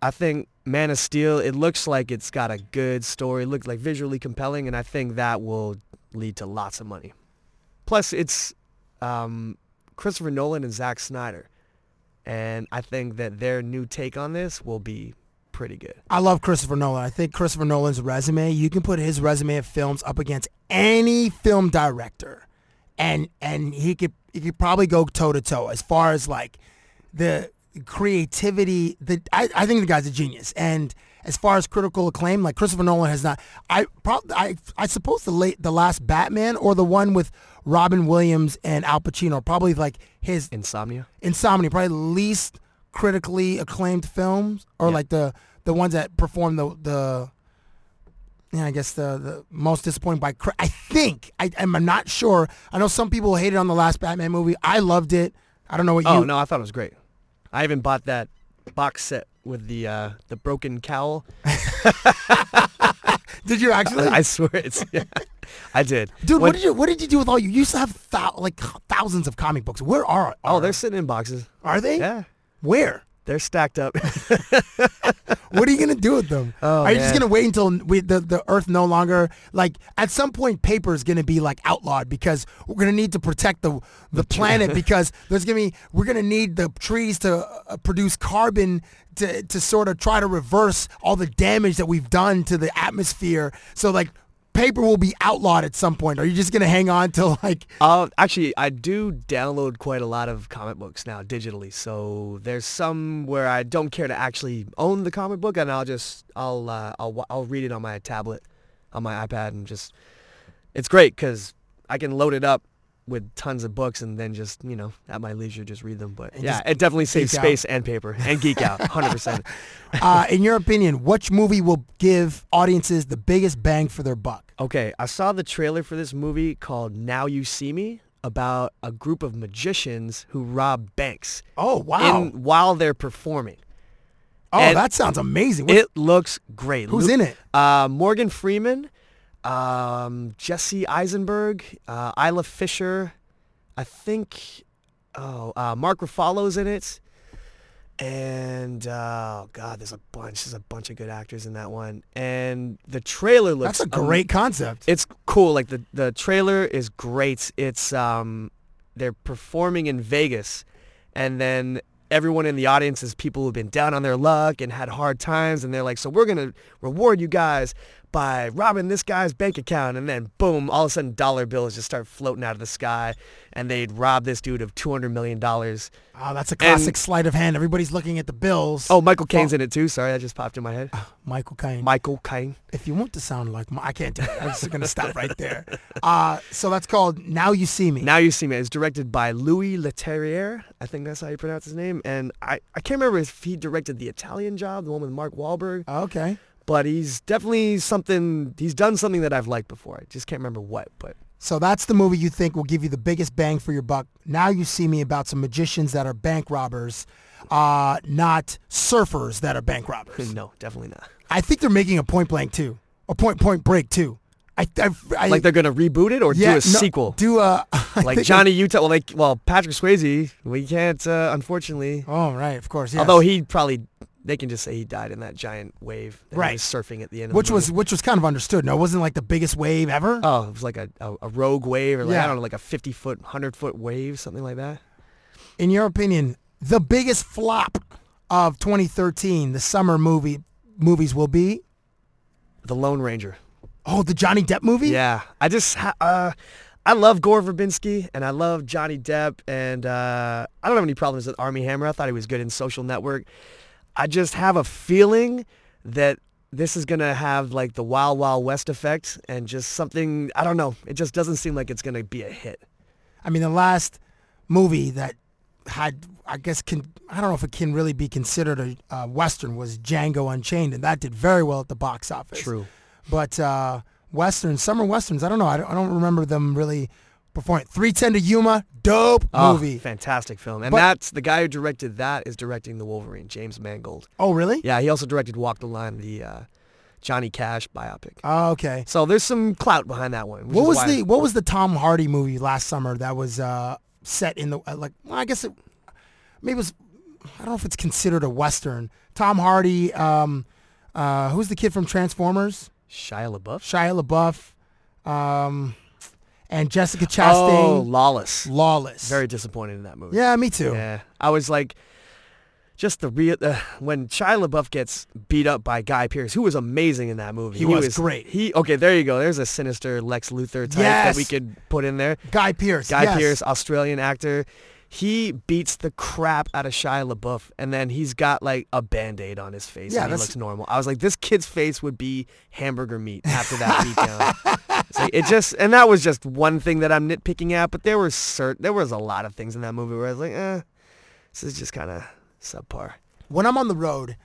[SPEAKER 6] I think Man of Steel, it looks like it's got a good story, looked like visually compelling, and I think that will lead to lots of money. Plus, it's um, Christopher Nolan and Zack Snyder, and I think that their new take on this will be pretty good.
[SPEAKER 4] I love Christopher Nolan. I think Christopher Nolan's resume, you can put his resume of films up against any film director. And and he could he could probably go toe to toe as far as like the creativity the I, I think the guy's a genius. And as far as critical acclaim, like Christopher Nolan has not I probably I I suppose the late the last Batman or the one with Robin Williams and Al Pacino are probably like his
[SPEAKER 6] Insomnia.
[SPEAKER 4] Insomnia, probably the least critically acclaimed films, or like the the ones that perform the the. Yeah, I guess the, the most disappointing by cri- I think I am not sure. I know some people hated on the last Batman movie. I loved it. I don't know what
[SPEAKER 6] Oh
[SPEAKER 4] you.
[SPEAKER 6] no, I thought it was great. I even bought that box set with the uh, the broken cowl.
[SPEAKER 4] Did you actually?
[SPEAKER 6] I swear it's. I did.
[SPEAKER 4] Dude,
[SPEAKER 6] When-
[SPEAKER 4] what did you what did you do with all you? You used to have thou, like thousands of comic books. Where are?
[SPEAKER 6] Oh,
[SPEAKER 4] are-
[SPEAKER 6] they're sitting in boxes.
[SPEAKER 4] are they?
[SPEAKER 6] Yeah,
[SPEAKER 4] Where?
[SPEAKER 6] they're stacked up.
[SPEAKER 4] What are you gonna do with them?
[SPEAKER 6] Oh,
[SPEAKER 4] are you just
[SPEAKER 6] man.
[SPEAKER 4] gonna wait until we, the the Earth no longer like at some point paper is gonna be like outlawed because we're gonna need to protect the the planet because there's gonna be we're gonna need the trees to uh, produce carbon to to sort of try to reverse all the damage that we've done to the atmosphere. So like paper will be outlawed at some point. Are you just gonna hang on till like
[SPEAKER 6] Uh, actually, I do download quite a lot of comic books now digitally. So there's some where I don't care to actually own the comic book, and I'll just I'll uh, I'll wa- I'll read it on my tablet, on my iPad, and just it's great because I can load it up with tons of books and then just you know at my leisure just read them. But yeah,
[SPEAKER 4] just
[SPEAKER 6] it definitely saves
[SPEAKER 4] geek out.
[SPEAKER 6] space and paper and geek out, hundred percent.
[SPEAKER 4] uh, in your opinion, which movie will give audiences the biggest bang for their buck?
[SPEAKER 6] Okay, I saw the trailer for this movie called Now You See Me about a group of magicians who rob banks.
[SPEAKER 4] Oh wow!
[SPEAKER 6] in while they're performing.
[SPEAKER 4] oh,
[SPEAKER 6] and-
[SPEAKER 4] that sounds amazing. What-
[SPEAKER 6] It looks great.
[SPEAKER 4] Who's
[SPEAKER 6] Lu-
[SPEAKER 4] in it?
[SPEAKER 6] Uh, Morgan Freeman, um, Jesse Eisenberg, uh, Isla Fisher. I think, oh, uh, Mark Ruffalo's in it. And uh, oh god, there's a bunch. There's a bunch of good actors in that one. And the trailer looks
[SPEAKER 4] That's a
[SPEAKER 6] am-
[SPEAKER 4] great concept.
[SPEAKER 6] it's cool. Like the the trailer is great. It's um, they're performing in Vegas, and then everyone in the audience is people who've been down on their luck and had hard times, and they're like, so we're gonna reward you guys by robbing this guy's bank account, and then boom, all of a sudden dollar bills just start floating out of the sky, and they'd rob this dude of two hundred million dollars.
[SPEAKER 4] Oh, that's a classic
[SPEAKER 6] and-
[SPEAKER 4] sleight of hand. Everybody's looking at the bills. Oh,
[SPEAKER 6] Oh, Michael Caine's in it too. Sorry, that just popped in my head.
[SPEAKER 4] Michael Caine.
[SPEAKER 6] Michael Caine.
[SPEAKER 4] if you want to sound like Mi- I can't do it. I'm just gonna stop right there. Uh, so that's called Now You See Me.
[SPEAKER 6] Now You See Me. It's directed by Louis Leterrier. I think that's how you pronounce his name. And I, I can't remember if he directed The Italian Job, the one with Mark Wahlberg,
[SPEAKER 4] okay.
[SPEAKER 6] but he's definitely something, he's done something that I've liked before. I just can't remember what, but
[SPEAKER 4] So that's the movie you think will give you the biggest bang for your buck. Now you see me about some magicians that are bank robbers, uh, not surfers that are bank robbers.
[SPEAKER 6] no, definitely not.
[SPEAKER 4] I think they're making a point blank too, a point point break too. I, I, I
[SPEAKER 6] Like they're going to reboot it or
[SPEAKER 4] yeah,
[SPEAKER 6] do
[SPEAKER 4] no,
[SPEAKER 6] a sequel.
[SPEAKER 4] Do a I
[SPEAKER 6] like
[SPEAKER 4] think-
[SPEAKER 6] Johnny Utah, well, like, well, Patrick Swayze, we can't, uh, unfortunately.
[SPEAKER 4] Oh right, of course. Yes.
[SPEAKER 6] Although he probably, they can just say he died in that giant wave that
[SPEAKER 4] Right.
[SPEAKER 6] he was surfing at the end of
[SPEAKER 4] which
[SPEAKER 6] the
[SPEAKER 4] was
[SPEAKER 6] movie.
[SPEAKER 4] which was kind of understood. No, it wasn't like the biggest wave ever.
[SPEAKER 6] Oh, it was like a, a, a rogue wave or like,
[SPEAKER 4] Yeah.
[SPEAKER 6] I don't know, like a 50 foot, 100 foot wave, something like that.
[SPEAKER 4] In your opinion, the biggest flop of 2013, the summer movie movies will be
[SPEAKER 6] The Lone Ranger.
[SPEAKER 4] oh the Johnny Depp movie.
[SPEAKER 6] Yeah, I just ha- uh, I love Gore Verbinski and I love Johnny Depp and uh, I don't have any problems with Army Hammer. I thought he was good in Social Network. I just have a feeling that this is gonna have like the Wild Wild West effect and just something I don't know. It just doesn't seem like it's gonna be a hit.
[SPEAKER 4] I mean the last movie that had I guess can I don't know if it can really be considered a uh, western was Django Unchained, and that did very well at the box office.
[SPEAKER 6] True.
[SPEAKER 4] but uh, westerns, summer westerns, I don't know. I don't, I don't remember them really performing. 310 to Yuma dope
[SPEAKER 6] Oh,
[SPEAKER 4] movie.
[SPEAKER 6] fantastic film. And
[SPEAKER 4] But-
[SPEAKER 6] that's the guy who directed that is directing The Wolverine, James Mangold.
[SPEAKER 4] Oh, really?
[SPEAKER 6] Yeah, he also directed Walk the Line, the uh, Johnny Cash biopic.
[SPEAKER 4] Oh, okay.
[SPEAKER 6] so there's some clout behind that one. which
[SPEAKER 4] What
[SPEAKER 6] is
[SPEAKER 4] was
[SPEAKER 6] why-
[SPEAKER 4] the What was the Tom Hardy movie last summer that was uh, set in the uh, like? Well, I guess it maybe it was. I don't know if it's considered a western. Tom Hardy. Um, uh, who's the kid from Transformers?
[SPEAKER 6] Shia LaBeouf?
[SPEAKER 4] Shia LaBeouf, um, and Jessica
[SPEAKER 6] Oh,
[SPEAKER 4] Chastain.
[SPEAKER 6] Lawless.
[SPEAKER 4] Lawless.
[SPEAKER 6] Very disappointed in that movie.
[SPEAKER 4] Yeah, me too.
[SPEAKER 6] Yeah, I was like, just the real uh, when Shia LaBeouf gets beat up by Guy Pearce, who was amazing in that movie.
[SPEAKER 4] He was great.
[SPEAKER 6] He okay, there you go. There's a sinister Lex Luthor type that we
[SPEAKER 4] Yes.
[SPEAKER 6] could put in there.
[SPEAKER 4] Guy Pierce.
[SPEAKER 6] Guy Pearce, Australian actor. He beats the crap out of Shia LaBeouf, and then he's got like a band-aid on his face,
[SPEAKER 4] Yeah,
[SPEAKER 6] and he
[SPEAKER 4] that's-
[SPEAKER 6] looks normal. I was like, this kid's face would be hamburger meat after that beatdown. It's like, it just, and that was just one thing that I'm nitpicking at, but there were cert, there was a lot of things in that movie where I was like, eh, this is just kind of subpar.
[SPEAKER 4] when I'm on the road,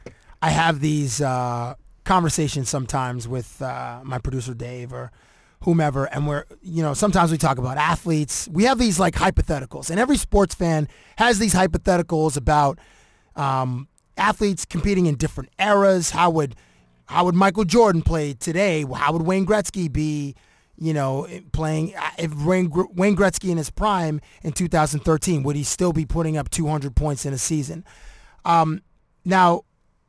[SPEAKER 4] I have these uh, conversations sometimes with uh, my producer Dave or whomever, and we're you know sometimes we talk about athletes. We have these like hypotheticals, and every sports fan has these hypotheticals about um, athletes competing in different eras. How would how would Michael Jordan play today? How would Wayne Gretzky be? You know, playing uh, if Wayne, Gr- Wayne Gretzky in his prime in 2013, would he still be putting up 200 points in a season? Now,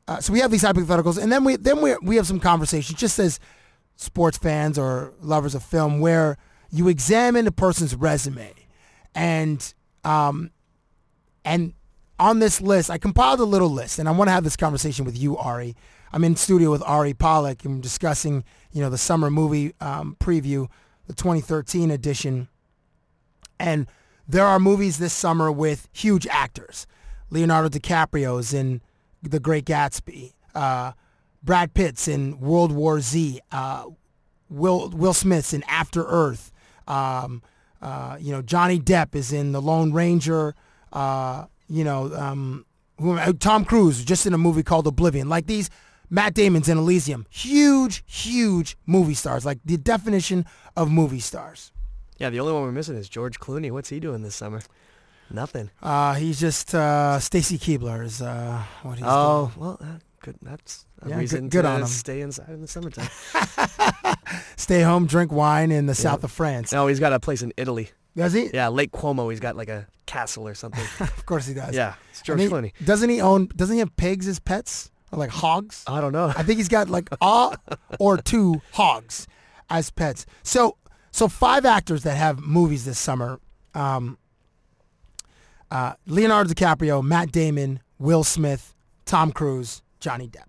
[SPEAKER 4] uh, so we have these hypotheticals, and then we then we we have some conversations, just as sports fans or lovers of film, where you examine a person's resume, and um, and on this list, I compiled a little list, and I want to have this conversation with you, Ari. I'm in studio with Ari Pollack, and we're discussing you know the summer movie um, preview, the 2013 edition. And there are movies this summer with huge actors. Leonardo DiCaprio's in The Great Gatsby. Uh, Brad Pitt's in World War Z. Uh, Will Will Smith's in After Earth. Um, uh, you know Johnny Depp is in The Lone Ranger. Uh, you know um, who, uh, Tom Cruise was just in a movie called Oblivion. Like these, Matt Damon's in Elysium. Huge, huge movie stars. Like the definition of movie stars.
[SPEAKER 6] Yeah, the only one we're missing is George Clooney. What's he doing this summer? Nothing.
[SPEAKER 4] Uh, he's just uh, Stacy Keebler is uh, what he's doing.
[SPEAKER 6] Oh, well, that good. That's a
[SPEAKER 4] Yeah, good-
[SPEAKER 6] reason
[SPEAKER 4] good
[SPEAKER 6] to
[SPEAKER 4] on him.
[SPEAKER 6] stay inside in the summertime.
[SPEAKER 4] Stay home, drink wine in the south of France.
[SPEAKER 6] no, he's got a place in Italy.
[SPEAKER 4] Does he?
[SPEAKER 6] Yeah, Lake Cuomo. He's got like a castle or something.
[SPEAKER 4] Of course he does.
[SPEAKER 6] yeah, it's George
[SPEAKER 4] And he-
[SPEAKER 6] Clooney.
[SPEAKER 4] Doesn't he own? Doesn't he have pigs as pets or like hogs?
[SPEAKER 6] I don't know.
[SPEAKER 4] I think he's got like a or two hogs as pets. So so five actors that have movies this summer. Um, uh, Leonardo DiCaprio, Matt Damon, Will Smith, Tom Cruise, Johnny Depp.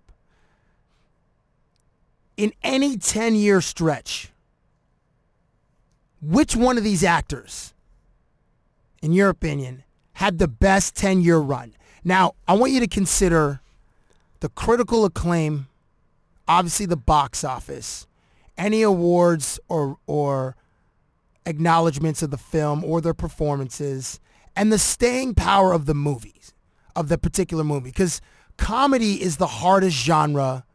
[SPEAKER 4] In any 10 year stretch, which one of these actors, in your opinion, had the best 10 year run? Now, I want you to consider the critical acclaim, obviously the box office, any awards or or acknowledgments of the film or their performances, and the staying power of the movies, of the particular movie, because comedy is the hardest genre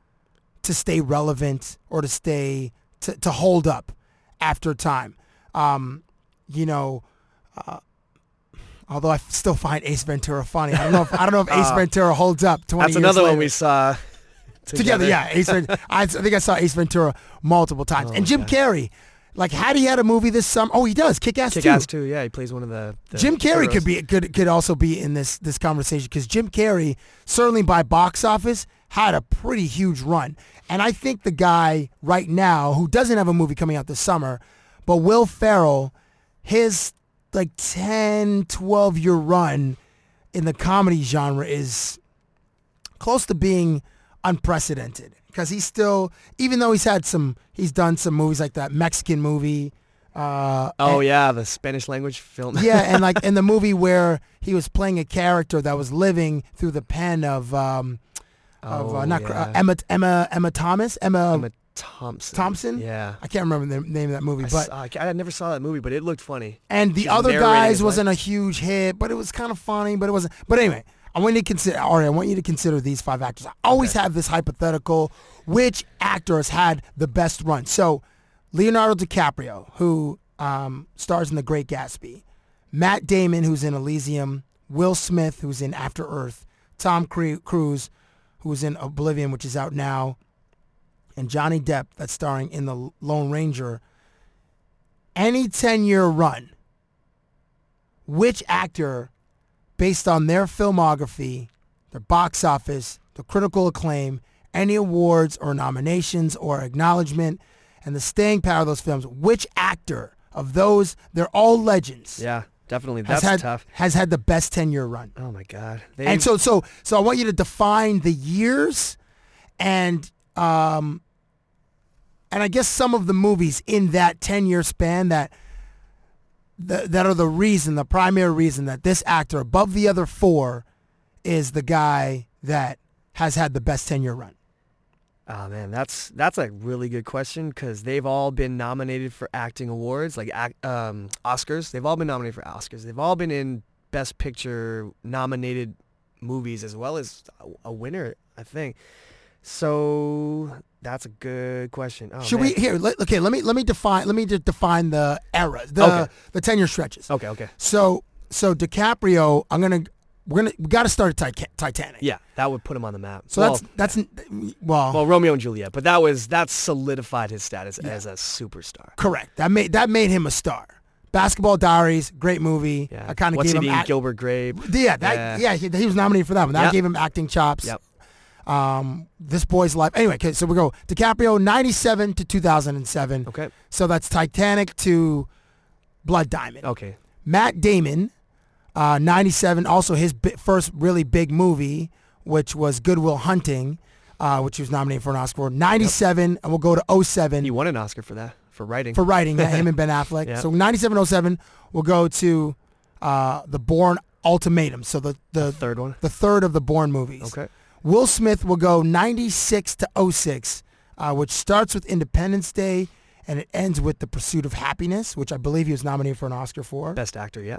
[SPEAKER 4] to stay relevant or to stay to, to hold up after time. Um, you know, uh, although I f- still find Ace Ventura funny, I don't know. If, I don't know if Ace Ventura holds up. 20
[SPEAKER 6] Uh, That's
[SPEAKER 4] years
[SPEAKER 6] another
[SPEAKER 4] later
[SPEAKER 6] one we saw together.
[SPEAKER 4] together. Yeah, Ace Ventura. I, I think I saw Ace Ventura multiple times. and Jim Carrey, like, had he had a movie this summer? Oh, he does. Kick Ass
[SPEAKER 6] Kick
[SPEAKER 4] Two.
[SPEAKER 6] Ass too. Yeah, he plays one of the. the
[SPEAKER 4] Jim Carrey
[SPEAKER 6] heroes.
[SPEAKER 4] could be could could also be in this this conversation because Jim Carrey certainly by box office had a pretty huge run, and I think the guy right now who doesn't have a movie coming out this summer, but Will Ferrell, his like 10, 12 year run in the comedy genre is close to being unprecedented because he's still even though he's had some he's done some movies like that Mexican movie. Uh,
[SPEAKER 6] Oh yeah, the Spanish language film.
[SPEAKER 4] yeah, and like in the movie where he was playing a character that was living through the pen of um of uh,
[SPEAKER 6] Oh,
[SPEAKER 4] not Cr- uh,
[SPEAKER 6] yeah.
[SPEAKER 4] Emma Emma Emma Thomas Emma,
[SPEAKER 6] Emma Thompson.
[SPEAKER 4] Thompson.
[SPEAKER 6] Yeah.
[SPEAKER 4] I can't remember the name of that movie,
[SPEAKER 6] I,
[SPEAKER 4] but
[SPEAKER 6] saw- I never saw that movie, but it looked funny.
[SPEAKER 4] and the
[SPEAKER 6] she's
[SPEAKER 4] other
[SPEAKER 6] narrating
[SPEAKER 4] guys
[SPEAKER 6] his
[SPEAKER 4] wasn't a
[SPEAKER 6] life.
[SPEAKER 4] huge hit, but it was kind of funny, but it wasn't. But anyway, I want you to consider. All right, I want you to consider these five actors. I always have this hypothetical: which actor has had the best run? So, Leonardo DiCaprio, who um, stars in The Great Gatsby, Matt Damon, who's in Elysium, Will Smith, who's in After Earth, Tom Cru- Cruise, who's in Oblivion, which is out now, and Johnny Depp, that's starring in The Lone Ranger. Any 10 year run, which actor, based on their filmography, their box office, the critical acclaim, any awards or nominations or acknowledgement, and the staying power of those films, which actor of those, they're all legends
[SPEAKER 6] Yeah, definitely. That's
[SPEAKER 4] has had
[SPEAKER 6] tough.
[SPEAKER 4] has had the best ten year run.
[SPEAKER 6] Oh my God. They,
[SPEAKER 4] And so so so I want you to define the years and um and I guess some of the movies in that ten year span that that, that are the reason, the primary reason that this actor above the other four is the guy that has had the best ten year run.
[SPEAKER 6] oh man, that's that's a really good question because they've all been nominated for acting awards, like ac- um, Oscars. They've all been nominated for Oscars. They've all been in Best Picture nominated movies as well as a, a winner, I think. So that's a good question. Oh,
[SPEAKER 4] Should
[SPEAKER 6] man.
[SPEAKER 4] we here? Let, okay, let me let me define let me just define the era, the
[SPEAKER 6] Okay.
[SPEAKER 4] the ten year stretches.
[SPEAKER 6] Okay, okay.
[SPEAKER 4] So so DiCaprio, I'm gonna we're gonna we gotta start at Tit- Titanic.
[SPEAKER 6] Yeah, that would put him on the map.
[SPEAKER 4] So
[SPEAKER 6] well,
[SPEAKER 4] that's that's well,
[SPEAKER 6] well Romeo and Juliet, but that was that solidified his status as a superstar.
[SPEAKER 4] correct. That made that made him a star. Basketball Diaries, great movie.
[SPEAKER 6] Yeah.
[SPEAKER 4] I kind of
[SPEAKER 6] What's
[SPEAKER 4] gave
[SPEAKER 6] he
[SPEAKER 4] him
[SPEAKER 6] name?
[SPEAKER 4] act-
[SPEAKER 6] Gilbert Grape.
[SPEAKER 4] Yeah, that, yeah, he, he was nominated for that one. That
[SPEAKER 6] Yep.
[SPEAKER 4] gave him acting chops.
[SPEAKER 6] Yep.
[SPEAKER 4] Um, this boy's life. Anyway, okay, so we go DiCaprio, 97 to 2007.
[SPEAKER 6] Okay.
[SPEAKER 4] So that's Titanic to Blood Diamond.
[SPEAKER 6] Okay.
[SPEAKER 4] Matt Damon, uh, 97, also his bi- first really big movie, which was Goodwill Hunting, uh, which he was nominated for an Oscar. for. 97, and we'll go to 07
[SPEAKER 6] He won an Oscar for that, for writing.
[SPEAKER 4] for writing, yeah, him and Ben Affleck.
[SPEAKER 6] Yeah.
[SPEAKER 4] So 97, 07, we'll go to uh, the Bourne Ultimatum. So the, the,
[SPEAKER 6] third one.
[SPEAKER 4] the third of the Bourne movies.
[SPEAKER 6] Okay.
[SPEAKER 4] Will Smith will go 96 to 06, uh, which starts with Independence Day and it ends with The Pursuit of Happiness, which I believe he was nominated for an Oscar for.
[SPEAKER 6] Best actor, yeah.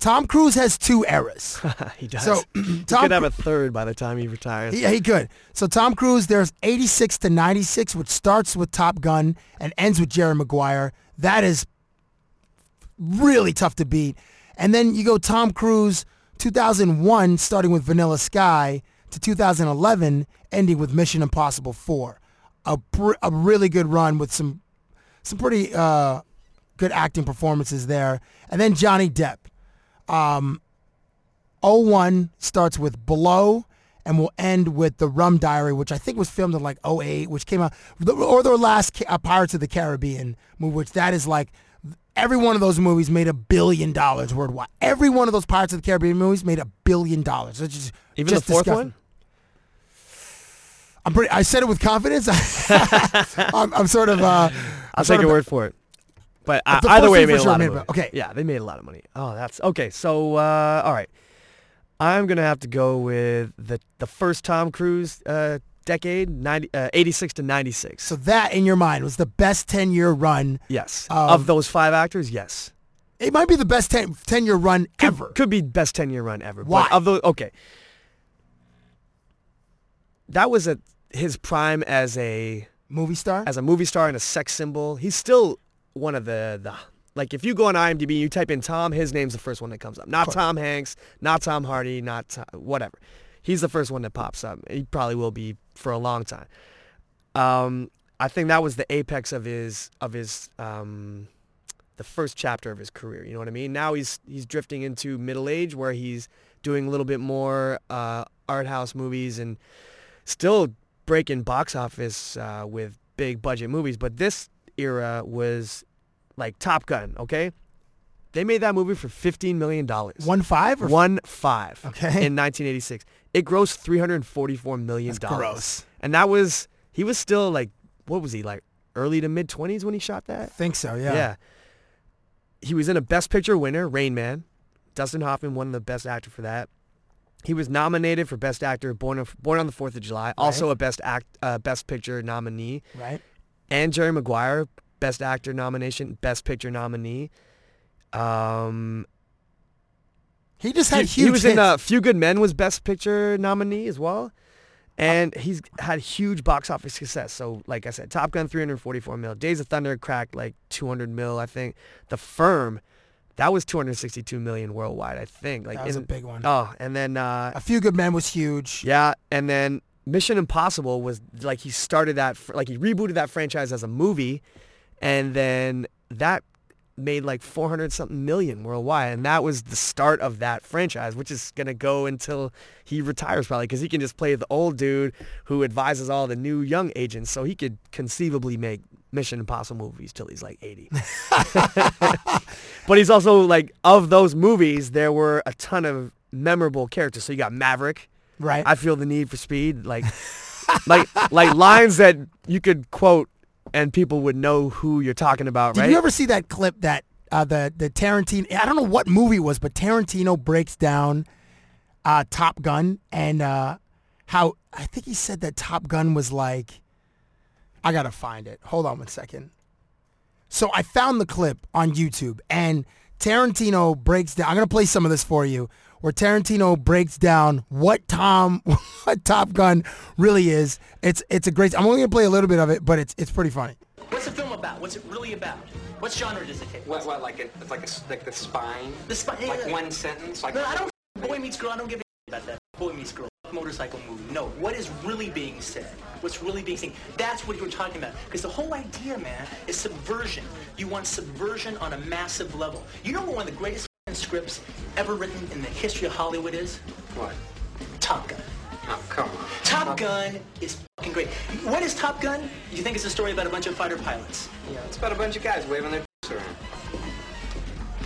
[SPEAKER 4] Tom Cruise has two eras.
[SPEAKER 6] he does.
[SPEAKER 4] So,
[SPEAKER 6] he
[SPEAKER 4] Tom
[SPEAKER 6] could have
[SPEAKER 4] Cru-
[SPEAKER 6] a third by the time he retires.
[SPEAKER 4] yeah, he could. So Tom Cruise, there's 86 to 96, which starts with Top Gun and ends with Jerry Maguire. That is really tough to beat. And then you go Tom Cruise, 2001, starting with Vanilla Sky, to 2011, ending with Mission Impossible 4. A, pr- a really good run with some some pretty uh, good acting performances there. And then Johnny Depp. Um, 01 starts with Below and will end with The Rum Diary, which I think was filmed in like 08, which came out, or their last Ca- uh, Pirates of the Caribbean movie, which that is like, every one of those movies made a billion dollars worldwide. Every one of those Pirates of the Caribbean movies made a billion dollars. It's just-
[SPEAKER 6] Even
[SPEAKER 4] just
[SPEAKER 6] the fourth
[SPEAKER 4] disgusting.
[SPEAKER 6] one?
[SPEAKER 4] I'm pretty, I said it with confidence. I'm, I'm sort of, uh,
[SPEAKER 6] I'll
[SPEAKER 4] sort
[SPEAKER 6] take your
[SPEAKER 4] of-
[SPEAKER 6] word for it. But uh,
[SPEAKER 4] the
[SPEAKER 6] either
[SPEAKER 4] first
[SPEAKER 6] way, it
[SPEAKER 4] one for
[SPEAKER 6] made a
[SPEAKER 4] sure
[SPEAKER 6] lot
[SPEAKER 4] made
[SPEAKER 6] of money.
[SPEAKER 4] about- okay.
[SPEAKER 6] Yeah, they made a lot of money. Oh, that's okay. So, uh, all right, I'm gonna have to go with the the first Tom Cruise uh, decade, 90, uh, 86 to 96.
[SPEAKER 4] So that in your mind was the best 10 year run.
[SPEAKER 6] yes,
[SPEAKER 4] um,
[SPEAKER 6] of those five actors, yes,
[SPEAKER 4] It might be the best 10, 10 year run
[SPEAKER 6] could,
[SPEAKER 4] ever.
[SPEAKER 6] could be best 10 year run ever.
[SPEAKER 4] Why?
[SPEAKER 6] But of those, okay, that was at his prime as a
[SPEAKER 4] Movie star?
[SPEAKER 6] as a movie star and a sex symbol. He's still one of the the like if you go on IMDb, you type in Tom, his name's the first one that comes up. Not Tom Hanks, not Tom Hardy, not Tom, whatever. He's the first one that pops up. He probably will be for a long time. Um, I think that was the apex of his of his um, the first chapter of his career. You know what I mean? Now he's he's drifting into middle age where he's doing a little bit more uh, art house movies and still breaking box office uh, with big budget movies. But this era was like Top Gun. Okay, they made that movie for fifteen million dollars.
[SPEAKER 4] one five or
[SPEAKER 6] One five.
[SPEAKER 4] Okay.
[SPEAKER 6] In 1986, it grossed 344 million
[SPEAKER 4] That's
[SPEAKER 6] dollars.
[SPEAKER 4] gross.
[SPEAKER 6] And that was he was still like what was he like early to mid 20s when he shot that?
[SPEAKER 4] I think so, yeah.
[SPEAKER 6] He was in a Best Picture winner, Rain Man. Dustin Hoffman won the Best Actor for that. He was nominated for Best Actor, Born on, Born on the Fourth of July, also a Best Act, uh, Best Picture nominee,
[SPEAKER 4] Right?
[SPEAKER 6] and Jerry Maguire, Best Actor nomination, Best Picture nominee. Um,
[SPEAKER 4] He just had
[SPEAKER 6] he,
[SPEAKER 4] huge
[SPEAKER 6] he was in
[SPEAKER 4] hits.
[SPEAKER 6] uh, Few Good Men was Best Picture nominee as well,
[SPEAKER 4] Uh,
[SPEAKER 6] and he's had huge box office success. So like I said, Top Gun 344 mil, Days of Thunder cracked like 200 mil, I think. The Firm That was 262 million worldwide, I think. Like
[SPEAKER 4] That was
[SPEAKER 6] in-
[SPEAKER 4] a big one.
[SPEAKER 6] Oh, and then uh,
[SPEAKER 4] A Few Good Men was huge.
[SPEAKER 6] yeah, and then Mission Impossible was like he started that fr- like he rebooted that franchise as a movie, and then that made like 400 something million worldwide, and that was the start of that franchise, which is gonna go until he retires probably because he can just play the old dude who advises all the new young agents, so he could conceivably make Mission Impossible movies till he's like 80. But he's also like of those movies, there were a ton of memorable characters. So you got Maverick.
[SPEAKER 4] Right.
[SPEAKER 6] I feel the need for speed. Like like like lines that you could quote and people would know who you're talking about,
[SPEAKER 4] Did
[SPEAKER 6] right?
[SPEAKER 4] you ever see that clip that uh, the the Tarantino? I don't know what movie it was, but Tarantino breaks down uh, Top Gun and uh, how I think he said that Top Gun was like. I gotta find it. Hold on one second. So I found the clip on YouTube, and Tarantino breaks down. I'm gonna play some of this for you, where Tarantino breaks down what Tom, what Top Gun really is. It's it's a great. I'm only gonna play a little bit of it, but it's it's pretty funny.
[SPEAKER 7] What's the film about? What's it really about? What genre does it take? What, what like a, like a, like the spine? The spine. Like one sentence. Like no, I don't. f- Boy meets girl. I don't give a about that. Boy meets girl. f- Motorcycle movie. No, what is really being said? What's really being said? That's what you're talking about. Because the whole idea, man, is subversion. You want subversion on a massive level. You know what one of the greatest f***ing scripts ever written in the history of Hollywood is? What? Top Gun. Oh, come on. Top Gun is fucking great. What is Top Gun? You think it's a story about a bunch of fighter pilots? Yeah, it's about a bunch of guys waving their dicks around.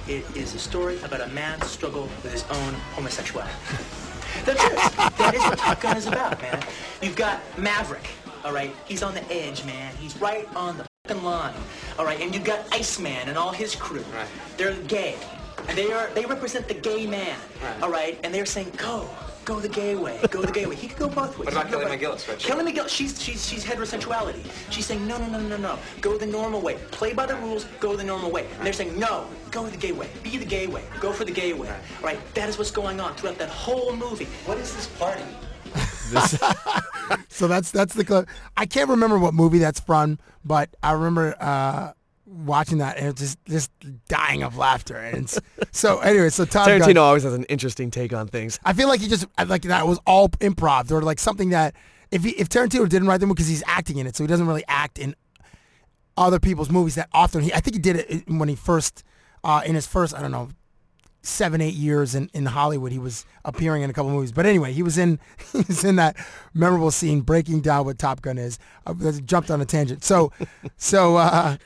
[SPEAKER 7] It is a story about a man's struggle with his own homosexuality. That's it. That is what Top Gun is about, man. You've got Maverick, all right? He's on the edge, man. He's right on the fucking line, all right? And you've got Iceman and all his crew. Right. They're gay. And they are they represent the gay man, right. all right? And they're saying, go. Go the gay way. Go the gay way. He could go both ways. What about Kelly McGillis? Right? Kelly McGillis, she's, she's, she's heterosexuality. She's saying, no, no, no, no, no. Go the normal way. Play by the rules. Go the normal way. And they're saying, no. Go the gay way. Be the gay way. Go for the gay way. All right. That is what's going on throughout that whole movie. What is this party?
[SPEAKER 4] So that's that's the clip. I can't remember what movie that's from, but I remember uh, watching that and it's just just dying of laughter. And it's, so anyway, so Top Gun-
[SPEAKER 6] Tarantino always has an interesting take on things.
[SPEAKER 4] I feel like he just I- like that was all improv or like something that if he, if Tarantino didn't write the movie because he's acting in it, so he doesn't really act in other people's movies that often. He I think he did it when he first uh, in his first I don't know seven eight years in, in Hollywood he was appearing in a couple movies. But anyway, he was in he was in that memorable scene breaking down what Top Gun is. I jumped on a tangent. So so uh,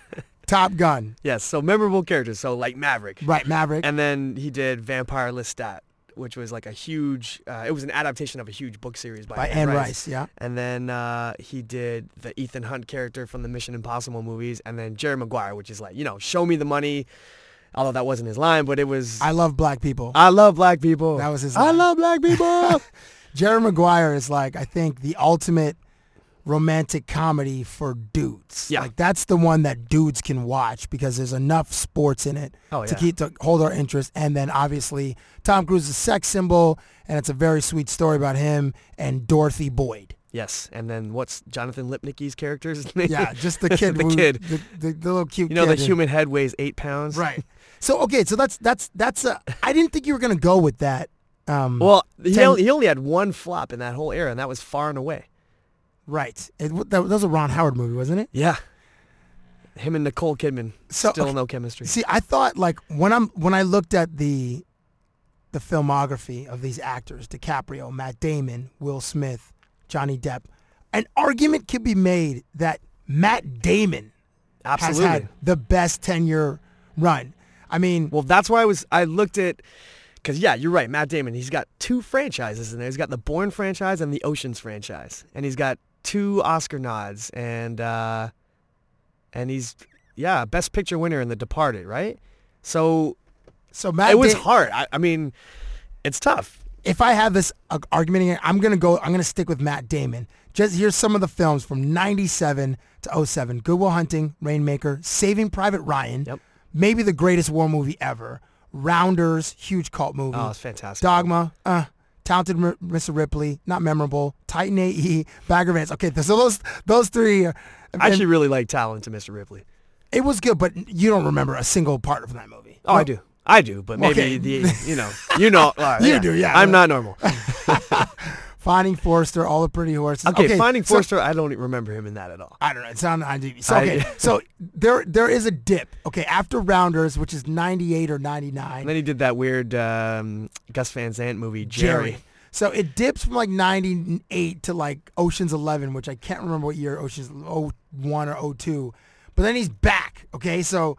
[SPEAKER 4] Top Gun,
[SPEAKER 6] Yes, so memorable characters. So like Maverick.
[SPEAKER 4] right? Maverick.
[SPEAKER 6] And then he did Vampire Lestat, which was like a huge, uh, it was an adaptation of a huge book series by,
[SPEAKER 4] By Anne Rice, yeah.
[SPEAKER 6] And then uh, he did the Ethan Hunt character from the Mission Impossible movies, and then Jerry Maguire, which is like, you know, show me the money. Although that wasn't his line, but it was, I,
[SPEAKER 4] I love black people.
[SPEAKER 6] love black people.
[SPEAKER 4] That was his
[SPEAKER 6] I
[SPEAKER 4] line.
[SPEAKER 6] love black people.
[SPEAKER 4] Jerry Maguire is like I think the ultimate romantic comedy for dudes.
[SPEAKER 6] Yeah.
[SPEAKER 4] Like that's the one that dudes can watch because there's enough sports in it
[SPEAKER 6] Oh,
[SPEAKER 4] to
[SPEAKER 6] yeah.
[SPEAKER 4] keep to hold our interest. And then obviously Tom Cruise is a sex symbol and it's a very sweet story about him and Dorothy Boyd.
[SPEAKER 6] yes. And then what's Jonathan Lipnicki's character's name?
[SPEAKER 4] Yeah, just the kid.
[SPEAKER 6] the
[SPEAKER 4] who-
[SPEAKER 6] kid.
[SPEAKER 4] The, the, the little cute
[SPEAKER 6] You know, the
[SPEAKER 4] kid.
[SPEAKER 6] human head weighs eight pounds.
[SPEAKER 4] Right. So okay, so that's that's that's a I didn't think you were gonna go with that. Um,
[SPEAKER 6] Well, he,
[SPEAKER 4] Ten-
[SPEAKER 6] only, he only had one flop in that whole era, and that was Far and Away.
[SPEAKER 4] right. It, that, that was a Ron Howard movie, wasn't it?
[SPEAKER 6] Yeah. Him and Nicole Kidman.
[SPEAKER 4] So,
[SPEAKER 6] Still
[SPEAKER 4] okay.
[SPEAKER 6] no chemistry.
[SPEAKER 4] See, I thought like when I'm when I looked at the the filmography of these actors, DiCaprio, Matt Damon, Will Smith, Johnny Depp, an argument could be made that Matt Damon
[SPEAKER 6] Absolutely.
[SPEAKER 4] has had the best 10-year run. I mean,
[SPEAKER 6] well, that's why I was I looked at cuz yeah, you're right. Matt Damon, he's got two franchises in there. He's got the Bourne franchise and the Oceans franchise. And he's got two Oscar nods and uh and he's yeah, best picture winner in The Departed, right? So
[SPEAKER 4] so Matt
[SPEAKER 6] it was
[SPEAKER 4] Da-
[SPEAKER 6] hard. I, I mean, it's tough.
[SPEAKER 4] if I have this uh, argument here, I'm gonna go. I'm gonna stick with Matt Damon. Just here's some of the films from '97 to 07: Goodwill Hunting, Rainmaker, Saving Private Ryan,
[SPEAKER 6] Yep.
[SPEAKER 4] maybe the greatest war movie ever. Rounders, huge cult movie.
[SPEAKER 6] Oh, it's fantastic.
[SPEAKER 4] Dogma, uh, Talented M- Mr. Ripley, not memorable. Titan E, A.E., Bagger Vance. Okay, so those those three. uh, Are,
[SPEAKER 6] I actually really like Talent to Mr. Ripley.
[SPEAKER 4] it was good, but you don't remember a single part of that movie.
[SPEAKER 6] Oh, I do. I do, but maybe
[SPEAKER 4] Okay.
[SPEAKER 6] the you know you know uh,
[SPEAKER 4] You do, yeah.
[SPEAKER 6] I'm not normal.
[SPEAKER 4] Finding Forrester, all the pretty horses.
[SPEAKER 6] Okay, Finding
[SPEAKER 4] so-
[SPEAKER 6] Forrester, I don't remember him in that at all.
[SPEAKER 4] I don't know. It's on IMDb. So,
[SPEAKER 6] I-
[SPEAKER 4] okay, so there there is a dip. Okay, after Rounders, which is ninety eight or ninety nine.
[SPEAKER 6] And then he did that weird um, Gus Van Sant movie, Jerry.
[SPEAKER 4] So it dips from like 98 to like Ocean's 11, which I can't remember what year Ocean's 01 or 02. But then he's back. Okay. So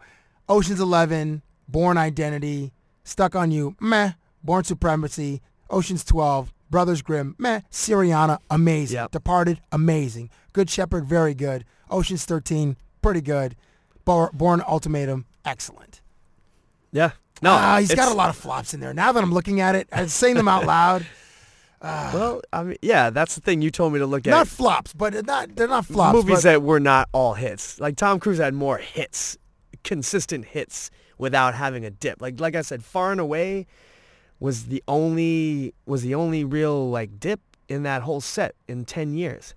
[SPEAKER 4] Ocean's 11, Born Identity, Stuck on You, meh, Born Supremacy, Ocean's 12, Brothers Grimm, meh, Syriana, amazing.
[SPEAKER 6] Yep.
[SPEAKER 4] Departed, amazing. Good Shepherd, very good. Ocean's 13, pretty good. Bor- Born Ultimatum, excellent.
[SPEAKER 6] Yeah. No,
[SPEAKER 4] Ah, he's got
[SPEAKER 6] Oh, it's-
[SPEAKER 4] a lot of flops in there. Now that I'm looking at it, I'm saying them out loud.
[SPEAKER 6] Well, I mean, yeah, that's the thing you told me to look at.
[SPEAKER 4] Not flops, but they're not they're not flops.
[SPEAKER 6] movies
[SPEAKER 4] but-
[SPEAKER 6] that were not all hits. Like Tom Cruise had more hits, consistent hits without having a dip. Like like I said, Far and Away was the only was the only real like dip in that whole set in 10 years.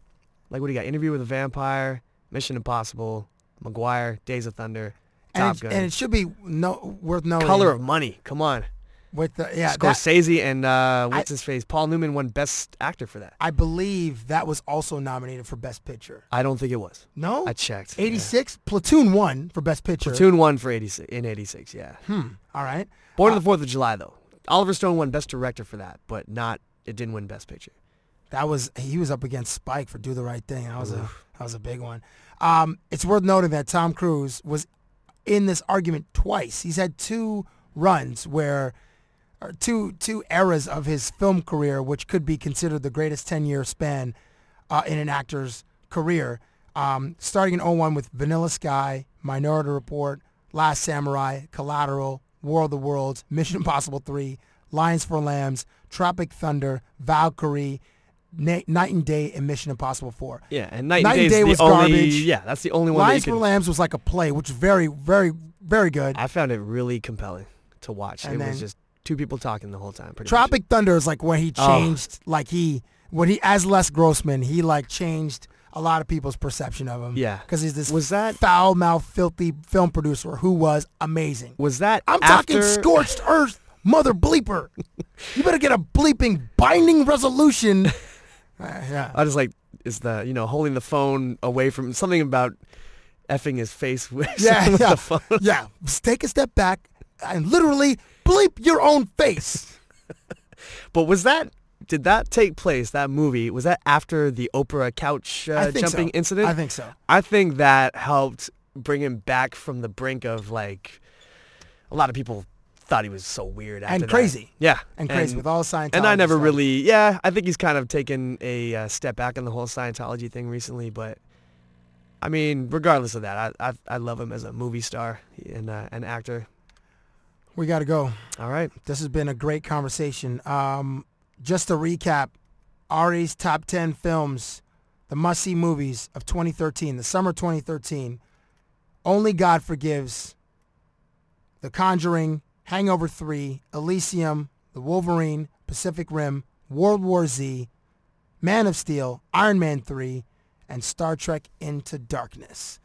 [SPEAKER 6] Like what do you got? Interview with a Vampire, Mission Impossible, McGuire, Days of Thunder,
[SPEAKER 4] and
[SPEAKER 6] Top
[SPEAKER 4] it,
[SPEAKER 6] Gun.
[SPEAKER 4] and it should be no worth noting.
[SPEAKER 6] Color of Money. Come on.
[SPEAKER 4] with the yeah. that-
[SPEAKER 6] Scorsese and uh, what's his face? Paul Newman won Best Actor for that.
[SPEAKER 4] I believe that was also nominated for Best Picture.
[SPEAKER 6] I don't think it was.
[SPEAKER 4] No,
[SPEAKER 6] I checked. yeah.
[SPEAKER 4] Eighty six. Platoon won for Best Picture. Hmm,
[SPEAKER 6] Platoon won for 86 in 86, yeah.
[SPEAKER 4] All right. Uh,
[SPEAKER 6] Born on the 4th of July, though. Oliver Stone won Best Director for that, but not, it didn't win Best Picture.
[SPEAKER 4] That was he was up against Spike for Do the Right Thing. That was a that was a big one. Um, it's worth noting that Tom Cruise was in this argument twice. He's had two runs where, or two two eras of his film career, which could be considered the greatest ten year span uh, in an actor's career. Um, starting in 01 with Vanilla Sky, Minority Report, Last Samurai, Collateral, War of the Worlds, Mission Impossible 3, Lions for Lambs, Tropic Thunder, Valkyrie, Na- Night and Day, and Mission Impossible 4.
[SPEAKER 6] Yeah, and Night,
[SPEAKER 4] Night
[SPEAKER 6] and Day, is the
[SPEAKER 4] was
[SPEAKER 6] only,
[SPEAKER 4] garbage.
[SPEAKER 6] Yeah, that's the only one
[SPEAKER 4] Lions
[SPEAKER 6] that you
[SPEAKER 4] for
[SPEAKER 6] could-
[SPEAKER 4] Lambs was like a play, which is very, very, very good.
[SPEAKER 6] I found it really compelling to watch.
[SPEAKER 4] And
[SPEAKER 6] it
[SPEAKER 4] then-
[SPEAKER 6] was just two people talking the whole time. Pretty
[SPEAKER 4] Tropic
[SPEAKER 6] Much.
[SPEAKER 4] Thunder is like when he
[SPEAKER 6] Oh.
[SPEAKER 4] changed, like he, when he, as Les Grossman, he like changed a lot of people's perception of him.
[SPEAKER 6] Yeah.
[SPEAKER 4] Because he's this
[SPEAKER 6] Was that-
[SPEAKER 4] foul mouthed, filthy film producer who was amazing.
[SPEAKER 6] Was that
[SPEAKER 4] I'm talking
[SPEAKER 6] after-
[SPEAKER 4] scorched earth, mother bleeper. you better get a bleeping binding resolution. Uh, yeah.
[SPEAKER 6] I was like, is the, you know, holding the phone away from, something about effing his face with,
[SPEAKER 4] Yeah,
[SPEAKER 6] with
[SPEAKER 4] yeah,
[SPEAKER 6] the phone.
[SPEAKER 4] yeah. Just Take a step back and literally bleep your own face.
[SPEAKER 6] But was that did that take place? That movie was that after the Oprah couch
[SPEAKER 4] I
[SPEAKER 6] uh,
[SPEAKER 4] think so.
[SPEAKER 6] jumping incident?
[SPEAKER 4] I think so.
[SPEAKER 6] I think that helped bring him back from the brink of like a lot of people thought he was so weird after
[SPEAKER 4] And
[SPEAKER 6] that.
[SPEAKER 4] crazy.
[SPEAKER 6] Yeah,
[SPEAKER 4] And crazy with all Scientology
[SPEAKER 6] And I never
[SPEAKER 4] stuff.
[SPEAKER 6] really, yeah, I think he's kind of taken a uh, step back on the whole Scientology thing recently, but. I mean, regardless of that, I I, I love him as a movie star and uh, an actor.
[SPEAKER 4] We got to go.
[SPEAKER 6] All right,
[SPEAKER 4] This has been a great conversation. Um, just to recap, Ari's top 10 films, the must-see movies of 2013, the summer 2013, Only God Forgives, The Conjuring, Hangover 3, Elysium, The Wolverine, Pacific Rim, World War Z, Man of Steel, Iron Man 3, and Star Trek Into Darkness.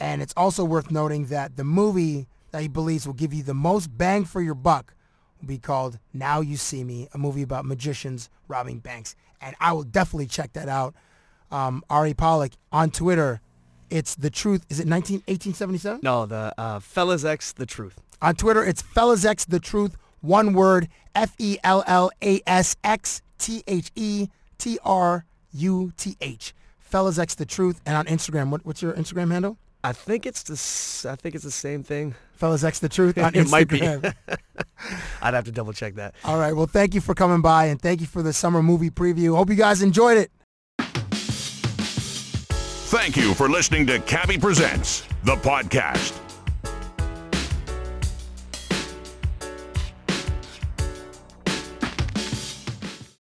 [SPEAKER 4] And it's also worth noting that the movie that he believes will give you the most bang for your buck will be called Now You See Me, a movie about magicians robbing banks. And I will definitely check that out. Um, Ari Pollack on Twitter. It's the truth. Is it 19, 1877?
[SPEAKER 6] no, the uh, Fellas X, the truth.
[SPEAKER 4] On Twitter, it's Fellas X the Truth, one word, F E L L A S X T H E T R U T H. Fellas X the Truth. And on Instagram, what, what's your Instagram handle?
[SPEAKER 6] I think it's the s- I think it's the same thing.
[SPEAKER 4] Fellas X the Truth on
[SPEAKER 6] It
[SPEAKER 4] Instagram.
[SPEAKER 6] might be. I'd have to double check that.
[SPEAKER 4] All right. Well, thank you for coming by and thank you for the summer movie preview. Hope you guys enjoyed it.
[SPEAKER 3] Thank you for listening to Cabby Presents, the podcast.